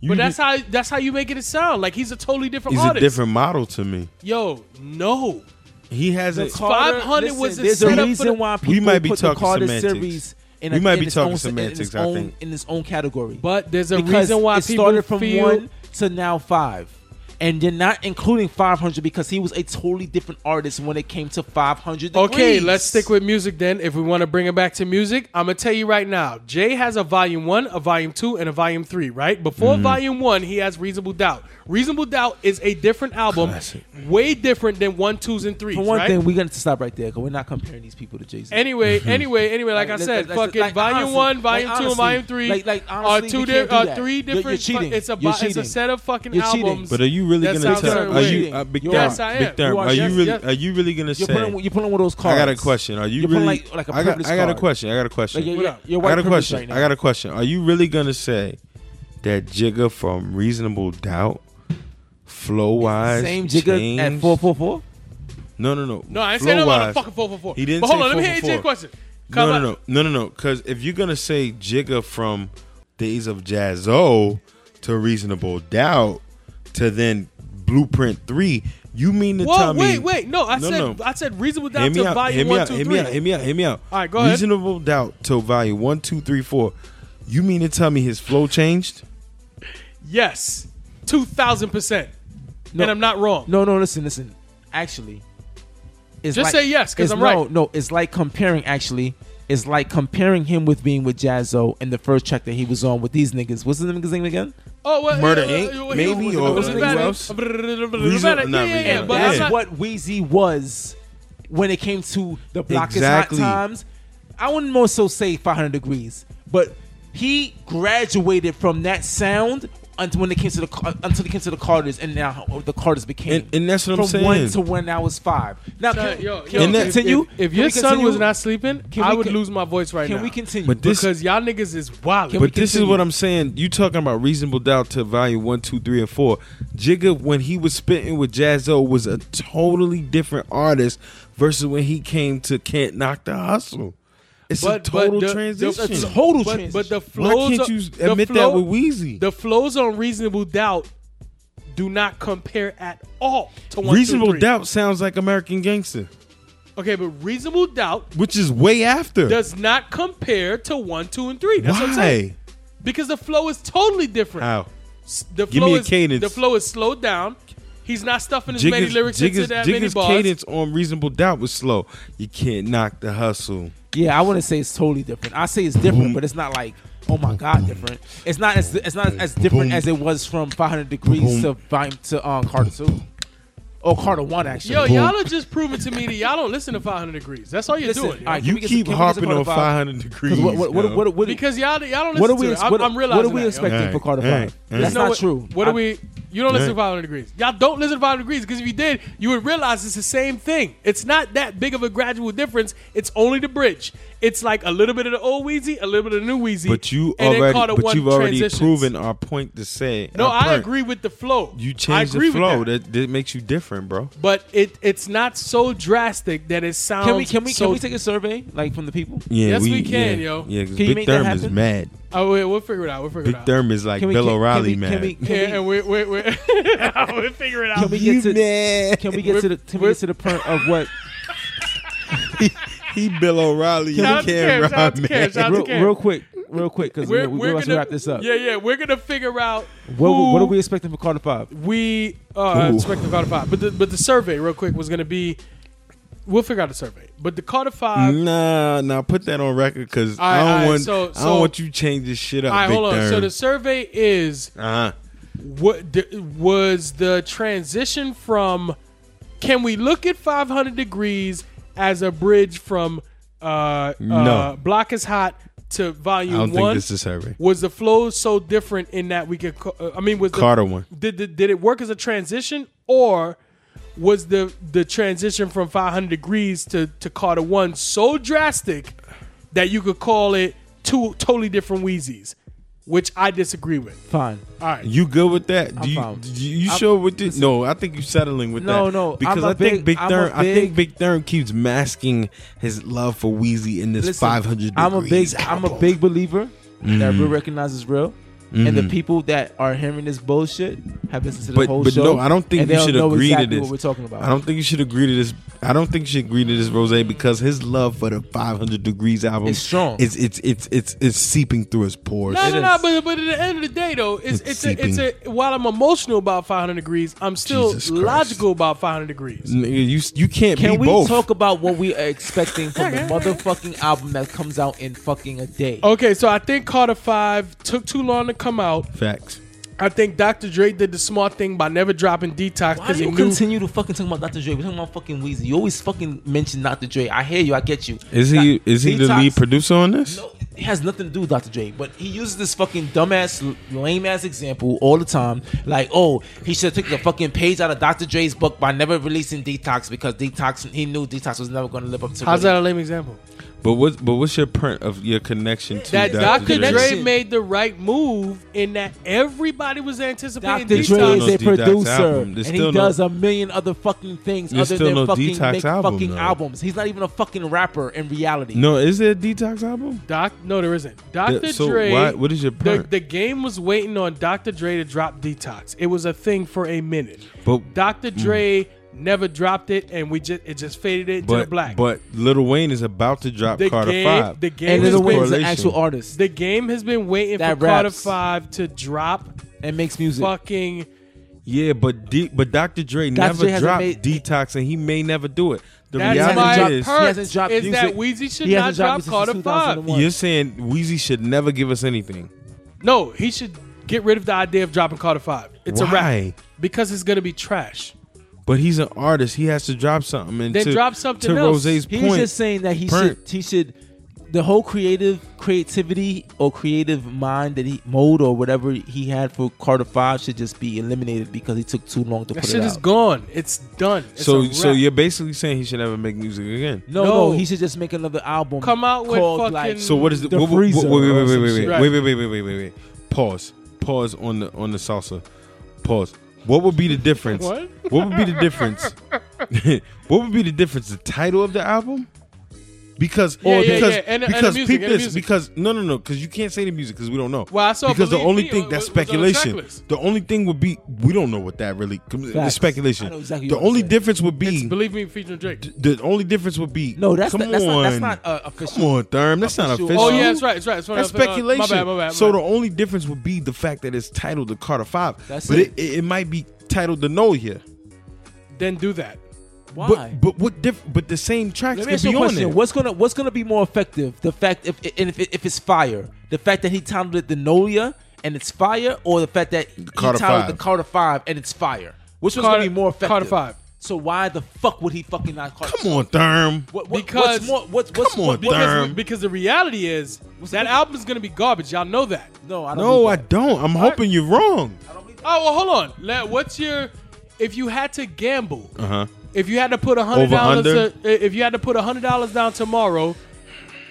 [SPEAKER 4] You
[SPEAKER 2] But that's
[SPEAKER 4] just-
[SPEAKER 2] how that's how you make it sound. Like he's a totally different
[SPEAKER 4] he's a
[SPEAKER 2] artist.
[SPEAKER 4] different model to me.
[SPEAKER 2] Yo, no.
[SPEAKER 4] He has a.
[SPEAKER 2] car- 500 was a
[SPEAKER 3] there's
[SPEAKER 2] setup for
[SPEAKER 3] a
[SPEAKER 2] the-
[SPEAKER 3] reason why
[SPEAKER 4] We
[SPEAKER 3] people
[SPEAKER 4] might be
[SPEAKER 3] put the
[SPEAKER 4] talking
[SPEAKER 3] Carter
[SPEAKER 4] semantics.
[SPEAKER 3] series. In
[SPEAKER 4] We
[SPEAKER 3] a-
[SPEAKER 4] might
[SPEAKER 3] in
[SPEAKER 4] be
[SPEAKER 3] its
[SPEAKER 4] talking
[SPEAKER 3] own, se- in
[SPEAKER 4] semantics,
[SPEAKER 3] its
[SPEAKER 4] I
[SPEAKER 3] own-
[SPEAKER 4] think.
[SPEAKER 3] in its own category.
[SPEAKER 2] But there's a
[SPEAKER 3] because
[SPEAKER 2] reason why
[SPEAKER 3] it
[SPEAKER 2] people
[SPEAKER 3] started from
[SPEAKER 2] feel
[SPEAKER 3] one to now five, and you're not including 500 because he was a totally different artist when it came to 500.
[SPEAKER 2] Okay,
[SPEAKER 3] degrees.
[SPEAKER 2] let's stick with music then. If we want to bring it back to music, I'm gonna tell you right now. Jay has a volume one, a volume two, and a volume three. Right before
[SPEAKER 3] Mm-hmm.
[SPEAKER 2] volume one, he has Reasonable Doubt. Reasonable Doubt is a different album,
[SPEAKER 4] Classic.
[SPEAKER 2] way different than one, twos, and threes.
[SPEAKER 3] For one
[SPEAKER 2] right?
[SPEAKER 3] thing, we got to stop right there because we're not comparing these people to Jay Z.
[SPEAKER 2] Anyway, anyway, anyway, like I
[SPEAKER 3] Like,
[SPEAKER 2] said,
[SPEAKER 3] let's- let's-
[SPEAKER 2] fucking
[SPEAKER 3] like,
[SPEAKER 2] volume
[SPEAKER 3] honestly,
[SPEAKER 2] one, volume
[SPEAKER 3] like,
[SPEAKER 2] two, and volume
[SPEAKER 3] honestly,
[SPEAKER 2] three
[SPEAKER 3] like- like,
[SPEAKER 2] are
[SPEAKER 3] honestly,
[SPEAKER 2] two
[SPEAKER 3] we
[SPEAKER 2] di-
[SPEAKER 3] can't do
[SPEAKER 2] are
[SPEAKER 3] that.
[SPEAKER 2] three
[SPEAKER 3] You're- you're
[SPEAKER 2] different. fu-
[SPEAKER 3] cheating.
[SPEAKER 2] It's a
[SPEAKER 3] You're
[SPEAKER 2] bo- it's a
[SPEAKER 3] cheating.
[SPEAKER 2] set of fucking
[SPEAKER 3] You're cheating.
[SPEAKER 2] albums.
[SPEAKER 4] But are you really
[SPEAKER 2] that
[SPEAKER 4] gonna
[SPEAKER 2] sound
[SPEAKER 3] tell-
[SPEAKER 4] tell?
[SPEAKER 2] certain
[SPEAKER 4] Are
[SPEAKER 2] ways.
[SPEAKER 4] you,
[SPEAKER 3] way.
[SPEAKER 4] uh, Big
[SPEAKER 3] You
[SPEAKER 4] Therm,
[SPEAKER 3] are.
[SPEAKER 4] Big Therm,
[SPEAKER 2] You
[SPEAKER 3] are.
[SPEAKER 4] are you
[SPEAKER 3] Yes,
[SPEAKER 4] really?
[SPEAKER 2] yes.
[SPEAKER 4] Are you really gonna
[SPEAKER 3] You're
[SPEAKER 4] say?
[SPEAKER 3] putting, you're pulling one of those
[SPEAKER 4] I
[SPEAKER 3] cards.
[SPEAKER 4] got a question. Are you
[SPEAKER 3] You're
[SPEAKER 4] really?
[SPEAKER 3] putting like, like a
[SPEAKER 4] I got.
[SPEAKER 3] privilege
[SPEAKER 4] I got a
[SPEAKER 3] card.
[SPEAKER 4] question. I got a question.
[SPEAKER 3] Like, you're,
[SPEAKER 2] What
[SPEAKER 3] you're,
[SPEAKER 2] up?
[SPEAKER 3] you're
[SPEAKER 4] I
[SPEAKER 3] white
[SPEAKER 4] got a
[SPEAKER 3] privilege
[SPEAKER 4] question.
[SPEAKER 3] Right now.
[SPEAKER 4] I got a question. Are you really gonna say that Jigga from Reasonable Doubt, flow wise,
[SPEAKER 3] same jigger at four four four.
[SPEAKER 4] No, no, no.
[SPEAKER 2] No, I ain't saying nothing about a
[SPEAKER 4] Flow-wise,
[SPEAKER 2] fucking four four four.
[SPEAKER 4] He didn't
[SPEAKER 2] But
[SPEAKER 4] say
[SPEAKER 2] hold on, let me hear
[SPEAKER 4] 444.
[SPEAKER 2] AJ question.
[SPEAKER 4] No,
[SPEAKER 2] Come
[SPEAKER 4] no,
[SPEAKER 2] on.
[SPEAKER 4] no, no, no, no. Because if you're gonna say Jigga from Days of Jazzo to Reasonable Doubt to then Blueprint Three, you mean to
[SPEAKER 2] Whoa,
[SPEAKER 4] tell me?
[SPEAKER 2] wait, wait. No, I
[SPEAKER 4] No,
[SPEAKER 2] said
[SPEAKER 4] no.
[SPEAKER 2] I said reasonable
[SPEAKER 4] Hear
[SPEAKER 2] doubt
[SPEAKER 4] me
[SPEAKER 2] to
[SPEAKER 4] out. Hear
[SPEAKER 2] volume
[SPEAKER 4] me
[SPEAKER 2] one,
[SPEAKER 4] out.
[SPEAKER 2] two,
[SPEAKER 4] Hear me
[SPEAKER 2] three.
[SPEAKER 4] out. Hear me out. Hear me out.
[SPEAKER 2] All right, go ahead.
[SPEAKER 4] Reasonable doubt to volume one, two, three, four. You mean to tell me his flow changed?
[SPEAKER 2] Yes, two thousand percent.
[SPEAKER 3] No.
[SPEAKER 2] And I'm not wrong.
[SPEAKER 3] No, no, listen, listen. Actually, it's
[SPEAKER 2] Just say yes, 'cause
[SPEAKER 3] it's-
[SPEAKER 2] I'm
[SPEAKER 3] No,
[SPEAKER 2] right.
[SPEAKER 3] no, it's like comparing. Actually, it's like comparing him with being with Jazzo and the first track that he was on with these niggas. What's the niggas name again?
[SPEAKER 2] Oh, well,
[SPEAKER 4] Murder,
[SPEAKER 2] uh,
[SPEAKER 4] Inc.,
[SPEAKER 2] uh, uh,
[SPEAKER 4] maybe,
[SPEAKER 2] was-
[SPEAKER 4] or
[SPEAKER 2] was it
[SPEAKER 3] something
[SPEAKER 2] Nevada?
[SPEAKER 4] else?
[SPEAKER 2] Nevada,
[SPEAKER 4] not
[SPEAKER 2] Yeah, yeah, yeah.
[SPEAKER 4] Reason-
[SPEAKER 2] But
[SPEAKER 3] That's
[SPEAKER 2] I'm not.
[SPEAKER 3] what Wheezy was when it came to the block
[SPEAKER 4] Exactly.
[SPEAKER 3] is hot times. I wouldn't more so say 500 degrees, but he graduated from that sound until when it came to the Car- until it came to the Carters, and now how the Carters became.
[SPEAKER 4] And- and that's what I'm
[SPEAKER 3] from one
[SPEAKER 4] saying.
[SPEAKER 3] to when I was five. Now,
[SPEAKER 2] Son,
[SPEAKER 3] can,
[SPEAKER 2] yo,
[SPEAKER 3] can
[SPEAKER 2] yo,
[SPEAKER 4] And
[SPEAKER 3] we
[SPEAKER 4] that-
[SPEAKER 3] continue?
[SPEAKER 2] If, if
[SPEAKER 3] Can
[SPEAKER 2] your
[SPEAKER 3] we
[SPEAKER 2] son was
[SPEAKER 3] continue?
[SPEAKER 2] not sleeping,
[SPEAKER 3] Can
[SPEAKER 2] I
[SPEAKER 3] we
[SPEAKER 2] would
[SPEAKER 3] con-
[SPEAKER 2] lose my voice right now.
[SPEAKER 3] can we continue?
[SPEAKER 4] But this-
[SPEAKER 2] because y'all niggas is wild.
[SPEAKER 3] Can we
[SPEAKER 4] But this is
[SPEAKER 3] continue?
[SPEAKER 4] what I'm saying. You talking about reasonable doubt to value one, two, three, and four. Jigga, when he was spitting with Jazzo, was a totally different artist versus when he came to Can't Knock the Hustle. It's
[SPEAKER 2] But-
[SPEAKER 4] a
[SPEAKER 2] but
[SPEAKER 4] total
[SPEAKER 2] the- the-
[SPEAKER 4] transition.
[SPEAKER 3] It's a total
[SPEAKER 2] but,
[SPEAKER 3] transition.
[SPEAKER 2] but the
[SPEAKER 4] Why
[SPEAKER 2] flows,
[SPEAKER 4] can't you
[SPEAKER 2] the
[SPEAKER 4] admit
[SPEAKER 2] flow-
[SPEAKER 4] that with Wheezy?
[SPEAKER 2] The flows on Reasonable Doubt do not compare at all to one, two,
[SPEAKER 4] reasonable
[SPEAKER 2] three.
[SPEAKER 4] doubt sounds like American Gangster,
[SPEAKER 2] Okay, but Reasonable Doubt
[SPEAKER 4] which is way after.
[SPEAKER 2] does not compare to one, two, and three. That's what I'm saying.
[SPEAKER 4] Why?
[SPEAKER 2] Because the flow is totally different.
[SPEAKER 4] How?
[SPEAKER 2] S- The
[SPEAKER 4] Give
[SPEAKER 2] flow
[SPEAKER 4] me a
[SPEAKER 2] is,
[SPEAKER 4] cadence.
[SPEAKER 2] The flow is slowed down. He's not stuffing as many
[SPEAKER 4] Jigga's,
[SPEAKER 2] lyrics into
[SPEAKER 4] Jigga's,
[SPEAKER 2] that many
[SPEAKER 4] Jigga's
[SPEAKER 2] bars.
[SPEAKER 4] cadence on Reasonable Doubt was slow. You can't knock the hustle.
[SPEAKER 3] Yeah, I wouldn't say it's totally different. I say it's different, but it's not like oh my god, different. It's not as it's not as different as it was from 500 degrees to Vi- to um, Carter two, or Carter one actually.
[SPEAKER 2] Yo, y'all are just proving to me that y'all don't listen to 500 Degrees. That's all you're
[SPEAKER 3] Listen,
[SPEAKER 2] doing.
[SPEAKER 3] all right, can
[SPEAKER 4] You
[SPEAKER 3] we get-
[SPEAKER 4] keep
[SPEAKER 3] can we get
[SPEAKER 4] harping
[SPEAKER 3] Carter
[SPEAKER 4] on
[SPEAKER 3] five?
[SPEAKER 4] 500 degrees.
[SPEAKER 3] 'Cause What what what
[SPEAKER 4] yo.
[SPEAKER 3] what, what,
[SPEAKER 2] because y'all, y'all don't listen
[SPEAKER 3] what are
[SPEAKER 2] to
[SPEAKER 3] we
[SPEAKER 2] it. I'm,
[SPEAKER 3] what,
[SPEAKER 2] I'm realizing
[SPEAKER 3] what are we
[SPEAKER 2] that, yo.
[SPEAKER 3] expecting
[SPEAKER 4] Hey,
[SPEAKER 3] for Carter
[SPEAKER 4] hey,
[SPEAKER 3] five?
[SPEAKER 4] hey.
[SPEAKER 3] That's
[SPEAKER 2] You know
[SPEAKER 3] not
[SPEAKER 2] what-
[SPEAKER 3] true.
[SPEAKER 2] What
[SPEAKER 3] I-
[SPEAKER 2] do we? You don't listen to
[SPEAKER 4] Right.
[SPEAKER 2] 500 degrees. Y'all don't listen to 500 degrees because if you did, you would realize it's the same thing. It's not that big of a gradual difference. It's only the bridge. It's like a little bit of the old Wheezy, a little bit of the new Wheezy.
[SPEAKER 4] But you
[SPEAKER 2] and then
[SPEAKER 4] already,
[SPEAKER 2] Carter
[SPEAKER 4] but
[SPEAKER 2] One
[SPEAKER 4] you've already
[SPEAKER 2] transitions.
[SPEAKER 4] proven our point to say.
[SPEAKER 2] No,
[SPEAKER 4] our
[SPEAKER 2] I
[SPEAKER 4] point.
[SPEAKER 2] agree with the flow.
[SPEAKER 4] You
[SPEAKER 2] I
[SPEAKER 4] change
[SPEAKER 2] agree
[SPEAKER 4] the
[SPEAKER 2] with
[SPEAKER 4] flow.
[SPEAKER 2] that.
[SPEAKER 4] That. That, makes you different, bro.
[SPEAKER 2] But it it's not so drastic that it sounds.
[SPEAKER 3] can we can we
[SPEAKER 2] um, so,
[SPEAKER 3] can we take a survey like from the people?
[SPEAKER 4] Yeah,
[SPEAKER 2] Yes, we can, yo.
[SPEAKER 4] Yeah, because
[SPEAKER 3] Can you
[SPEAKER 4] Big
[SPEAKER 3] make that
[SPEAKER 4] Therm is
[SPEAKER 3] happen?
[SPEAKER 4] mad.
[SPEAKER 2] Oh, wait, we'll figure it out. We'll figure
[SPEAKER 4] Big
[SPEAKER 2] it out.
[SPEAKER 4] Therm is like
[SPEAKER 3] Can we-
[SPEAKER 4] Bill
[SPEAKER 3] can- can
[SPEAKER 4] O'Reilly
[SPEAKER 3] we- can
[SPEAKER 4] mad.
[SPEAKER 3] we- can
[SPEAKER 2] Yeah, and we we we we'll figure it out.
[SPEAKER 3] Can we get to
[SPEAKER 4] mad.
[SPEAKER 3] can we get to the can we
[SPEAKER 2] we're-
[SPEAKER 3] get to the point of what
[SPEAKER 4] he Bill O'Reilly.
[SPEAKER 2] Shout out
[SPEAKER 4] and
[SPEAKER 2] to Cam,
[SPEAKER 4] Cam
[SPEAKER 2] shout out to Cam,
[SPEAKER 4] Rob
[SPEAKER 2] shout out to
[SPEAKER 4] mad.
[SPEAKER 3] real,
[SPEAKER 2] Cam.
[SPEAKER 3] real quick real quick because
[SPEAKER 2] We're,
[SPEAKER 3] we're, we
[SPEAKER 2] we're
[SPEAKER 3] about
[SPEAKER 2] gonna
[SPEAKER 3] to wrap this up.
[SPEAKER 2] Yeah, yeah, we're gonna figure out
[SPEAKER 3] What,
[SPEAKER 2] who,
[SPEAKER 3] what are we expecting for Carter five?
[SPEAKER 2] We uh,
[SPEAKER 4] Ooh.
[SPEAKER 2] expect the Carter Five, but the, but the survey real quick was going to be. We'll figure out the survey, but the Carter Five.
[SPEAKER 4] Mm, Nah, nah, put that on record because
[SPEAKER 2] All right,
[SPEAKER 4] I don't
[SPEAKER 2] all right,
[SPEAKER 4] want.
[SPEAKER 2] so-
[SPEAKER 4] I
[SPEAKER 2] so-
[SPEAKER 4] don't want you change this shit up.
[SPEAKER 2] all right,
[SPEAKER 4] Big
[SPEAKER 2] hold on.
[SPEAKER 4] Therm.
[SPEAKER 2] So the survey is
[SPEAKER 4] uh-huh.
[SPEAKER 2] what the, was the transition from? Can we look at 500 degrees as a bridge from uh, uh
[SPEAKER 4] No.
[SPEAKER 2] block is hot to volume
[SPEAKER 4] I don't
[SPEAKER 2] one?
[SPEAKER 4] think this is survey.
[SPEAKER 2] was the flow so different in that we could? co- uh, I mean, was the-
[SPEAKER 4] Carter one.
[SPEAKER 2] Did, did did it work as a transition or was the the transition from 500 degrees to to Carter one so drastic that you could call it two totally different Wheezys, which I disagree with.
[SPEAKER 3] Fine.
[SPEAKER 2] All right,
[SPEAKER 4] You good with that? Do you,
[SPEAKER 3] fine.
[SPEAKER 4] do you you sure with this? No, I think you're settling with
[SPEAKER 3] No,
[SPEAKER 4] that.
[SPEAKER 3] no,
[SPEAKER 4] because
[SPEAKER 3] I'm
[SPEAKER 4] I
[SPEAKER 3] a
[SPEAKER 4] think
[SPEAKER 3] big-
[SPEAKER 4] Big
[SPEAKER 3] I'm a
[SPEAKER 4] Therm, I think Big
[SPEAKER 3] big-
[SPEAKER 4] Therm keeps masking his love for Wheezy in this
[SPEAKER 3] Listen,
[SPEAKER 4] 500.
[SPEAKER 3] I'm a
[SPEAKER 4] degrees Mm-hmm.
[SPEAKER 3] big I'm a
[SPEAKER 4] album.
[SPEAKER 3] big believer that real recognizes real. And the people that are hearing this bullshit have listened to the
[SPEAKER 4] Mm-hmm. But
[SPEAKER 3] whole
[SPEAKER 4] but
[SPEAKER 3] show.
[SPEAKER 4] no, I don't think
[SPEAKER 3] and
[SPEAKER 4] you
[SPEAKER 3] they'll
[SPEAKER 4] should
[SPEAKER 3] know
[SPEAKER 4] agree
[SPEAKER 3] exactly
[SPEAKER 4] to
[SPEAKER 3] What
[SPEAKER 4] this.
[SPEAKER 3] we're talking about.
[SPEAKER 4] I don't think you should agree to this. I don't think you should agree to this Rose because his love for the 500 degrees album
[SPEAKER 3] It's strong.
[SPEAKER 4] It's it's it's it's it's seeping through his pores.
[SPEAKER 2] no, no,
[SPEAKER 3] is.
[SPEAKER 2] no. But, but at the end of the day, though, it's it's
[SPEAKER 4] It's
[SPEAKER 2] a, it's a while I'm emotional about 500 degrees, I'm still
[SPEAKER 4] Jesus Christ.
[SPEAKER 2] logical about 500 degrees.
[SPEAKER 4] Nigga, you you can't
[SPEAKER 3] Can
[SPEAKER 4] be
[SPEAKER 3] we
[SPEAKER 4] both.
[SPEAKER 3] talk about what we are expecting from the motherfucking album that comes out in fucking a day?
[SPEAKER 4] Oh,
[SPEAKER 2] Okay, so I think Carter Five took too long to come out.
[SPEAKER 4] Facts.
[SPEAKER 2] I think Dr. Dre did the smart thing by never dropping Detox
[SPEAKER 3] Why
[SPEAKER 2] because
[SPEAKER 3] do
[SPEAKER 2] he
[SPEAKER 3] you
[SPEAKER 2] knew.
[SPEAKER 3] continue to fucking talk about Dr. Dre? We're talking about fucking Weezy. You always fucking mention Dr. Dre. I hear you. I get you.
[SPEAKER 4] Is he
[SPEAKER 3] Doc-
[SPEAKER 4] is he the
[SPEAKER 3] Detox-
[SPEAKER 4] lead producer on this?
[SPEAKER 3] No, it has nothing to do with Dr. Dre, but he uses this fucking dumbass, lame ass example all the time. Like, oh, he should have took a fucking page out of Dr. Dre's book by never releasing Detox because Detox, he knew Detox was never going to live up to.
[SPEAKER 2] How's
[SPEAKER 3] really-
[SPEAKER 2] that a lame example?
[SPEAKER 4] But what but what's your print of your connection to
[SPEAKER 2] That Dr. Dre
[SPEAKER 3] Connection.
[SPEAKER 2] made the right move in that everybody was anticipating
[SPEAKER 3] Dr. Dre
[SPEAKER 2] Detox.
[SPEAKER 4] still
[SPEAKER 3] is
[SPEAKER 4] no
[SPEAKER 3] a
[SPEAKER 4] Detox
[SPEAKER 3] producer,
[SPEAKER 4] album.
[SPEAKER 3] and
[SPEAKER 4] There's
[SPEAKER 3] he
[SPEAKER 4] still no-
[SPEAKER 3] does a million other fucking things
[SPEAKER 4] There's
[SPEAKER 3] other
[SPEAKER 4] still
[SPEAKER 3] than
[SPEAKER 4] no
[SPEAKER 3] fucking
[SPEAKER 4] Detox
[SPEAKER 3] make
[SPEAKER 4] album,
[SPEAKER 3] fucking
[SPEAKER 4] though.
[SPEAKER 3] albums. He's not even a fucking rapper in reality.
[SPEAKER 4] No, is it a detox album?
[SPEAKER 2] Doc, no, there isn't. Dr.
[SPEAKER 4] That- so
[SPEAKER 2] Dre.
[SPEAKER 4] why- what is your
[SPEAKER 2] the,
[SPEAKER 4] point?
[SPEAKER 2] the game was waiting on Dr. Dre to drop Detox. It was a thing for a minute.
[SPEAKER 4] But- mm.
[SPEAKER 2] Dr. Dre never dropped it, and we just it just faded it to the
[SPEAKER 4] But
[SPEAKER 2] black.
[SPEAKER 4] but Lil Wayne is about to drop
[SPEAKER 2] The
[SPEAKER 4] Carter
[SPEAKER 2] game-
[SPEAKER 4] Five.
[SPEAKER 2] the game
[SPEAKER 3] and
[SPEAKER 2] There's
[SPEAKER 3] Lil Wayne's an
[SPEAKER 4] correlation.
[SPEAKER 3] actual artist
[SPEAKER 2] the game has been waiting
[SPEAKER 3] That
[SPEAKER 2] for Carter
[SPEAKER 3] raps.
[SPEAKER 2] Five to drop
[SPEAKER 3] and makes music.
[SPEAKER 2] fucking.
[SPEAKER 4] Yeah, but D, but Dr. Dre never
[SPEAKER 3] Dre hasn't
[SPEAKER 4] dropped
[SPEAKER 3] made-
[SPEAKER 4] detox, and he may never do it. The
[SPEAKER 2] That's
[SPEAKER 3] hasn't
[SPEAKER 2] my
[SPEAKER 3] dropped-
[SPEAKER 2] purpose.
[SPEAKER 4] reality is,
[SPEAKER 3] per- He hasn't dropped
[SPEAKER 2] is that
[SPEAKER 3] music.
[SPEAKER 2] Weezy should
[SPEAKER 3] He
[SPEAKER 2] not
[SPEAKER 3] hasn't
[SPEAKER 2] drop
[SPEAKER 3] dropped music
[SPEAKER 2] Carter
[SPEAKER 3] since
[SPEAKER 2] Five.
[SPEAKER 3] 2001.
[SPEAKER 4] you're saying Wheezy should never give us anything.
[SPEAKER 2] No, he should get rid of the idea of dropping Carter Five. It's a
[SPEAKER 4] Why?
[SPEAKER 2] wrap because it's gonna be trash.
[SPEAKER 4] But he's an artist; he has to drop something. And
[SPEAKER 2] Then
[SPEAKER 4] to,
[SPEAKER 2] drop something
[SPEAKER 4] to
[SPEAKER 2] else.
[SPEAKER 4] Rose's
[SPEAKER 3] He's
[SPEAKER 4] point.
[SPEAKER 3] just saying that he
[SPEAKER 4] Point.
[SPEAKER 3] should he should the whole creative creativity or creative mind that he mode or whatever he had for Carter Five should just be eliminated because he took too long to
[SPEAKER 2] That
[SPEAKER 3] put
[SPEAKER 2] shit
[SPEAKER 3] it
[SPEAKER 2] is
[SPEAKER 3] out.
[SPEAKER 2] gone. It's done. It's
[SPEAKER 4] So
[SPEAKER 2] a
[SPEAKER 4] so
[SPEAKER 2] wrap.
[SPEAKER 4] you're basically saying he should never make music again.
[SPEAKER 3] no,
[SPEAKER 2] No.
[SPEAKER 3] no, he should just make another album.
[SPEAKER 2] Come out with
[SPEAKER 3] called,
[SPEAKER 2] fucking-
[SPEAKER 3] like,
[SPEAKER 4] So what is the,
[SPEAKER 3] The
[SPEAKER 4] what, what- wait, wait,
[SPEAKER 3] freezer
[SPEAKER 4] wait,
[SPEAKER 3] or
[SPEAKER 4] wait,
[SPEAKER 3] some
[SPEAKER 4] wait,
[SPEAKER 3] shit.
[SPEAKER 4] wait,
[SPEAKER 2] Right.
[SPEAKER 4] wait, wait, wait, wait, wait, wait, wait. Pause. Pause on the on the salsa. Pause. What would be the difference?
[SPEAKER 2] What?
[SPEAKER 4] would be the difference? what would be the difference? The title of the album? Because
[SPEAKER 2] Yeah,
[SPEAKER 4] or
[SPEAKER 2] yeah,
[SPEAKER 4] because
[SPEAKER 2] yeah. And the- and the
[SPEAKER 4] because
[SPEAKER 2] music,
[SPEAKER 4] peep
[SPEAKER 2] and the
[SPEAKER 4] this,
[SPEAKER 2] music.
[SPEAKER 4] because no no no because you can't say the music because we don't know.
[SPEAKER 2] Well, I saw
[SPEAKER 4] because the
[SPEAKER 2] Believe
[SPEAKER 4] only
[SPEAKER 2] Me
[SPEAKER 4] thing
[SPEAKER 2] wa- was
[SPEAKER 4] that's
[SPEAKER 2] on the
[SPEAKER 4] speculation.
[SPEAKER 2] tracklist.
[SPEAKER 4] the only thing would be we don't know what that really. It's
[SPEAKER 3] Facts.
[SPEAKER 4] speculation.
[SPEAKER 3] I know exactly
[SPEAKER 4] the
[SPEAKER 3] what you're
[SPEAKER 4] only
[SPEAKER 3] saying.
[SPEAKER 4] difference would be
[SPEAKER 2] Believe me, featuring Drake.
[SPEAKER 4] the only difference would be
[SPEAKER 3] No, that's
[SPEAKER 4] come
[SPEAKER 3] the- that's
[SPEAKER 4] on.
[SPEAKER 3] not- that's not, uh, official.
[SPEAKER 4] Come on, Therm, that's not
[SPEAKER 3] Official.
[SPEAKER 4] official.
[SPEAKER 2] Oh yeah, that's right. That's right. That's, what I-
[SPEAKER 4] That's
[SPEAKER 2] uh, my bad,
[SPEAKER 4] speculation.
[SPEAKER 2] My bad. My bad.
[SPEAKER 4] So the only difference would be the fact that it's titled the Carter Five,
[SPEAKER 3] That's
[SPEAKER 4] but
[SPEAKER 3] it.
[SPEAKER 4] it. It, it might be titled the No Here.
[SPEAKER 2] then do that.
[SPEAKER 3] Why?
[SPEAKER 4] But but what diff- But the same tracks
[SPEAKER 3] Let
[SPEAKER 4] could
[SPEAKER 3] me ask you
[SPEAKER 4] be
[SPEAKER 3] a
[SPEAKER 4] on
[SPEAKER 3] question.
[SPEAKER 4] there.
[SPEAKER 3] What's gonna What's gonna be more effective? The fact if and if, if it's fire, the fact that he titled it the Nolia and it's fire, or the fact that he
[SPEAKER 4] Carter
[SPEAKER 3] titled
[SPEAKER 4] Five.
[SPEAKER 3] the Carter Five and it's fire. Which one's
[SPEAKER 2] Carter-
[SPEAKER 3] gonna be more effective?
[SPEAKER 2] Carter Five.
[SPEAKER 3] So why the fuck would he fucking not Carter?
[SPEAKER 4] Come on, Therm.
[SPEAKER 3] What, what,
[SPEAKER 2] Because-
[SPEAKER 3] what's more, what's what's
[SPEAKER 4] Come
[SPEAKER 3] more,
[SPEAKER 4] on,
[SPEAKER 3] what-
[SPEAKER 2] Because,
[SPEAKER 4] Damn.
[SPEAKER 2] because the reality is that album's gonna be garbage. Y'all know that.
[SPEAKER 3] no, I don't.
[SPEAKER 4] No, I
[SPEAKER 3] believe that.
[SPEAKER 4] don't. I'm hoping you're wrong.
[SPEAKER 2] Oh well, hold on. Let- What's your if you had to gamble?
[SPEAKER 4] Uh huh.
[SPEAKER 2] If you had to put a hundred
[SPEAKER 4] Over,
[SPEAKER 2] dollars,
[SPEAKER 4] under?
[SPEAKER 2] to- if you had to put a hundred dollars down tomorrow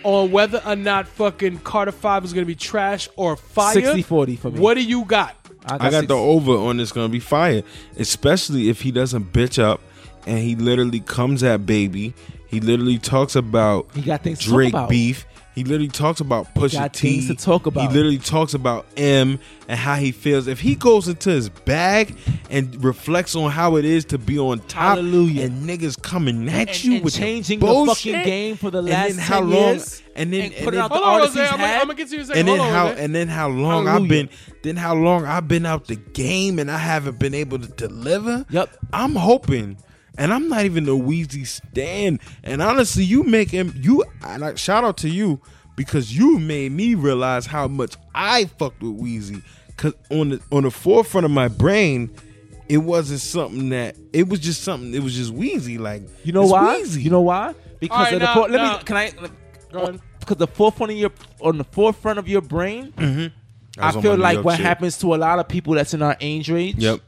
[SPEAKER 2] on whether or not fucking Carter Five is gonna be trash or fire,
[SPEAKER 3] 60-40 for me.
[SPEAKER 2] What do you got?
[SPEAKER 4] I got
[SPEAKER 3] six-
[SPEAKER 4] the over on it's gonna be fire, especially if he doesn't bitch up and he literally comes at baby. He literally talks about
[SPEAKER 3] He got things to talk
[SPEAKER 4] Drake
[SPEAKER 3] about.
[SPEAKER 4] beef. He literally talks about Pusha
[SPEAKER 3] got
[SPEAKER 4] T.
[SPEAKER 3] things to talk about.
[SPEAKER 4] He literally talks about M and how he feels. If he goes into his bag and reflects on how it is to be on top,
[SPEAKER 3] Hallelujah.
[SPEAKER 4] and niggas coming at
[SPEAKER 3] And-
[SPEAKER 4] you
[SPEAKER 3] and
[SPEAKER 4] with
[SPEAKER 3] changing the
[SPEAKER 4] bullshit,
[SPEAKER 3] fucking game for the
[SPEAKER 4] and
[SPEAKER 3] last
[SPEAKER 4] then how
[SPEAKER 3] 10
[SPEAKER 4] long,
[SPEAKER 3] years,
[SPEAKER 4] and then
[SPEAKER 3] and
[SPEAKER 4] and
[SPEAKER 3] put it
[SPEAKER 4] then-
[SPEAKER 3] out the
[SPEAKER 2] Hold on,
[SPEAKER 3] artists
[SPEAKER 2] Jose.
[SPEAKER 3] he's
[SPEAKER 2] I'm,
[SPEAKER 3] had,
[SPEAKER 2] I'm gonna get to you in a second.
[SPEAKER 4] and then
[SPEAKER 2] Hold on,
[SPEAKER 4] how
[SPEAKER 2] Jose.
[SPEAKER 4] and then how long I've
[SPEAKER 3] Hallelujah.
[SPEAKER 4] been then how long I've been out the game and I haven't been able to deliver.
[SPEAKER 3] Yep.
[SPEAKER 4] I'm hoping. And I'm not even a Wheezy stand. And honestly, you make him you and I, shout out to you because you made me realize how much I fucked with Wheezy. Cause on the on the forefront of my brain, it wasn't something that it was just something. It was just Wheezy. Like
[SPEAKER 3] You know
[SPEAKER 4] it's
[SPEAKER 3] why?
[SPEAKER 4] Wheezy.
[SPEAKER 3] You know why? Because
[SPEAKER 2] All right,
[SPEAKER 3] of the
[SPEAKER 2] now-
[SPEAKER 3] for- let
[SPEAKER 2] now-
[SPEAKER 3] me can I
[SPEAKER 2] Go ahead.
[SPEAKER 3] because the forefront of your on the forefront of your brain.
[SPEAKER 4] I
[SPEAKER 3] I
[SPEAKER 4] was on
[SPEAKER 3] feel
[SPEAKER 4] my New
[SPEAKER 3] like
[SPEAKER 4] York
[SPEAKER 3] what
[SPEAKER 4] shit.
[SPEAKER 3] happens to a lot of people that's in our age range.
[SPEAKER 4] Yep.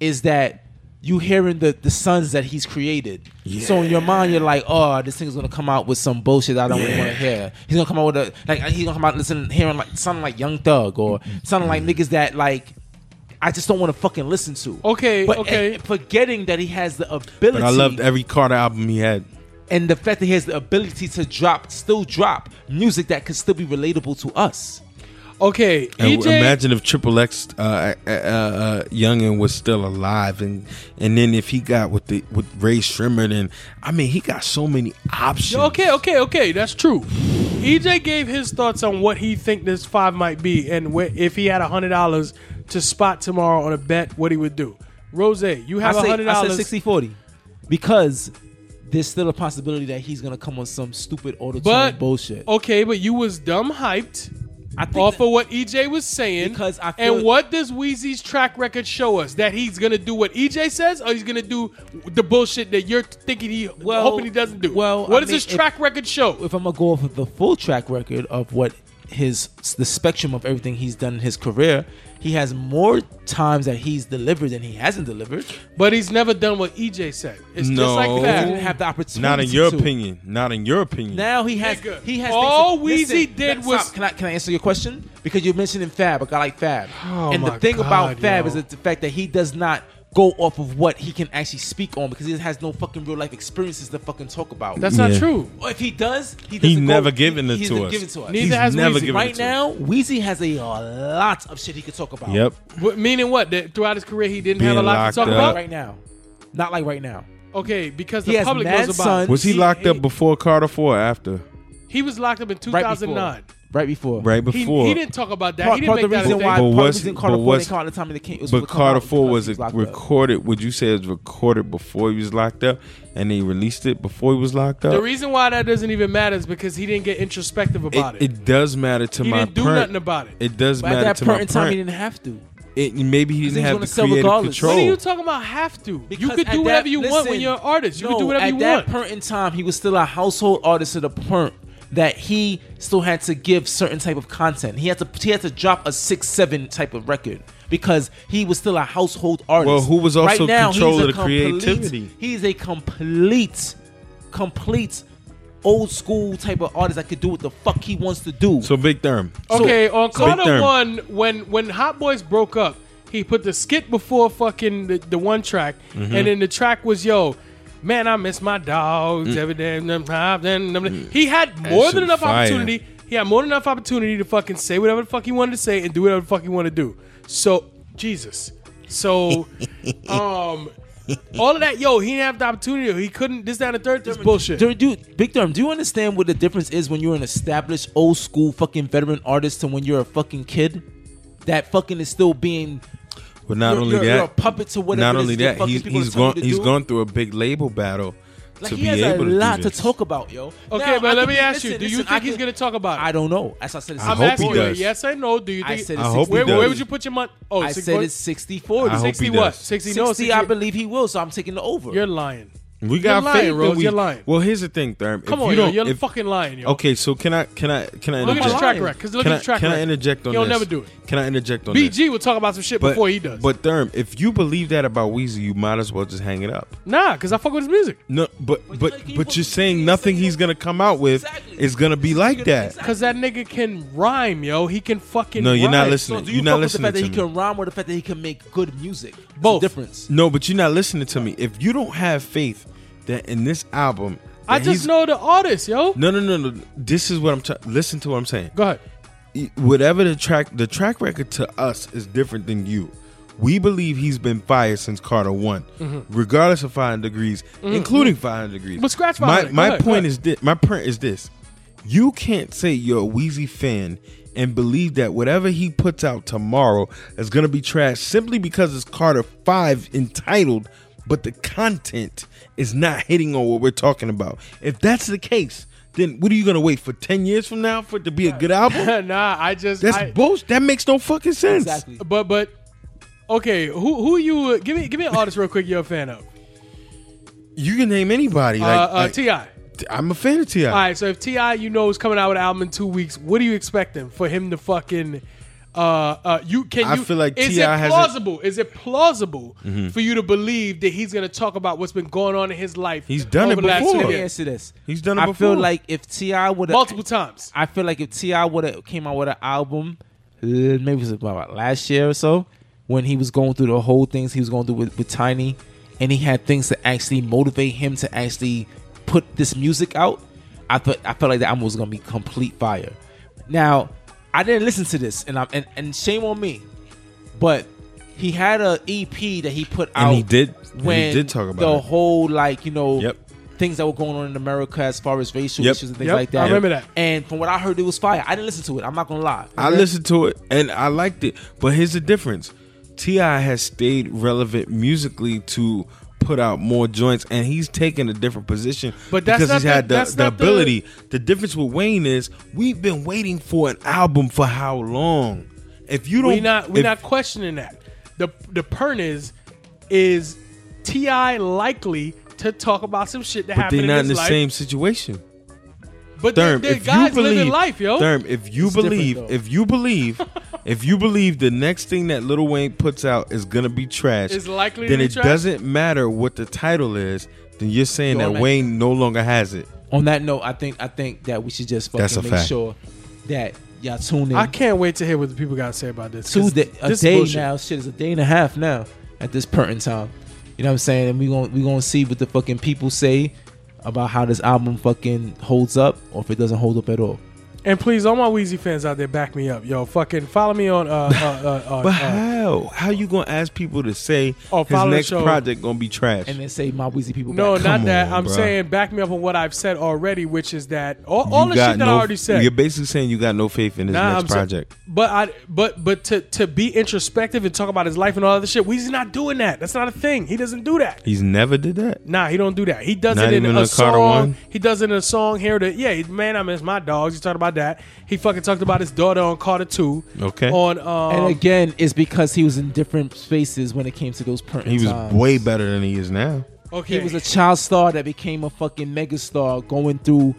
[SPEAKER 3] Is that you hearing the the sons that he's created? So in your mind, you're like, oh, this thing's gonna come out with some bullshit I don't want to hear. He's gonna come out with a like he's gonna come out listening, hearing like something like Young Thug or something like niggas that like. I just don't want to fucking listen to.
[SPEAKER 2] Okay,
[SPEAKER 3] but
[SPEAKER 2] okay.
[SPEAKER 3] and forgetting that he has the ability
[SPEAKER 4] But I loved every Carter album he had.
[SPEAKER 3] and the fact that he has the ability to drop, still drop music that could still be relatable to us.
[SPEAKER 2] Okay, E
[SPEAKER 4] And
[SPEAKER 2] EJ.
[SPEAKER 4] imagine if Triple X uh, uh, uh, uh, Youngin was still alive, and and then if he got with the with Ray Shrimmer, then I mean he got so many options.
[SPEAKER 2] Okay, okay, okay. That's true. EJ gave his thoughts on what he think this five might be, and wh- if he had a hundred dollars to spot tomorrow on a bet, what he would do. Rose, you
[SPEAKER 3] I
[SPEAKER 2] have a hundred
[SPEAKER 3] say, I
[SPEAKER 2] dollars.
[SPEAKER 3] say 60 40 because there's still a possibility that he's gonna come on some stupid auto
[SPEAKER 2] But oh,
[SPEAKER 3] bullshit.
[SPEAKER 2] Okay, but you was dumb hyped
[SPEAKER 3] I think
[SPEAKER 2] off
[SPEAKER 3] that-
[SPEAKER 2] of what EJ was saying.
[SPEAKER 3] Because I
[SPEAKER 2] and
[SPEAKER 3] feel-
[SPEAKER 2] what does Weezy's track record show us? That he's gonna do what EJ says, or he's gonna do the bullshit that you're thinking he
[SPEAKER 3] Well,
[SPEAKER 2] hoping he doesn't do.
[SPEAKER 3] well,
[SPEAKER 2] what
[SPEAKER 3] I
[SPEAKER 2] does
[SPEAKER 3] mean,
[SPEAKER 2] his
[SPEAKER 3] if-
[SPEAKER 2] track record show?
[SPEAKER 3] if I'm gonna go off of the full track record of what his the spectrum of everything he's done in his career, he has more times that he's delivered than he hasn't delivered.
[SPEAKER 2] But he's never done what EJ said. It's
[SPEAKER 4] No.
[SPEAKER 2] just like that.
[SPEAKER 3] He didn't have the opportunity.
[SPEAKER 4] Oh. Not in your
[SPEAKER 3] to.
[SPEAKER 4] opinion. Not in your opinion.
[SPEAKER 3] Now he has
[SPEAKER 2] Nigga,
[SPEAKER 3] he has
[SPEAKER 2] all
[SPEAKER 3] things to-
[SPEAKER 2] Weezy
[SPEAKER 3] listen,
[SPEAKER 2] did
[SPEAKER 3] stop.
[SPEAKER 2] was-
[SPEAKER 3] can I can I answer your question because you're mentioning Fab a guy like Fab
[SPEAKER 2] Oh
[SPEAKER 3] and the
[SPEAKER 2] my
[SPEAKER 3] thing about
[SPEAKER 2] God,
[SPEAKER 3] Fab
[SPEAKER 2] yo.
[SPEAKER 3] is the fact that he does not go off of what he can actually speak on because he has no fucking real life experiences to fucking talk about.
[SPEAKER 2] That's not
[SPEAKER 4] Yeah.
[SPEAKER 2] true.
[SPEAKER 3] or if he does, he doesn't
[SPEAKER 4] he
[SPEAKER 3] go-
[SPEAKER 4] never given it
[SPEAKER 3] he's
[SPEAKER 4] to
[SPEAKER 3] been
[SPEAKER 4] us.
[SPEAKER 3] given to us.
[SPEAKER 2] Neither
[SPEAKER 4] He's
[SPEAKER 2] has
[SPEAKER 4] never
[SPEAKER 2] Weezy.
[SPEAKER 4] given it
[SPEAKER 3] right
[SPEAKER 4] to
[SPEAKER 3] now, Weezy has a lot of shit he could talk about.
[SPEAKER 4] Us. Yep.
[SPEAKER 2] What, meaning what? That throughout his career, he didn't have a
[SPEAKER 4] Being
[SPEAKER 2] lot to talk
[SPEAKER 4] locked up.
[SPEAKER 3] Not
[SPEAKER 2] about.
[SPEAKER 3] right now, not like right now.
[SPEAKER 2] Okay, because
[SPEAKER 3] He
[SPEAKER 2] the
[SPEAKER 3] has
[SPEAKER 2] public
[SPEAKER 3] mad
[SPEAKER 2] knows about.
[SPEAKER 3] son.
[SPEAKER 2] it.
[SPEAKER 4] Was he,
[SPEAKER 2] He-
[SPEAKER 4] locked
[SPEAKER 2] he-
[SPEAKER 4] up before Carter Four or after?
[SPEAKER 2] He was locked up in
[SPEAKER 3] Right
[SPEAKER 2] 2009.
[SPEAKER 3] before. Right before.
[SPEAKER 4] Right
[SPEAKER 2] He,
[SPEAKER 4] before.
[SPEAKER 2] he didn't talk about that.
[SPEAKER 3] Part,
[SPEAKER 2] he didn't
[SPEAKER 3] part
[SPEAKER 2] make
[SPEAKER 3] of the
[SPEAKER 2] that a
[SPEAKER 3] reason
[SPEAKER 2] thing.
[SPEAKER 3] why
[SPEAKER 4] But
[SPEAKER 3] part of the
[SPEAKER 4] what's-
[SPEAKER 3] reason Carter
[SPEAKER 4] but
[SPEAKER 3] Four
[SPEAKER 4] what's-
[SPEAKER 3] didn't come out at the time of the king. it was
[SPEAKER 4] But
[SPEAKER 3] supposed to come out
[SPEAKER 4] Carter Four
[SPEAKER 3] because
[SPEAKER 4] was
[SPEAKER 3] he
[SPEAKER 4] it
[SPEAKER 3] locked up.
[SPEAKER 4] recorded? Would you say it was recorded before he was locked up, and they released it before he was locked up?
[SPEAKER 2] The reason why that doesn't even matter is because he didn't get introspective about
[SPEAKER 4] it,
[SPEAKER 2] it.
[SPEAKER 4] it does matter to
[SPEAKER 2] he
[SPEAKER 4] my
[SPEAKER 2] didn't do
[SPEAKER 4] parent.
[SPEAKER 2] nothing about it.
[SPEAKER 4] It does
[SPEAKER 3] But
[SPEAKER 4] matter
[SPEAKER 3] at
[SPEAKER 4] to
[SPEAKER 3] that
[SPEAKER 4] my
[SPEAKER 3] point in time, he
[SPEAKER 4] parent.
[SPEAKER 3] didn't have to.
[SPEAKER 4] It, maybe he
[SPEAKER 3] he
[SPEAKER 4] didn't
[SPEAKER 3] was
[SPEAKER 4] have
[SPEAKER 3] gonna
[SPEAKER 4] the
[SPEAKER 3] sell
[SPEAKER 4] creative
[SPEAKER 3] regardless.
[SPEAKER 4] control.
[SPEAKER 2] What are you talking about? Have to? you could
[SPEAKER 3] at
[SPEAKER 2] do
[SPEAKER 3] that-
[SPEAKER 2] whatever you want
[SPEAKER 3] listen,
[SPEAKER 2] when you're an artist. You
[SPEAKER 3] no,
[SPEAKER 2] could do whatever
[SPEAKER 3] at
[SPEAKER 2] you want.
[SPEAKER 3] that point in time, he was still a household artist at the point. that he still had to give certain type of content. He had to he had to drop a six seven type of record because he was still a household artist.
[SPEAKER 4] Well, who was also
[SPEAKER 3] right now, he's
[SPEAKER 4] control
[SPEAKER 3] a
[SPEAKER 4] of the
[SPEAKER 3] complete-
[SPEAKER 4] creativity?
[SPEAKER 3] He's a complete, complete old school type of artist that could do what the fuck he wants to do.
[SPEAKER 4] So Big Therm.
[SPEAKER 2] Okay, on
[SPEAKER 4] so- Big
[SPEAKER 2] Carter
[SPEAKER 4] Therm.
[SPEAKER 2] One, when when Hot Boys broke up, he put the skit before fucking the, the one track,
[SPEAKER 4] Mm-hmm.
[SPEAKER 2] and then the track was yo. Man, I miss my dogs every day. Num, num, num, num, num. He had more
[SPEAKER 4] Mm. shit
[SPEAKER 2] than enough
[SPEAKER 4] fire.
[SPEAKER 2] opportunity. He had more than enough opportunity to fucking say whatever the fuck he wanted to say and do whatever the fuck he wanted to do. So Jesus. So um all of that, yo, he didn't have the opportunity. He couldn't this, that, and the third. This bullshit.
[SPEAKER 3] Do, do, Big Durham, do you understand what the difference is when you're an established, old school, fucking veteran artist to when you're a fucking kid that fucking is still being
[SPEAKER 4] But not
[SPEAKER 3] you're-
[SPEAKER 4] only
[SPEAKER 3] you're-
[SPEAKER 4] that,
[SPEAKER 3] you're a puppet to whatever
[SPEAKER 4] Not
[SPEAKER 3] it is
[SPEAKER 4] only
[SPEAKER 3] the
[SPEAKER 4] that,
[SPEAKER 3] fucking
[SPEAKER 4] he's
[SPEAKER 3] people are
[SPEAKER 4] he's gone
[SPEAKER 3] telling you to
[SPEAKER 4] he's
[SPEAKER 3] do.
[SPEAKER 4] gone through a big label battle
[SPEAKER 3] like
[SPEAKER 4] to
[SPEAKER 3] he
[SPEAKER 4] be
[SPEAKER 3] has a
[SPEAKER 4] able
[SPEAKER 3] lot
[SPEAKER 4] do
[SPEAKER 3] to
[SPEAKER 4] this.
[SPEAKER 3] talk about, yo.
[SPEAKER 2] Okay,
[SPEAKER 3] Now,
[SPEAKER 2] but
[SPEAKER 3] I
[SPEAKER 2] let
[SPEAKER 3] could-
[SPEAKER 2] me ask you,
[SPEAKER 3] listen,
[SPEAKER 2] do you
[SPEAKER 3] listen, I
[SPEAKER 2] think he's
[SPEAKER 3] could-
[SPEAKER 2] gonna talk about it?
[SPEAKER 3] I don't know. As I said, it's
[SPEAKER 4] I
[SPEAKER 2] I'm
[SPEAKER 4] hope he
[SPEAKER 2] asking
[SPEAKER 4] does.
[SPEAKER 2] you, yes or no? Do you
[SPEAKER 3] I
[SPEAKER 2] think?
[SPEAKER 3] said
[SPEAKER 4] I hope he
[SPEAKER 2] where,
[SPEAKER 4] does.
[SPEAKER 2] where would you put your money? Oh,
[SPEAKER 3] I
[SPEAKER 2] six-
[SPEAKER 3] said
[SPEAKER 2] what-
[SPEAKER 3] it's 60
[SPEAKER 4] I
[SPEAKER 3] 40.
[SPEAKER 4] hope
[SPEAKER 2] 60
[SPEAKER 4] he
[SPEAKER 2] what?
[SPEAKER 4] does.
[SPEAKER 2] 60 no?
[SPEAKER 3] 60, I believe he will, so I'm taking the over.
[SPEAKER 2] You're lying.
[SPEAKER 4] We
[SPEAKER 2] You're
[SPEAKER 4] got
[SPEAKER 2] lying,
[SPEAKER 4] faith, that
[SPEAKER 2] Rose,
[SPEAKER 4] we-
[SPEAKER 2] you're lying.
[SPEAKER 4] Well, here's the thing, Therm.
[SPEAKER 2] Come
[SPEAKER 4] if
[SPEAKER 2] on,
[SPEAKER 4] you
[SPEAKER 2] yo,
[SPEAKER 4] don't,
[SPEAKER 2] you're
[SPEAKER 4] if-
[SPEAKER 2] fucking lying, yo.
[SPEAKER 4] Okay, so can I can I can I
[SPEAKER 2] Look at
[SPEAKER 4] interject?
[SPEAKER 2] his track
[SPEAKER 3] lying.
[SPEAKER 2] record. Because look
[SPEAKER 4] can
[SPEAKER 2] at
[SPEAKER 4] I,
[SPEAKER 2] his track
[SPEAKER 4] can I
[SPEAKER 2] record.
[SPEAKER 4] interject on
[SPEAKER 2] He'll
[SPEAKER 4] this?
[SPEAKER 2] never do it.
[SPEAKER 4] Can I interject on this?
[SPEAKER 2] BG will talk about some shit
[SPEAKER 4] But-
[SPEAKER 2] before he does.
[SPEAKER 4] But Therm, if you believe that about Weezy, you might as well just hang it up.
[SPEAKER 2] nah, because I fuck with his music.
[SPEAKER 4] No, but but
[SPEAKER 3] like,
[SPEAKER 4] but,
[SPEAKER 3] he
[SPEAKER 4] you're
[SPEAKER 3] wasn't-
[SPEAKER 4] saying
[SPEAKER 3] he was
[SPEAKER 4] nothing
[SPEAKER 3] saying-
[SPEAKER 4] he's gonna come out with
[SPEAKER 3] Exactly.
[SPEAKER 4] is gonna be
[SPEAKER 3] He's
[SPEAKER 4] like
[SPEAKER 3] gonna-
[SPEAKER 4] that.
[SPEAKER 3] exactly.
[SPEAKER 2] Because that nigga can rhyme, yo. He can fucking.
[SPEAKER 4] No, you're not
[SPEAKER 2] rhyme.
[SPEAKER 4] listening.
[SPEAKER 3] so do you
[SPEAKER 4] You're not
[SPEAKER 3] fuck with the
[SPEAKER 4] listening
[SPEAKER 3] fact that he
[SPEAKER 4] to me.
[SPEAKER 3] can rhyme or the fact that he can make good music? It's a
[SPEAKER 2] Both.
[SPEAKER 3] difference.
[SPEAKER 4] No, but you're not listening to me. If you don't have faith that in this album,
[SPEAKER 2] I
[SPEAKER 4] that
[SPEAKER 2] just
[SPEAKER 4] he's-
[SPEAKER 2] know the artist, yo.
[SPEAKER 4] No, no, no, no. This is what I'm trying. Listen to what I'm saying.
[SPEAKER 2] Go ahead.
[SPEAKER 4] Whatever the track, the track record to us is different than you. We believe he's been fired since Carter one, regardless of 500 degrees, including 500 degrees.
[SPEAKER 2] Mm-hmm. But scratch
[SPEAKER 4] my
[SPEAKER 2] 500. Go
[SPEAKER 4] my
[SPEAKER 2] ahead, go
[SPEAKER 4] point
[SPEAKER 2] ahead.
[SPEAKER 4] is this. My point is this. You can't say you're a Wheezy fan and believe that whatever he puts out tomorrow is gonna be trash simply because it's Carter Five entitled, but the content is not hitting on what we're talking about. If that's the case, then what are you gonna wait for ten years from now for it to be a good album?
[SPEAKER 2] nah, I just.
[SPEAKER 4] That's
[SPEAKER 2] I,
[SPEAKER 4] bullshit. That makes no fucking sense.
[SPEAKER 3] Exactly.
[SPEAKER 2] but but. Okay, who who you give me give me an artist real quick you're a fan of?
[SPEAKER 4] You can name anybody.
[SPEAKER 2] Uh,
[SPEAKER 4] Like,
[SPEAKER 2] uh,
[SPEAKER 4] like,
[SPEAKER 2] Ti.
[SPEAKER 4] I'm a fan of Ti.
[SPEAKER 2] All right, so if Ti, you know, is coming out with an album in two weeks, what do you expecting for him to fucking? Uh, uh, you can.
[SPEAKER 4] I Mm-hmm.
[SPEAKER 2] you,
[SPEAKER 4] feel like
[SPEAKER 2] is
[SPEAKER 4] T.I.
[SPEAKER 2] it
[SPEAKER 4] hasn't-
[SPEAKER 2] plausible? Is it plausible for you to believe that he's going to talk about what's been going on in his life?
[SPEAKER 4] He's done
[SPEAKER 2] over
[SPEAKER 4] it
[SPEAKER 2] the last
[SPEAKER 4] before.
[SPEAKER 2] ten
[SPEAKER 3] Let me
[SPEAKER 2] years?
[SPEAKER 3] answer this.
[SPEAKER 4] He's done it
[SPEAKER 3] I
[SPEAKER 4] before.
[SPEAKER 3] feel like if Ti would have
[SPEAKER 2] multiple times.
[SPEAKER 3] I feel like if Ti would have came out with an album, uh, maybe it was about last year or so, when he was going through the whole things he was going through with, with Tiny, and he had things to actually motivate him to actually put this music out. I felt I felt like the album was gonna be complete fire. Now, I didn't listen to this, and I'm and, and shame on me, but he had a EP that he put out.
[SPEAKER 4] And he did- and he
[SPEAKER 3] when
[SPEAKER 4] did talk about
[SPEAKER 3] the
[SPEAKER 4] it.
[SPEAKER 3] whole like you know
[SPEAKER 4] Yep.
[SPEAKER 3] things that were going on in America as far as racial
[SPEAKER 4] Yep.
[SPEAKER 3] issues and things
[SPEAKER 2] Yep,
[SPEAKER 3] like that.
[SPEAKER 2] I remember that.
[SPEAKER 3] And from what I heard, it was fire. I didn't listen to it. I'm not gonna lie.
[SPEAKER 4] I listened to it and I liked it. But here's the difference. Ti has stayed relevant musically to put out more joints, and he's taken a different position.
[SPEAKER 2] But that's
[SPEAKER 4] because
[SPEAKER 2] not
[SPEAKER 4] he's
[SPEAKER 2] the-
[SPEAKER 4] had the,
[SPEAKER 2] that's
[SPEAKER 4] the
[SPEAKER 2] not the-
[SPEAKER 4] ability. The... difference with Wayne is we've been waiting for an album for how long? If you don't,
[SPEAKER 2] We not we
[SPEAKER 4] if-
[SPEAKER 2] not questioning that. The the pern is is Ti likely to talk about some shit that
[SPEAKER 4] But they're
[SPEAKER 2] happened
[SPEAKER 4] not
[SPEAKER 2] in his
[SPEAKER 4] in the
[SPEAKER 2] life.
[SPEAKER 4] same situation.
[SPEAKER 2] but
[SPEAKER 4] Therm,
[SPEAKER 2] they're, they're
[SPEAKER 4] if
[SPEAKER 2] guys
[SPEAKER 4] you believe,
[SPEAKER 2] living life, yo.
[SPEAKER 4] Therm, if you
[SPEAKER 3] It's different,
[SPEAKER 4] believe,
[SPEAKER 3] though.
[SPEAKER 4] if you believe, if you believe the next thing that Lil Wayne puts out is gonna be trash,
[SPEAKER 2] Is likely to
[SPEAKER 4] then
[SPEAKER 2] be
[SPEAKER 4] it
[SPEAKER 2] trash?
[SPEAKER 4] doesn't matter what the title is. Then you're saying
[SPEAKER 3] You're
[SPEAKER 4] that
[SPEAKER 3] right.
[SPEAKER 4] Wayne no longer has it.
[SPEAKER 3] On that note, I think I think that we should just fucking
[SPEAKER 4] That's a
[SPEAKER 3] make
[SPEAKER 4] fact.
[SPEAKER 3] sure that y'all tune in.
[SPEAKER 2] I can't wait to hear what the people got to say about this.
[SPEAKER 3] two
[SPEAKER 2] 'cause
[SPEAKER 3] day, a
[SPEAKER 2] this is
[SPEAKER 3] day
[SPEAKER 2] bullshit.
[SPEAKER 3] now. Shit, it's a day and a half now at this pertinent time. You know what I'm saying? And we gon' we gonna see what the fucking people say about how this album fucking holds up or if it doesn't hold up at all.
[SPEAKER 2] And please, all my Wheezy fans out there, back me up, yo. Fucking follow me on. Uh, uh, uh, uh,
[SPEAKER 4] But
[SPEAKER 2] uh,
[SPEAKER 4] how? How you gonna ask people to say
[SPEAKER 2] Oh,
[SPEAKER 4] his
[SPEAKER 2] follow the
[SPEAKER 4] next
[SPEAKER 2] show.
[SPEAKER 4] project gonna be trash?
[SPEAKER 3] And then say my wheezy people.
[SPEAKER 2] no,
[SPEAKER 3] back.
[SPEAKER 2] not
[SPEAKER 4] Come
[SPEAKER 2] that.
[SPEAKER 4] on,
[SPEAKER 2] I'm
[SPEAKER 4] bruh.
[SPEAKER 2] saying back me up on what I've said already, which is that all, all the
[SPEAKER 4] You got
[SPEAKER 2] shit that I
[SPEAKER 4] no-
[SPEAKER 2] already said.
[SPEAKER 4] You're basically saying you got no faith in his
[SPEAKER 2] Nah,
[SPEAKER 4] next
[SPEAKER 2] I'm sa-
[SPEAKER 4] project.
[SPEAKER 2] but I, but but to to be introspective and talk about his life and all other shit, Weezy's not doing that. That's not a thing. He doesn't do that.
[SPEAKER 4] He's never did that.
[SPEAKER 2] Nah, he don't do that. He does
[SPEAKER 4] Not
[SPEAKER 2] it in
[SPEAKER 4] even
[SPEAKER 2] a
[SPEAKER 4] on Carter
[SPEAKER 2] song.
[SPEAKER 4] One?
[SPEAKER 2] He does it in a song here. To, yeah, he- man, I miss my dogs. He talked about that. He fucking talked about his daughter on Carter Two.
[SPEAKER 4] Okay.
[SPEAKER 2] On
[SPEAKER 3] And
[SPEAKER 2] um,
[SPEAKER 3] again, it's because he was in different spaces when it came to those pertinent
[SPEAKER 4] He was
[SPEAKER 3] times.
[SPEAKER 4] way better than he is now.
[SPEAKER 2] okay.
[SPEAKER 3] He was a child star that became a fucking megastar going through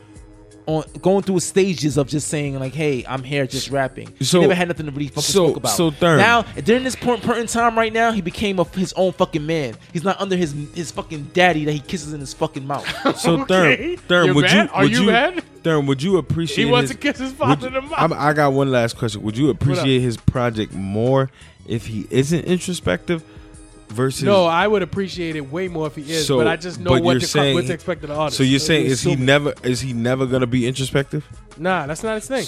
[SPEAKER 3] on going through stages of just saying like, "Hey, I'm here, just rapping."
[SPEAKER 4] So-
[SPEAKER 3] he never had nothing to really fucking
[SPEAKER 4] so-
[SPEAKER 3] talk about.
[SPEAKER 4] so Thurm.
[SPEAKER 3] now during this point, point in time right now, he became a, his own fucking man. He's not under his his fucking daddy that he kisses in his fucking mouth.
[SPEAKER 4] So
[SPEAKER 2] Okay.
[SPEAKER 4] Thurm, Thurm,
[SPEAKER 2] You're
[SPEAKER 4] would
[SPEAKER 2] mad?
[SPEAKER 4] you?
[SPEAKER 2] Are
[SPEAKER 4] would
[SPEAKER 2] you mad?
[SPEAKER 4] Thurm, would you appreciate?
[SPEAKER 2] He wants
[SPEAKER 4] his-
[SPEAKER 2] to kiss his
[SPEAKER 4] would
[SPEAKER 2] father in the
[SPEAKER 4] you-
[SPEAKER 2] mouth.
[SPEAKER 4] I'm- I got one last question. Would you appreciate his project more if he isn't introspective versus?
[SPEAKER 2] no, I would appreciate it way more if he is,
[SPEAKER 4] So,
[SPEAKER 2] but I just know
[SPEAKER 4] but
[SPEAKER 2] what
[SPEAKER 4] you're
[SPEAKER 2] to,
[SPEAKER 4] saying-
[SPEAKER 2] what to expect of the artist.
[SPEAKER 4] so you're saying
[SPEAKER 2] we
[SPEAKER 4] is he
[SPEAKER 2] assume-
[SPEAKER 4] never is he never gonna be introspective?
[SPEAKER 2] Nah, that's not his thing.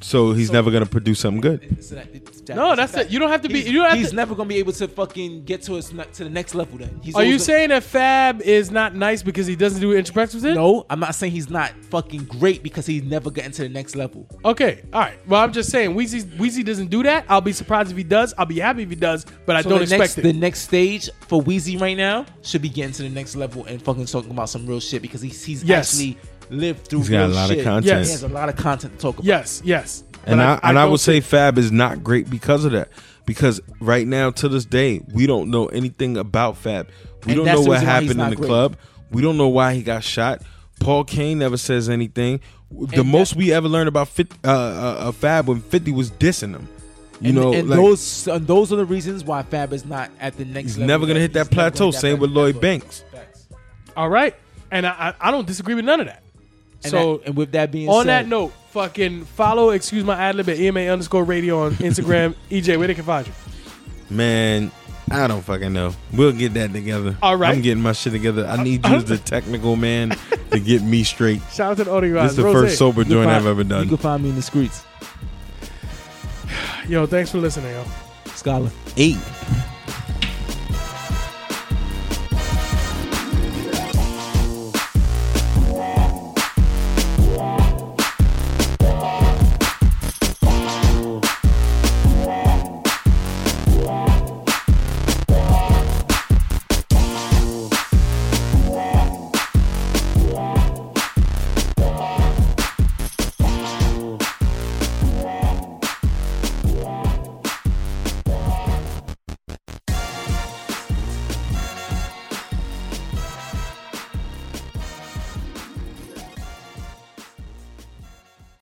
[SPEAKER 4] So he's never gonna produce something good.
[SPEAKER 3] So that- it's- that-
[SPEAKER 2] No,
[SPEAKER 3] it's a
[SPEAKER 2] that's
[SPEAKER 3] fact.
[SPEAKER 2] it. You don't have to be.
[SPEAKER 3] He's,
[SPEAKER 2] You don't have
[SPEAKER 3] he's
[SPEAKER 2] to.
[SPEAKER 3] never gonna be able to fucking get to his ne- to the next level. Then he's
[SPEAKER 2] Are you
[SPEAKER 3] always gonna-
[SPEAKER 2] saying that Fab is not nice because he doesn't do introspective? shit?
[SPEAKER 3] No, I'm not saying he's not fucking great because he's never getting to the next level.
[SPEAKER 2] Okay. All right. Well, I'm just saying Weezy Weezy doesn't do that. I'll be surprised if he does. I'll be happy if he does, but I
[SPEAKER 3] So
[SPEAKER 2] don't
[SPEAKER 3] the
[SPEAKER 2] expect
[SPEAKER 3] next,
[SPEAKER 2] it.
[SPEAKER 3] The next stage for Wheezy right now should be getting to the next level and fucking talking about some real shit because he's he's
[SPEAKER 2] Yes.
[SPEAKER 3] actually lived through.
[SPEAKER 4] He's got
[SPEAKER 3] real
[SPEAKER 4] a lot of
[SPEAKER 3] shit.
[SPEAKER 4] content.
[SPEAKER 3] He has a lot of content to talk about.
[SPEAKER 2] yes. Yes.
[SPEAKER 4] and
[SPEAKER 2] But
[SPEAKER 4] I, and I
[SPEAKER 2] don't
[SPEAKER 4] would say
[SPEAKER 2] think-
[SPEAKER 4] Fab is not great because of that. Because right now to this day, we don't know anything about Fab. We
[SPEAKER 3] And
[SPEAKER 4] don't
[SPEAKER 3] that's
[SPEAKER 4] know
[SPEAKER 3] the
[SPEAKER 4] what
[SPEAKER 3] reason why he's
[SPEAKER 4] happened in
[SPEAKER 3] not
[SPEAKER 4] the
[SPEAKER 3] great.
[SPEAKER 4] club. We don't know why he got shot. Paul Kane never says anything. The
[SPEAKER 3] that-
[SPEAKER 4] most we ever learned about 50, uh, uh, uh, Fab when Fifty was dissing him. You
[SPEAKER 3] and,
[SPEAKER 4] know,
[SPEAKER 3] and
[SPEAKER 4] like,
[SPEAKER 3] those and those are the reasons why Fab is not at the next.
[SPEAKER 4] he's
[SPEAKER 3] level
[SPEAKER 4] never gonna hit that
[SPEAKER 3] he's never
[SPEAKER 4] plateau.
[SPEAKER 3] gonna hit that
[SPEAKER 4] Same with
[SPEAKER 3] plateau.
[SPEAKER 4] Lloyd Banks.
[SPEAKER 3] Facts.
[SPEAKER 2] All right. And I I, I don't disagree with none of that.
[SPEAKER 3] And
[SPEAKER 2] so
[SPEAKER 3] that- and with that being
[SPEAKER 2] on
[SPEAKER 3] said,
[SPEAKER 2] that note, fucking follow. Excuse my ad lib at EMA underscore radio on Instagram. EJ, where they can find you?
[SPEAKER 4] Man, I don't fucking know. We'll get that together.
[SPEAKER 2] All right.
[SPEAKER 4] I'm getting my shit together. I need you as the technical man to get me straight.
[SPEAKER 2] Shout out to the audio
[SPEAKER 4] This
[SPEAKER 2] guys.
[SPEAKER 4] is the
[SPEAKER 2] Rose.
[SPEAKER 4] first sober
[SPEAKER 3] you can
[SPEAKER 4] joint
[SPEAKER 3] find-
[SPEAKER 4] I've ever done.
[SPEAKER 3] You can find me in the streets,
[SPEAKER 2] Yo, thanks for listening. Yo.
[SPEAKER 3] scholar.
[SPEAKER 4] Eight.